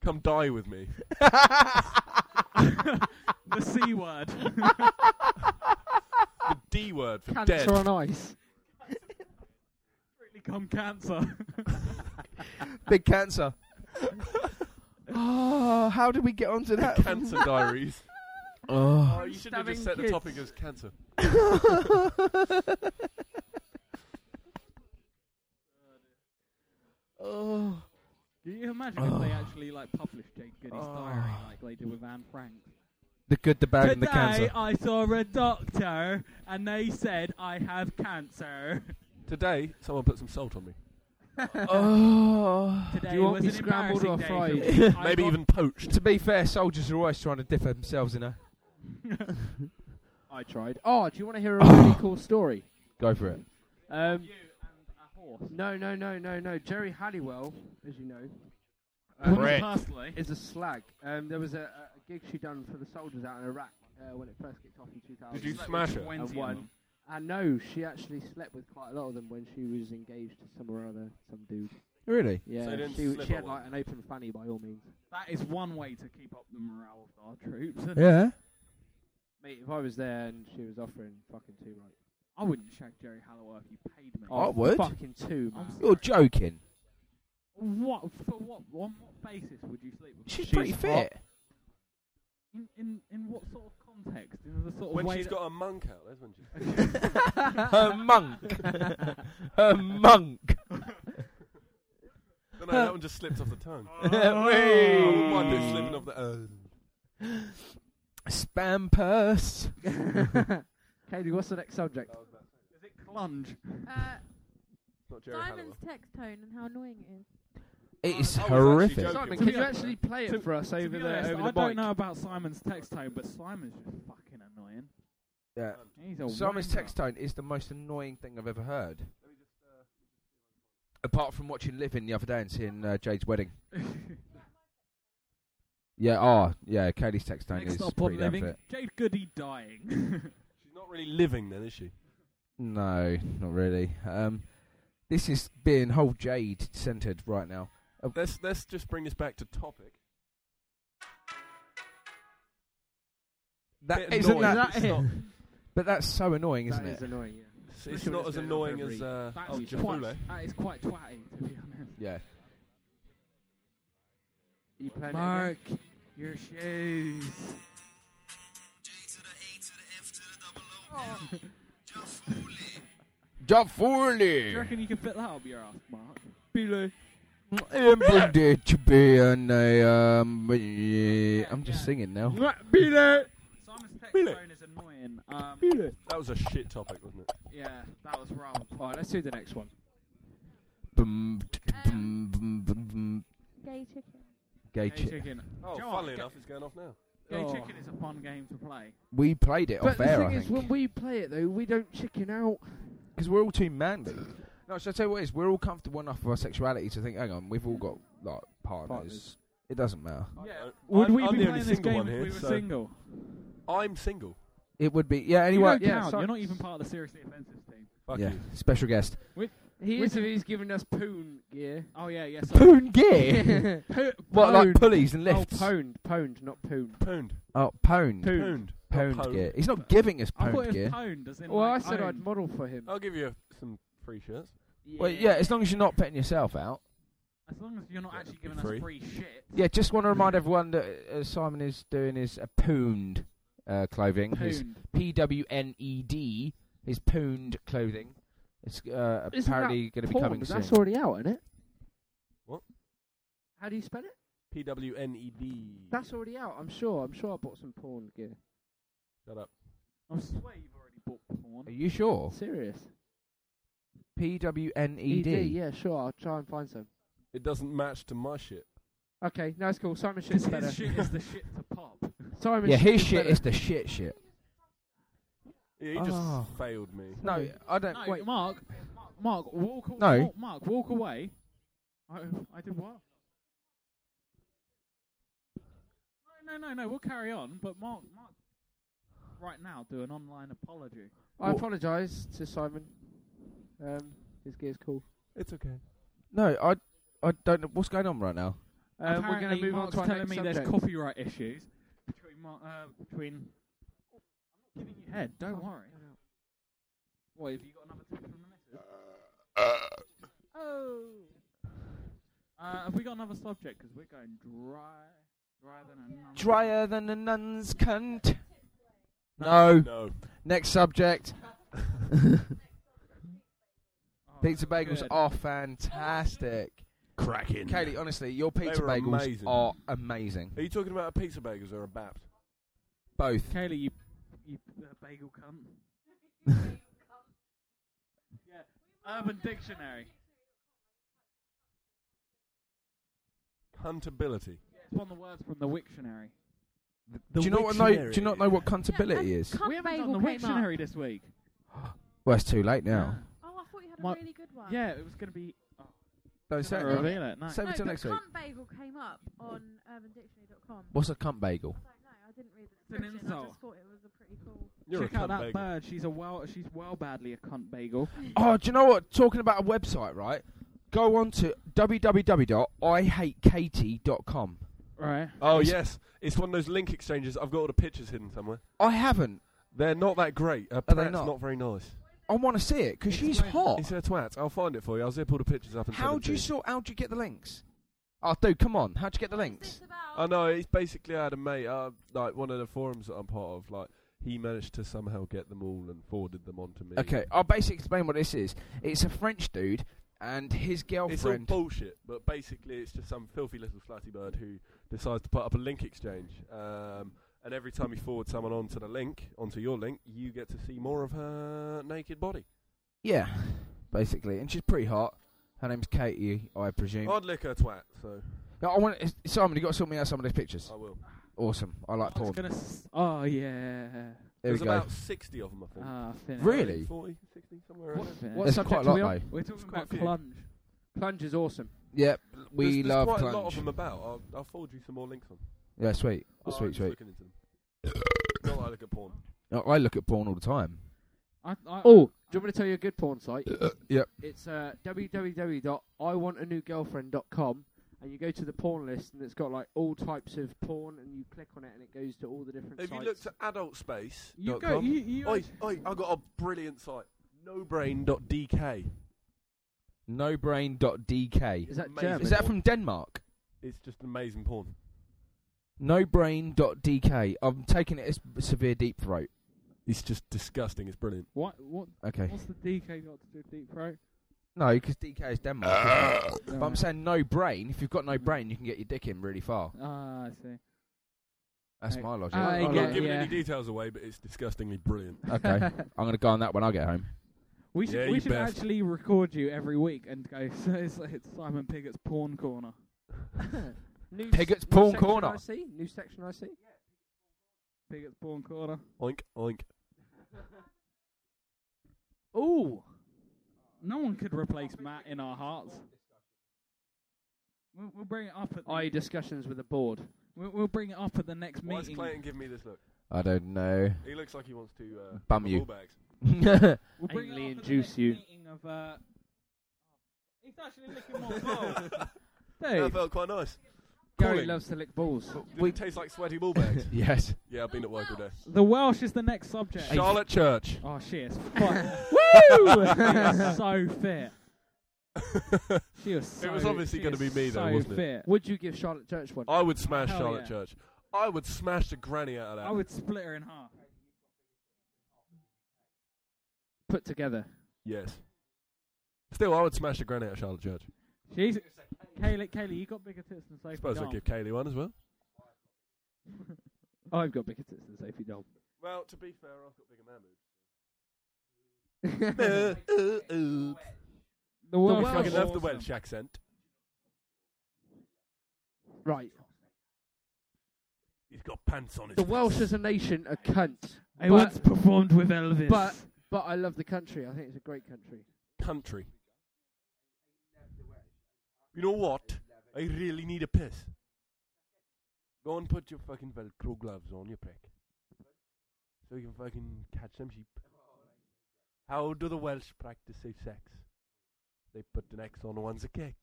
S3: Come die with me.
S1: gonna- The c word.
S3: The D word for
S5: Ah, Cancer
S3: dead.
S5: on ice.
S1: Strictly come cancer.
S2: Big cancer. oh, how did we get onto that?
S3: Cancer diaries.
S2: Oh.
S3: Oh, you should have just set
S5: Stabbing
S3: the
S5: kids.
S3: topic as cancer.
S2: oh.
S1: Can you imagine if they actually like published Jade Goody's diary like they did with Anne Frank?
S2: The good, the bad, and the
S1: Today
S2: cancer.
S1: I saw a doctor and they said I have cancer.
S3: Today, someone put some salt on me.
S2: oh.
S1: Today
S5: you want
S1: was
S5: me
S1: an
S5: scrambled or
S1: embarrassing day for me. I
S3: Maybe
S1: got-
S3: even poached.
S2: To be fair, soldiers are always trying to differ themselves in her.
S5: I tried. Oh, do you want to hear a really cool story?
S2: Go for it.
S5: Um,
S1: you and a horse.
S5: no, no, no, no, no. Jerry Halliwell, as you know,
S1: Wouldn't
S2: Brett.
S1: personally.
S5: is a slag. Um, there was a, a- a gig she done for the soldiers out in Iraq uh, when it first kicked off in 2000.
S3: Did you smash her?
S1: 20 of
S5: one.
S1: them.
S5: I know she actually slept with quite a lot of them when she was engaged to some or other, some dude.
S2: Really?
S5: Yeah,
S3: So they didn't
S5: she,
S3: slip
S5: she
S3: on
S5: had
S3: one.
S5: like an open fanny by all means.
S1: That is one way to keep up the morale of our troops.
S2: Yeah.
S5: Mate, if I was there and she was offering fucking two, right?
S1: I wouldn't shag Jerry Hallowell if you paid me.
S3: Oh,
S2: I would.
S5: Fucking two,
S1: I'm
S5: man.
S1: sorry.
S2: You're joking.
S1: What? For what? On what basis would you sleep with? her?
S2: She's,
S5: She's
S2: pretty
S5: hot.
S2: fit.
S1: In, in in what sort of context? In the sort of
S3: When
S1: way
S3: she's
S1: that
S3: got a monk out, that's when she.
S2: Her monk. Her monk.
S3: No, no, that one just slips off the tongue.
S2: Wee.
S3: One bit slipping off the. Uh,
S2: Spam purse.
S5: Katie, what's the next subject?
S1: does it clunge?
S4: Uh,
S3: not Jerry
S4: Simon's text tone and how annoying it is.
S2: It is
S3: I was actually
S2: horrific.
S3: joking.
S5: Simon,
S3: To
S5: can
S3: be
S5: you
S3: honest-
S5: actually play it
S1: to-
S5: for us
S1: To
S5: over
S1: be
S5: the
S1: honest,
S5: over the
S1: I don't
S5: mic?
S1: know about Simon's text tone, but Simon's just fucking annoying. Oh,
S2: Yeah.
S1: He's a
S2: Simon's
S1: wanker.
S2: text tone is the most annoying thing I've ever heard. Apart from watching Living the other day and seeing uh, Jade's wedding. Yeah, oh, yeah, Katie's text tone
S1: Next
S2: is
S1: up on
S2: pretty damn
S1: living,
S2: fit.
S1: Jade Goody dying.
S3: She's not really living then, is she?
S2: No, not really. Um, this is being whole Jade centered right now.
S3: Let's let's just bring this back to topic.
S2: That
S3: Bit
S2: isn't
S3: annoying,
S2: that,
S3: it's not-
S2: but that's so annoying, isn't
S5: That is
S2: it?
S5: annoying. Yeah.
S3: It's,
S5: We
S3: it's
S5: should
S3: not
S5: just
S3: as
S5: do it
S3: annoying
S5: every-
S3: as uh,
S1: that,
S3: El
S1: is quite,
S3: Jafule.
S1: that is quite twatty, to be honest.
S2: Yeah.
S5: You playing
S1: Mark, your shoes.
S2: Job
S1: Do
S2: fully
S1: you reckon you can fit that up your ass, Mark?
S2: intended to be an uh, um. yeah, I'm just
S1: yeah.
S2: singing now.
S5: it again? Be there.
S1: Simon's text
S3: Really?
S1: tone is annoying. Um,
S3: That was a shit topic, wasn't it?
S1: yeah, that was wrong.
S5: All right, let's do the next one.
S2: Bum, t- t- bum, bum, bum, bum.
S4: Gay chicken.
S1: Gay
S2: Gay chick.
S1: chicken.
S3: Oh,
S1: Joe,
S3: funnily
S1: get-
S3: enough, it's going off now.
S1: Gay
S5: Oh.
S1: chicken is a fun game to play.
S2: We played it
S5: But
S2: off
S5: the
S2: air,
S5: thing
S2: I
S5: is, when
S2: think,
S5: we play it though, we don't chicken out.
S2: because we're all too manly. No, should I tell you what it is? We're all comfortable enough with our sexuality to think, hang on, we've all got like partners.
S5: Partners.
S2: It doesn't matter.
S3: Yeah.
S1: Would
S3: I'm-
S1: we
S3: I'm
S1: be
S3: the
S1: playing
S3: only
S1: this
S3: single
S1: game
S3: one
S1: if
S3: here,
S1: we were
S3: so-
S1: single?
S3: I'm single.
S2: It would be, yeah.
S1: You
S2: Anyway,
S1: don't
S5: yeah,
S1: count.
S5: so-
S1: You're not even part of the seriously offensive team.
S3: Fuck
S2: yeah.
S3: you.
S2: Special guest.
S5: He
S1: We
S5: is
S1: can-
S5: if he's giving us poon gear.
S1: Oh yeah, yes. Yeah, so
S2: Poon gear.
S5: oh,
S1: Oh,
S2: what, like pulleys and lifts?
S5: pwned, pwned, Oh, not poon.
S3: Pwned.
S2: Oh, pwned.
S5: Pwned.
S3: Pwned. Not
S2: Pound
S3: pwned.
S2: gear. He's not giving us
S1: Oh, I thought
S2: pound
S1: it was
S2: gear.
S1: pwned, as in
S5: Well, I
S1: like
S5: said I'd
S1: owned.
S5: model for him.
S3: I'll give you some free shirts.
S2: Well, yeah, as long as you're not petting yourself out.
S1: As long as you're not
S3: Yeah,
S1: actually
S3: it'd
S1: giving
S3: be
S1: us
S3: free.
S1: free shit.
S2: Yeah, just want to remind everyone that uh, Simon is doing his uh, pooned uh, clothing. His
S1: Pwned.
S2: P W N E D. His pooned clothing. It's uh,
S5: Isn't that
S2: apparently going to be
S5: Porn,
S2: coming
S5: but
S2: soon.
S5: That's already out, isn't it?
S3: What?
S5: How do you spell it?
S3: P W N E D.
S5: That's already out. I'm sure. I'm sure I bought some porn gear.
S3: Shut up.
S1: I swear you've already bought
S2: Are
S1: porn.
S2: you sure?
S5: Serious.
S2: P W N Oh. E D.
S5: Yeah, sure. I'll try and find some.
S3: It doesn't match to my shit.
S5: Okay, no, it's cool. Simon shit's
S1: His
S5: better.
S1: shit is the shit to pop.
S5: Simon.
S2: Yeah, his
S5: shit's
S2: shit
S5: better.
S2: is the shit shit.
S3: Yeah, he just
S1: Ah.
S2: Oh.
S3: failed me.
S2: No, I don't.
S1: No,
S2: wait.
S1: Mark, Mark, walk away.
S2: No.
S1: Mark, walk away. I, I did what? No, no, no, no. We'll carry on, but Mark, Mark, right now, do an online apology.
S5: I apologise to Simon. Um, his gear's cool.
S3: It's okay.
S2: No, I, I don't know what's going on right now.
S5: Um, we're going
S1: Apparently
S5: to move
S1: Mark's
S5: on to our
S1: telling
S5: next
S1: me
S5: subject.
S1: there's copyright issues between Mark, uh, between. I'm not giving you head. Don't worry. What have you got another tip from the missus? oh. Uh, have we got another subject? Because we're going dry, drier than a nun.
S2: Drier than a nun's cunt. No.
S3: No.
S2: Next subject.
S1: Oh,
S2: Pizza
S1: that was
S2: bagels
S1: good.
S2: are fantastic.
S3: Cracking.
S2: Kaylee, honestly, your pizza
S3: were
S2: bagels
S3: amazing.
S2: are amazing.
S3: Are you talking about a pizza bagels or a bapt?
S2: Both.
S1: Kaylee, you, you uh, bagel cunt. yeah. Urban Dictionary.
S3: Huntability.
S1: It's one of the words from the Wictionary.
S2: do you not know? Do you not know what cuntability
S4: Yeah,
S2: is?
S4: and cunt
S1: we haven't
S4: bagel
S1: done the
S4: came up.
S1: Wictionary this week.
S2: Well, it's too late now.
S4: Oh, I thought you had a
S1: My-
S4: really good one.
S1: Yeah, it was going to be. Oh, did
S2: Don't
S1: I
S2: say
S4: Sorry.
S2: it.
S1: reveal it. No.
S2: Save
S4: no,
S2: it till
S4: but
S2: next week.
S4: cunt bagel came up on um, UrbanDictionary.com.
S2: What's a cunt bagel?
S4: I don't know. I didn't read the
S1: an
S4: description. I
S1: insult.
S4: just thought it was a pretty cool.
S3: You're
S1: Check
S3: a cunt
S1: out that
S3: bagel.
S1: bird. She's a well. She's well badly a cunt bagel.
S2: Oh, do you know what? Talking about a website, right? Go on to www.ihatekatie.com.
S1: Right.
S3: Oh yes, it's one of those link exchanges. I've got all the pictures hidden somewhere.
S2: I haven't.
S3: They're not that great. Uh,
S2: they
S3: Pratt's
S2: not?
S3: very nice.
S2: I want to see it because she's
S1: Explain.
S2: hot.
S3: It's her twat. I'll find it for you. I'll zip all the pictures up and send
S2: How
S3: them
S2: do you
S3: to
S2: sort? How do you get the links? Oh, dude, come on. How'd you get the
S4: What's
S2: links? Oh,
S4: this about?
S3: I know. It's basically I had a mate, uh, like one of the forums that I'm part of. Like he managed to somehow get them all and forwarded them on to me.
S2: Okay, I'll basically explain what this is. It's a French dude and his
S3: It's all
S2: girlfriend.
S3: bullshit, but basically it's just some filthy little slutty bird who decides to put up a link exchange. Um, and every time you forward someone onto the link, onto your link, you get to see more of her naked body.
S2: yeah, basically, and she's pretty hot. Her name's Katie, I presume.
S3: I'd lick her twat, so
S2: No, I want Simon. You got to sort me out some of these pictures.
S3: I will.
S2: Awesome. I like
S1: I was
S2: porn.
S1: gonna s- oh yeah.
S2: There we
S3: There's
S2: go.
S3: about 60 of them, I think.
S1: Ah, finish.
S2: Really?
S3: 40, 60, somewhere
S1: What,
S3: around there.
S1: finish.
S5: What
S2: There's
S5: subject
S2: quite
S5: are
S2: a
S5: we
S2: lot
S5: on?
S2: though.
S1: We're talking
S3: quite a
S1: about
S3: few.
S1: plunge.
S5: Plunge is awesome.
S2: Yep, we
S3: there's,
S2: love
S3: there's quite
S2: plunge.
S3: a lot of them about. I'll, I'll forward you some more links on.
S2: Yeah, sweet,
S3: Oh, I'm
S2: sweet,
S3: just
S2: sweet.
S3: looking into them. Not like I look at porn.
S2: No, I look at porn all the time.
S1: I, I,
S5: Oh, do you want me to tell you a good porn site?
S2: Yep.
S5: It's uh, www.iwantanewgirlfriend.com, and you go to the porn list, and it's got like all types of porn, and you click on it, and it goes to all the different
S3: Have
S5: sites.
S3: you looked at adult space?
S1: you
S3: dot
S1: go.
S3: com?
S1: You, you
S3: Oi,
S1: actually-
S3: oi, I got a brilliant site. Nobrain.dk.
S2: Nobrain.dk.
S5: Is that
S3: Amazing.
S5: German?
S2: Is that from Denmark?
S3: It's just amazing porn.
S2: Nobrain.dk. I'm taking it as severe deep throat.
S3: It's just disgusting. It's brilliant.
S1: what? What?
S2: Okay.
S1: What's the DK got to do with deep throat?
S2: No, because DK is Denmark. isn't it?
S1: No.
S2: but I'm saying no brain. If you've got no brain, you can get your dick in really far.
S1: Ah, I see.
S2: That's
S1: Hey.
S2: my logic.
S1: I
S3: I'm
S5: get-
S3: not giving
S1: yeah.
S3: any details away, but it's disgustingly brilliant.
S2: okay, I'm gonna go on that when I get home.
S1: We should.
S3: Yeah,
S1: we
S3: you
S1: should
S3: best.
S1: actually record you every week and go. So it's, it's Simon Piggott's porn corner.
S5: New
S2: Piggott's
S5: s- new
S2: Porn
S5: section
S2: Corner.
S5: I see. New section I see.
S1: Piggott's porn corner.
S3: Oink, oink.
S1: Ooh. No one could replace Matt in our hearts. We'll, we'll bring it up at. The,
S5: I discussions with the board.
S1: we'll, we'll bring it up at the next
S3: Why is
S1: meeting.
S3: Clayton giving me this look?
S2: I don't know.
S3: He looks like he wants to uh,
S2: Bum
S3: my
S2: you.
S3: ball bags.
S2: That's
S1: We'll bring it
S5: Anally
S1: up at the
S5: induce
S1: next
S5: you.
S1: meeting Of, uh, he's actually licking my balls. Dude,
S3: That felt quite nice.
S5: Gary
S3: Pulling.
S5: loves to lick balls.
S3: Did we taste like sweaty ball bags?
S2: Yes.
S3: yeah, I've been at work all day.
S1: The Welsh is the next subject.
S3: Charlotte Church.
S1: Oh, she is. fu- Woo! She is so fit. She was so.
S3: It was obviously
S1: she
S3: gonna
S1: is
S3: be me though,
S1: so
S3: wasn't it?
S1: fit.
S5: Would you give Charlotte Church one?
S3: I would smash
S1: Hell
S3: Charlotte
S1: yeah.
S3: Church. I would smash the granny out of that.
S1: I would split her in half.
S5: Put together.
S3: Yes. Still, I would smash the granny out of Charlotte Church.
S1: She's Kaylee. Kaylee, you got bigger tits than Sophie.
S3: I suppose I'd
S1: Dahl.
S3: give Kaylee one as well.
S5: I've got bigger tits than Sophie Dom.
S3: Well, to be fair, I've got bigger man boobs.
S1: The Welsh.
S5: Welsh.
S1: are
S3: fucking love the
S1: awesome.
S3: Welsh accent.
S5: Right.
S3: He's got pants on his
S5: The
S3: face.
S5: Welsh as a nation are cunt.
S1: I
S5: But-
S1: once performed with Elvis.
S5: But but I love the country. I think it's a great country.
S3: country. You know what? I really need a piss. Go and put your fucking Velcro gloves on, you prick. So you can fucking catch some sheep. How do the Welsh practice safe sex? They put an X on one's a kick.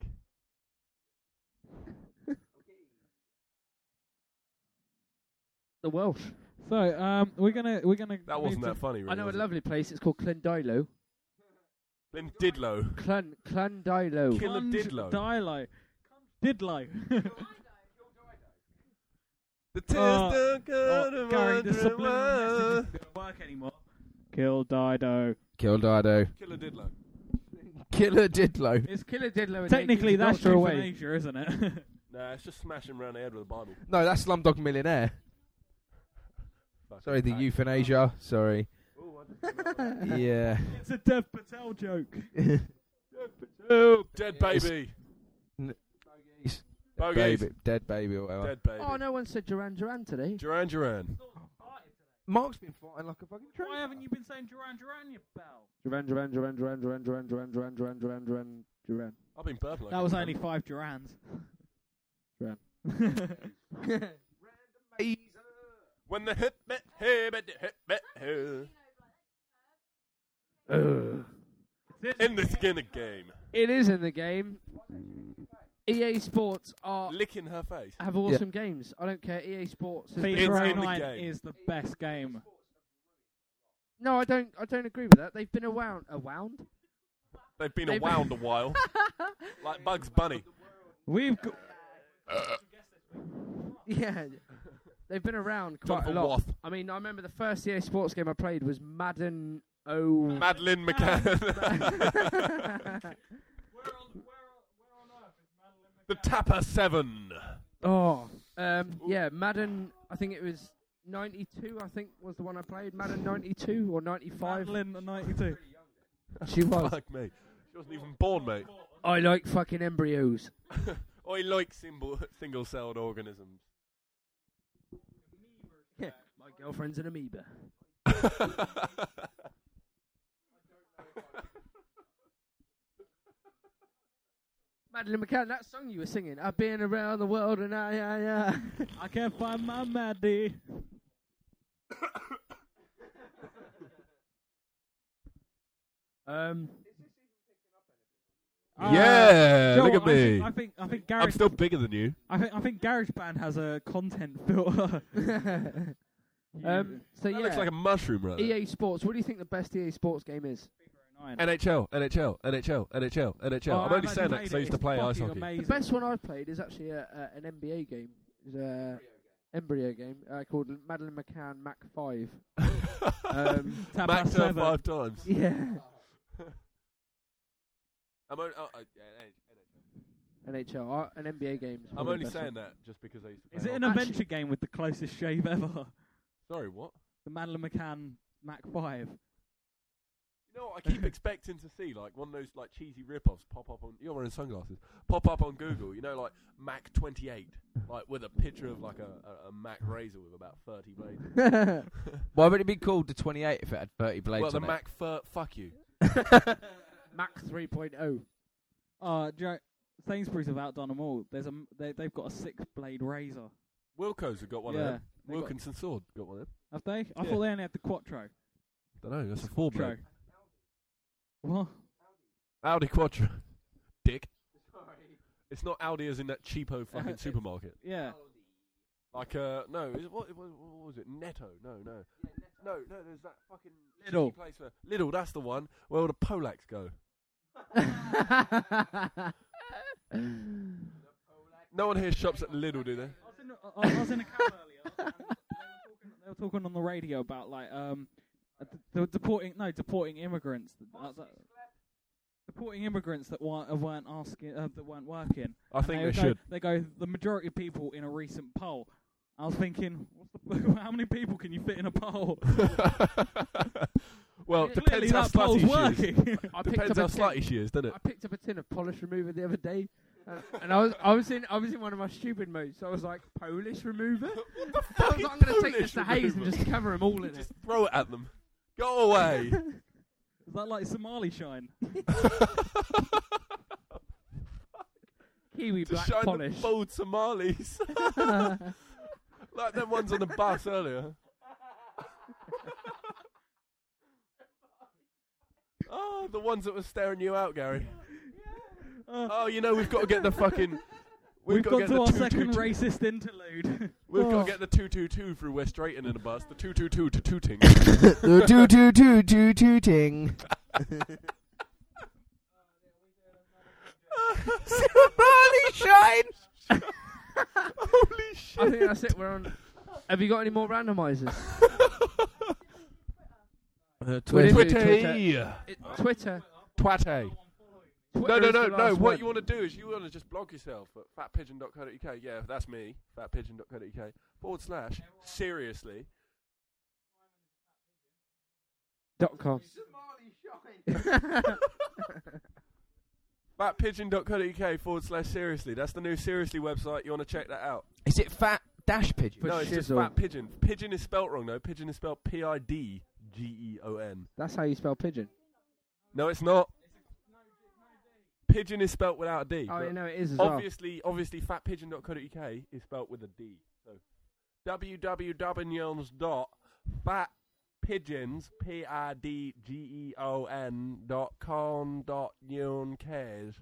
S5: The Welsh.
S1: so um, we're gonna we're gonna.
S3: That
S1: move
S3: wasn't
S1: to-
S3: that funny, really.
S5: I know a
S3: was it?
S5: lovely place. It's called Clendilo.
S3: Glendidlo.
S5: Clun Clendilo.
S3: Killer
S1: Conj-
S3: Didlo.
S1: Dilo. Didlo.
S3: The
S5: Oh,
S1: Uh,
S3: test
S1: Or Gary, the subliminal message doesn't work anymore. Kill Dido.
S2: Kill Dido.
S3: Killer Didlo.
S2: Killer Didlo.
S5: It's Killer Didlo. and
S1: Technically,
S5: Naked
S1: that's
S5: Adultery
S1: true
S5: for
S1: from
S5: me.
S1: Asia, isn't it?
S3: Nah, it's just smash him around the head with a Bible.
S2: No, that's Slumdog Millionaire.
S3: Fucking
S2: Sorry, the
S3: pack.
S2: euthanasia. Sorry.
S3: Ooh, I just-
S2: Yeah.
S1: it's a Dev Patel joke.
S3: Dead baby. Bogies.
S2: baby, dead baby or whatever.
S3: Dead baby.
S5: Oh, no one said Duran Duran today.
S3: Duran Duran.
S2: Mark's been fighting like a fucking tree.
S1: Why haven't you been saying Duran Duran, you bell?
S5: Duran Duran Duran Duran Duran Duran Duran Duran Duran Duran Duran Duran.
S3: I've been burping. Like
S1: That was
S3: a
S1: only
S3: cunt.
S1: five Durans.
S5: Duran.
S3: When the hit met her, but the hit met her. In the skin of game.
S5: It is in the game. EA Sports are
S3: Licking her face.
S5: have awesome games. I don't care. EA Sports. Has been
S3: It's
S1: FIFA
S3: in the
S1: 09
S3: game.
S1: is the best game.
S5: no, I don't. I don't agree with that. They've been around. Around.
S3: They've been
S5: They've-
S3: around a while. like Bugs Bunny.
S1: We've got
S5: Yeah. They've been around quite a
S3: Jonathan
S5: lot.
S3: Wath.
S5: I mean, I remember the first EA Sports game I played was Madden. Oh.
S3: Madeline McCann. the Tapper 7.
S5: oh. Um. Yeah. Madden. I think it was. 92, I think, was the one I played. Madden 92 or 95.
S1: Madeline at 92.
S5: She was.
S3: Fuck me. She wasn't even born, mate.
S5: I like fucking embryos.
S3: I like symbol- single celled organisms.
S5: Yeah, my girlfriend's an amoeba. Madeline McCann, that song you were singing, I've been around the world and I, I, I.
S1: I can't find my Maddie.
S5: Um,
S1: Uh,
S3: yeah,
S1: Joel,
S3: look at
S1: I
S3: me.
S1: think- I think I think
S3: I'm
S1: Garage.
S3: still bigger than you.
S1: I think I think GarageBand has a content filter.
S5: um, so
S3: That
S5: yeah,
S3: looks like a mushroom, right?
S5: EA Sports. What do you think the best EA Sports game is?
S3: NHL, NHL, NHL, NHL, NHL.
S1: Oh,
S3: I'm only
S1: I've
S3: saying that
S1: actually
S3: because
S1: played
S3: I used to
S1: it.
S3: play
S1: It's
S3: ice
S1: fucking
S3: hockey.
S5: The
S1: amazing.
S5: best one I've played is actually a, a, an NBA game. It's a embryo game uh, called Madeline McCann Mac Five. um,
S1: Tap
S3: Max
S1: us
S3: her
S1: over.
S3: five times.
S5: yeah,
S3: I'm, on, oh, uh, yeah, yeah,
S5: NHL, uh, an NBA game. is
S3: yeah. I'm
S5: probably
S3: only
S5: the best
S3: saying
S5: one.
S3: that just because I used to play
S1: Is it an
S3: hockey.
S1: adventure game with the closest shave ever?
S3: Sorry, what?
S1: The Madeline McCann Mac 5.
S3: You know, what, I keep expecting to see like one of those like cheesy rip-offs pop up on. You're wearing sunglasses. Pop up on Google. You know, like Mac 28, like with a picture of like a, a, a Mac razor with about 30 blades.
S2: Why would it be called the 28 if it had 30 blades
S3: well, the
S2: on it?
S3: Mac fur. Fuck you.
S5: Mac oh. 3.0.
S1: Uh, Joe, Sainsbury's have outdone them all. There's a, m- they, they've got a six blade razor.
S3: Wilco's have got one of
S1: yeah.
S3: them.
S1: they've got-
S3: Wilkinson Sword got one of them.
S1: have they? I
S3: Yeah.
S1: thought they only had the Quattro.
S3: Don't know. That's a four blade.
S1: Quattro. What?
S3: Audi Quattro. Dick. It's not Aldi as in that cheapo fucking
S1: It's-
S3: supermarket.
S1: Yeah.
S3: Like, uh, no, is it, what, what, what was it? Netto? No, no. No, no, there's that fucking
S1: Lidl.
S3: shitty place there. Lidl, that's the one where all the Polacks go.
S1: Oh,
S3: No one here shops at Lidl, do they?
S1: I was in a, I, I was in a cab earlier. And they, were talking, they were talking on the radio about like um, uh, d- they were deporting no deporting immigrants. That, uh, that- deporting immigrants that weren't, uh, weren't asking uh, that weren't working.
S3: I think they,
S1: go,
S3: should.
S1: They go the majority of people in a recent poll. I was thinking, what's the, how many people can you fit in a poll?
S3: well,
S1: Clearly
S3: depends how
S1: that poll's
S3: slutty she is.
S1: working.
S5: I picked
S3: Depends
S5: up
S3: how
S5: a tin,
S3: slutty she is, doesn't it?
S5: I picked up a tin of polish remover the other day, and, and I was I was in I was in one of my stupid moods. So I was like polish remover. I was
S3: is
S5: like, I'm going to take
S3: polish
S5: this to Hayes and
S3: remover?
S5: just cover them all in it.
S3: Just throw it at them. Go away.
S1: Is that like Somali shine?
S5: Kiwi
S3: to
S5: black
S3: shine
S5: polish.
S3: the bold Somalis. like them ones on the bus earlier. oh, the ones that were staring you out, Gary.
S1: Uh,
S3: Oh, you know we've got to get the fucking.
S1: we've
S3: got to
S1: got
S3: get
S1: to
S3: the
S1: our
S3: two, two,
S1: second
S3: two-
S1: racist interlude.
S3: We've got
S5: Oh.
S3: to get the two two two through West Drayton in a bus. The two two two to tooting.
S2: do do do do do ting. Somebody shine.
S3: Holy
S5: I
S3: shit!
S5: think that's it. We're on. Have you got any more randomizers? Twitter.
S3: Twitter.
S5: It- Twitter.
S3: Twatte. No,
S5: Twitter
S3: no,
S5: is
S3: no,
S5: the
S3: no.
S5: last
S3: What
S5: one.
S3: you want to do is you want to just blog yourself at fatpigeon.co.uk. Yeah, that's me. Fatpigeon.co.uk forward slash seriously.
S5: Dot com.
S3: Fatpigeon.co.uk forward slash seriously. That's the new seriously website. You want to check that out?
S2: Is it fat dash pigeon?
S5: But
S3: no, it's just
S5: shizzle.
S3: fat pigeon. Pigeon is spelt wrong though. Pigeon is spelled E P-I-D-G-E-O-N.
S5: That's how you spell pigeon.
S3: No, it's not. Pigeon is spelt without a D.
S5: Oh,
S3: but
S5: you know it is as well.
S3: obviously, obviously, fatpigeon.co.uk is spelt with a D. So www dot fatpigeons p i d g e o n dot com dot unkes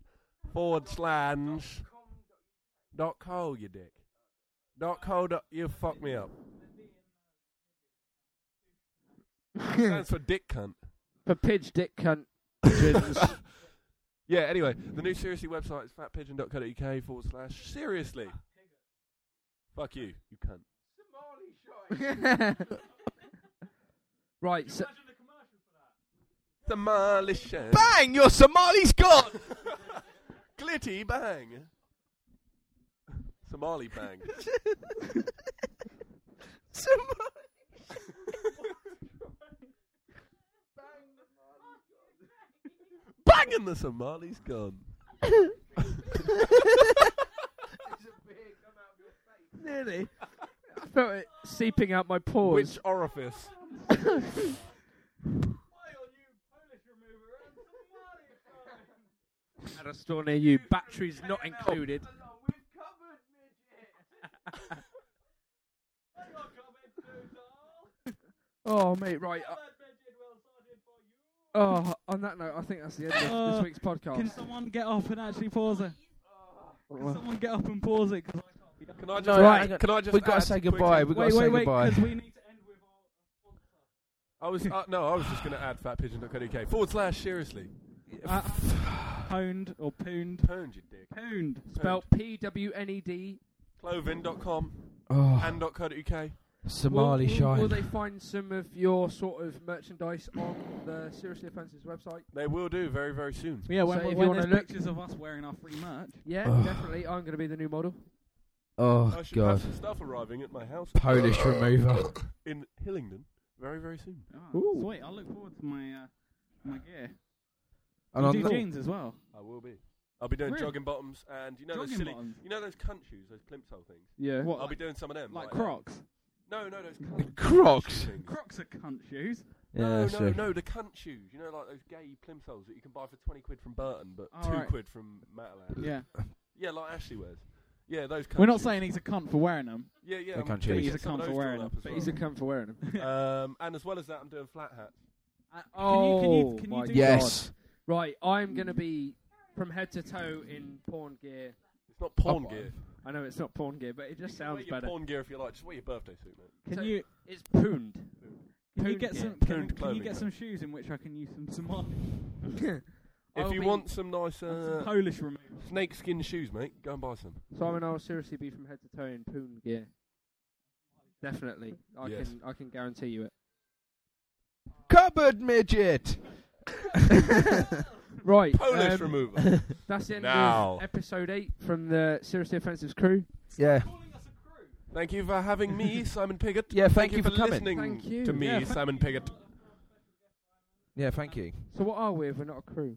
S3: forward slash dot co you dick dot co dot you fuck me up stands for dick cunt.
S5: For pidge dick cunt. pigeons.
S3: Yeah, anyway, the new Seriously website is fatpigeon.co.uk forward slash seriously. Fuck you, you cunt.
S5: right. So,
S3: Somali show.
S2: Bang! Your Somali's gone.
S3: Glitty bang. Somali bang. Banging the Somali's gone.
S5: nearly. I felt it seeping out my
S3: Which
S5: pores.
S3: orifice?
S5: At a store near you. Batteries not included. Oh, mate. Right. uh, oh, on that note, I think that's the end of
S1: Uh,
S5: this week's podcast.
S1: Can someone get up and actually pause it?
S2: Oh.
S1: Can someone get up and pause it? 'Cause I can't be done.
S3: Can I just?
S2: No,
S5: Right.
S3: add- Can I just?
S2: We've got
S3: add
S2: to say
S3: quickly-
S2: goodbye. We've got
S1: Wait,
S2: to say
S1: wait, wait,
S2: goodbye.
S1: because we need to end with
S3: I was. Uh, no, I was just going to add fatpigeon.co.uk forward slash seriously.
S1: our uh, pwned or pooned.
S3: Pwned, you dick.
S1: Pooned.
S5: Spelled P W N E D.
S3: Cloven.com
S2: Oh,
S3: and .co.uk.
S2: Somali
S5: will, will, will
S2: shine.
S5: they find some of your sort of merchandise on the Seriously Offensive website?
S3: They will do very, very soon.
S1: Yeah, when,
S5: So if you
S1: when
S5: wanna
S1: there's
S5: look-
S1: pictures of us wearing our free merch.
S5: Yeah,
S2: Ugh.
S5: definitely. I'm going to be the new model.
S2: Oh
S3: I should
S2: God.
S3: have some stuff arriving at my house
S2: Polish remover.
S3: in Hillingdon very, very soon.
S1: Ah,
S5: Ooh.
S1: sweet, I look forward to my uh, my gear.
S2: And
S1: You
S2: on
S1: do
S2: the-
S1: jeans as well.
S3: I will be. I'll be doing
S1: Really?
S3: jogging bottoms and you know
S1: Jogging
S3: those silly,
S1: bottoms?
S3: you know those cunt shoes, those plimsoll things.
S5: Yeah.
S1: What,
S3: I'll
S1: like,
S3: be doing some of them.
S1: like
S3: that.
S1: Crocs?
S3: No, no, those cunt
S2: Crocs.
S3: things.
S1: Crocs are cunt shoes.
S2: Yeah,
S3: no,
S2: that's
S3: no,
S2: true.
S3: no, the cunt shoes. You know, like those gay plimsolls that you can buy for twenty quid from Burton, but
S1: Oh,
S3: two
S1: right.
S3: quid from Matalan.
S1: Yeah.
S3: Yeah, like Ashley wears. Yeah, those. Cunt
S1: We're not
S3: shoes.
S1: saying he's a cunt for wearing them.
S3: Yeah, yeah.
S2: They're
S3: I'm
S2: cunt
S3: gonna
S2: shoes.
S3: get
S1: He's a cunt
S3: some of
S1: for
S3: those
S1: wearing
S3: drawn up
S1: them,
S3: as
S1: but
S3: well.
S5: He's a cunt for wearing them.
S3: Um, and as well as that, I'm doing flat hats.
S1: Uh, can you, can you,
S5: Oh,
S1: can you
S5: my
S1: do
S5: God.
S2: Yes.
S5: Right, I'm going to be from head to toe in porn gear
S3: It's not porn
S2: Up
S3: gear.
S5: I know it's not porn gear, but it
S3: You
S5: just
S3: can wear
S5: sounds
S3: your
S5: better.
S3: Porn gear if you like. Just wear your birthday suit, mate.
S1: Can
S5: So
S1: you
S5: It's pooned.
S1: can you
S5: Pruned
S1: get
S5: gear.
S1: some
S3: Pruned
S1: can, can
S3: clothing,
S1: you get
S3: though.
S1: some shoes in which I can use some Somali
S3: If
S5: I'll
S3: you
S5: be-
S3: want some nice
S1: some
S3: uh,
S1: Polish removal?
S3: snakeskin shoes, mate, go and buy some.
S5: Simon, I'll seriously be from head to toe in poon gear. Definitely, I
S3: Yes.
S5: can I can guarantee you it.
S2: Cupboard midget.
S5: Right,
S3: Polish
S5: um,
S3: remover.
S5: that's the end
S3: Now.
S5: of episode eight from the Seriously Offensive's crew.
S2: Yeah.
S3: Thank you for having me, Simon Pigott.
S2: Yeah, thank you
S3: you
S2: for coming.
S3: listening
S5: Thank you.
S3: to me,
S5: Yeah, thank
S3: Simon Pigott.
S2: Yeah, thank you.
S5: So what are we if we're not a crew?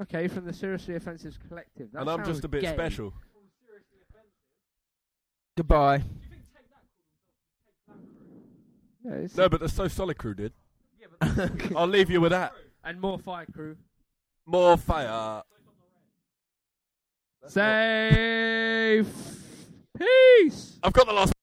S5: Okay, from the Seriously Offensive's collective. That
S3: And I'm
S5: sounds
S3: just a bit
S5: gay.
S3: special.
S2: Goodbye.
S5: Yeah, it's-
S3: No, but the So Solid crew did. I'll leave you with that.
S5: and more fire crew.
S3: More fire. Uh,
S5: Safe. Peace.
S3: I've got the last.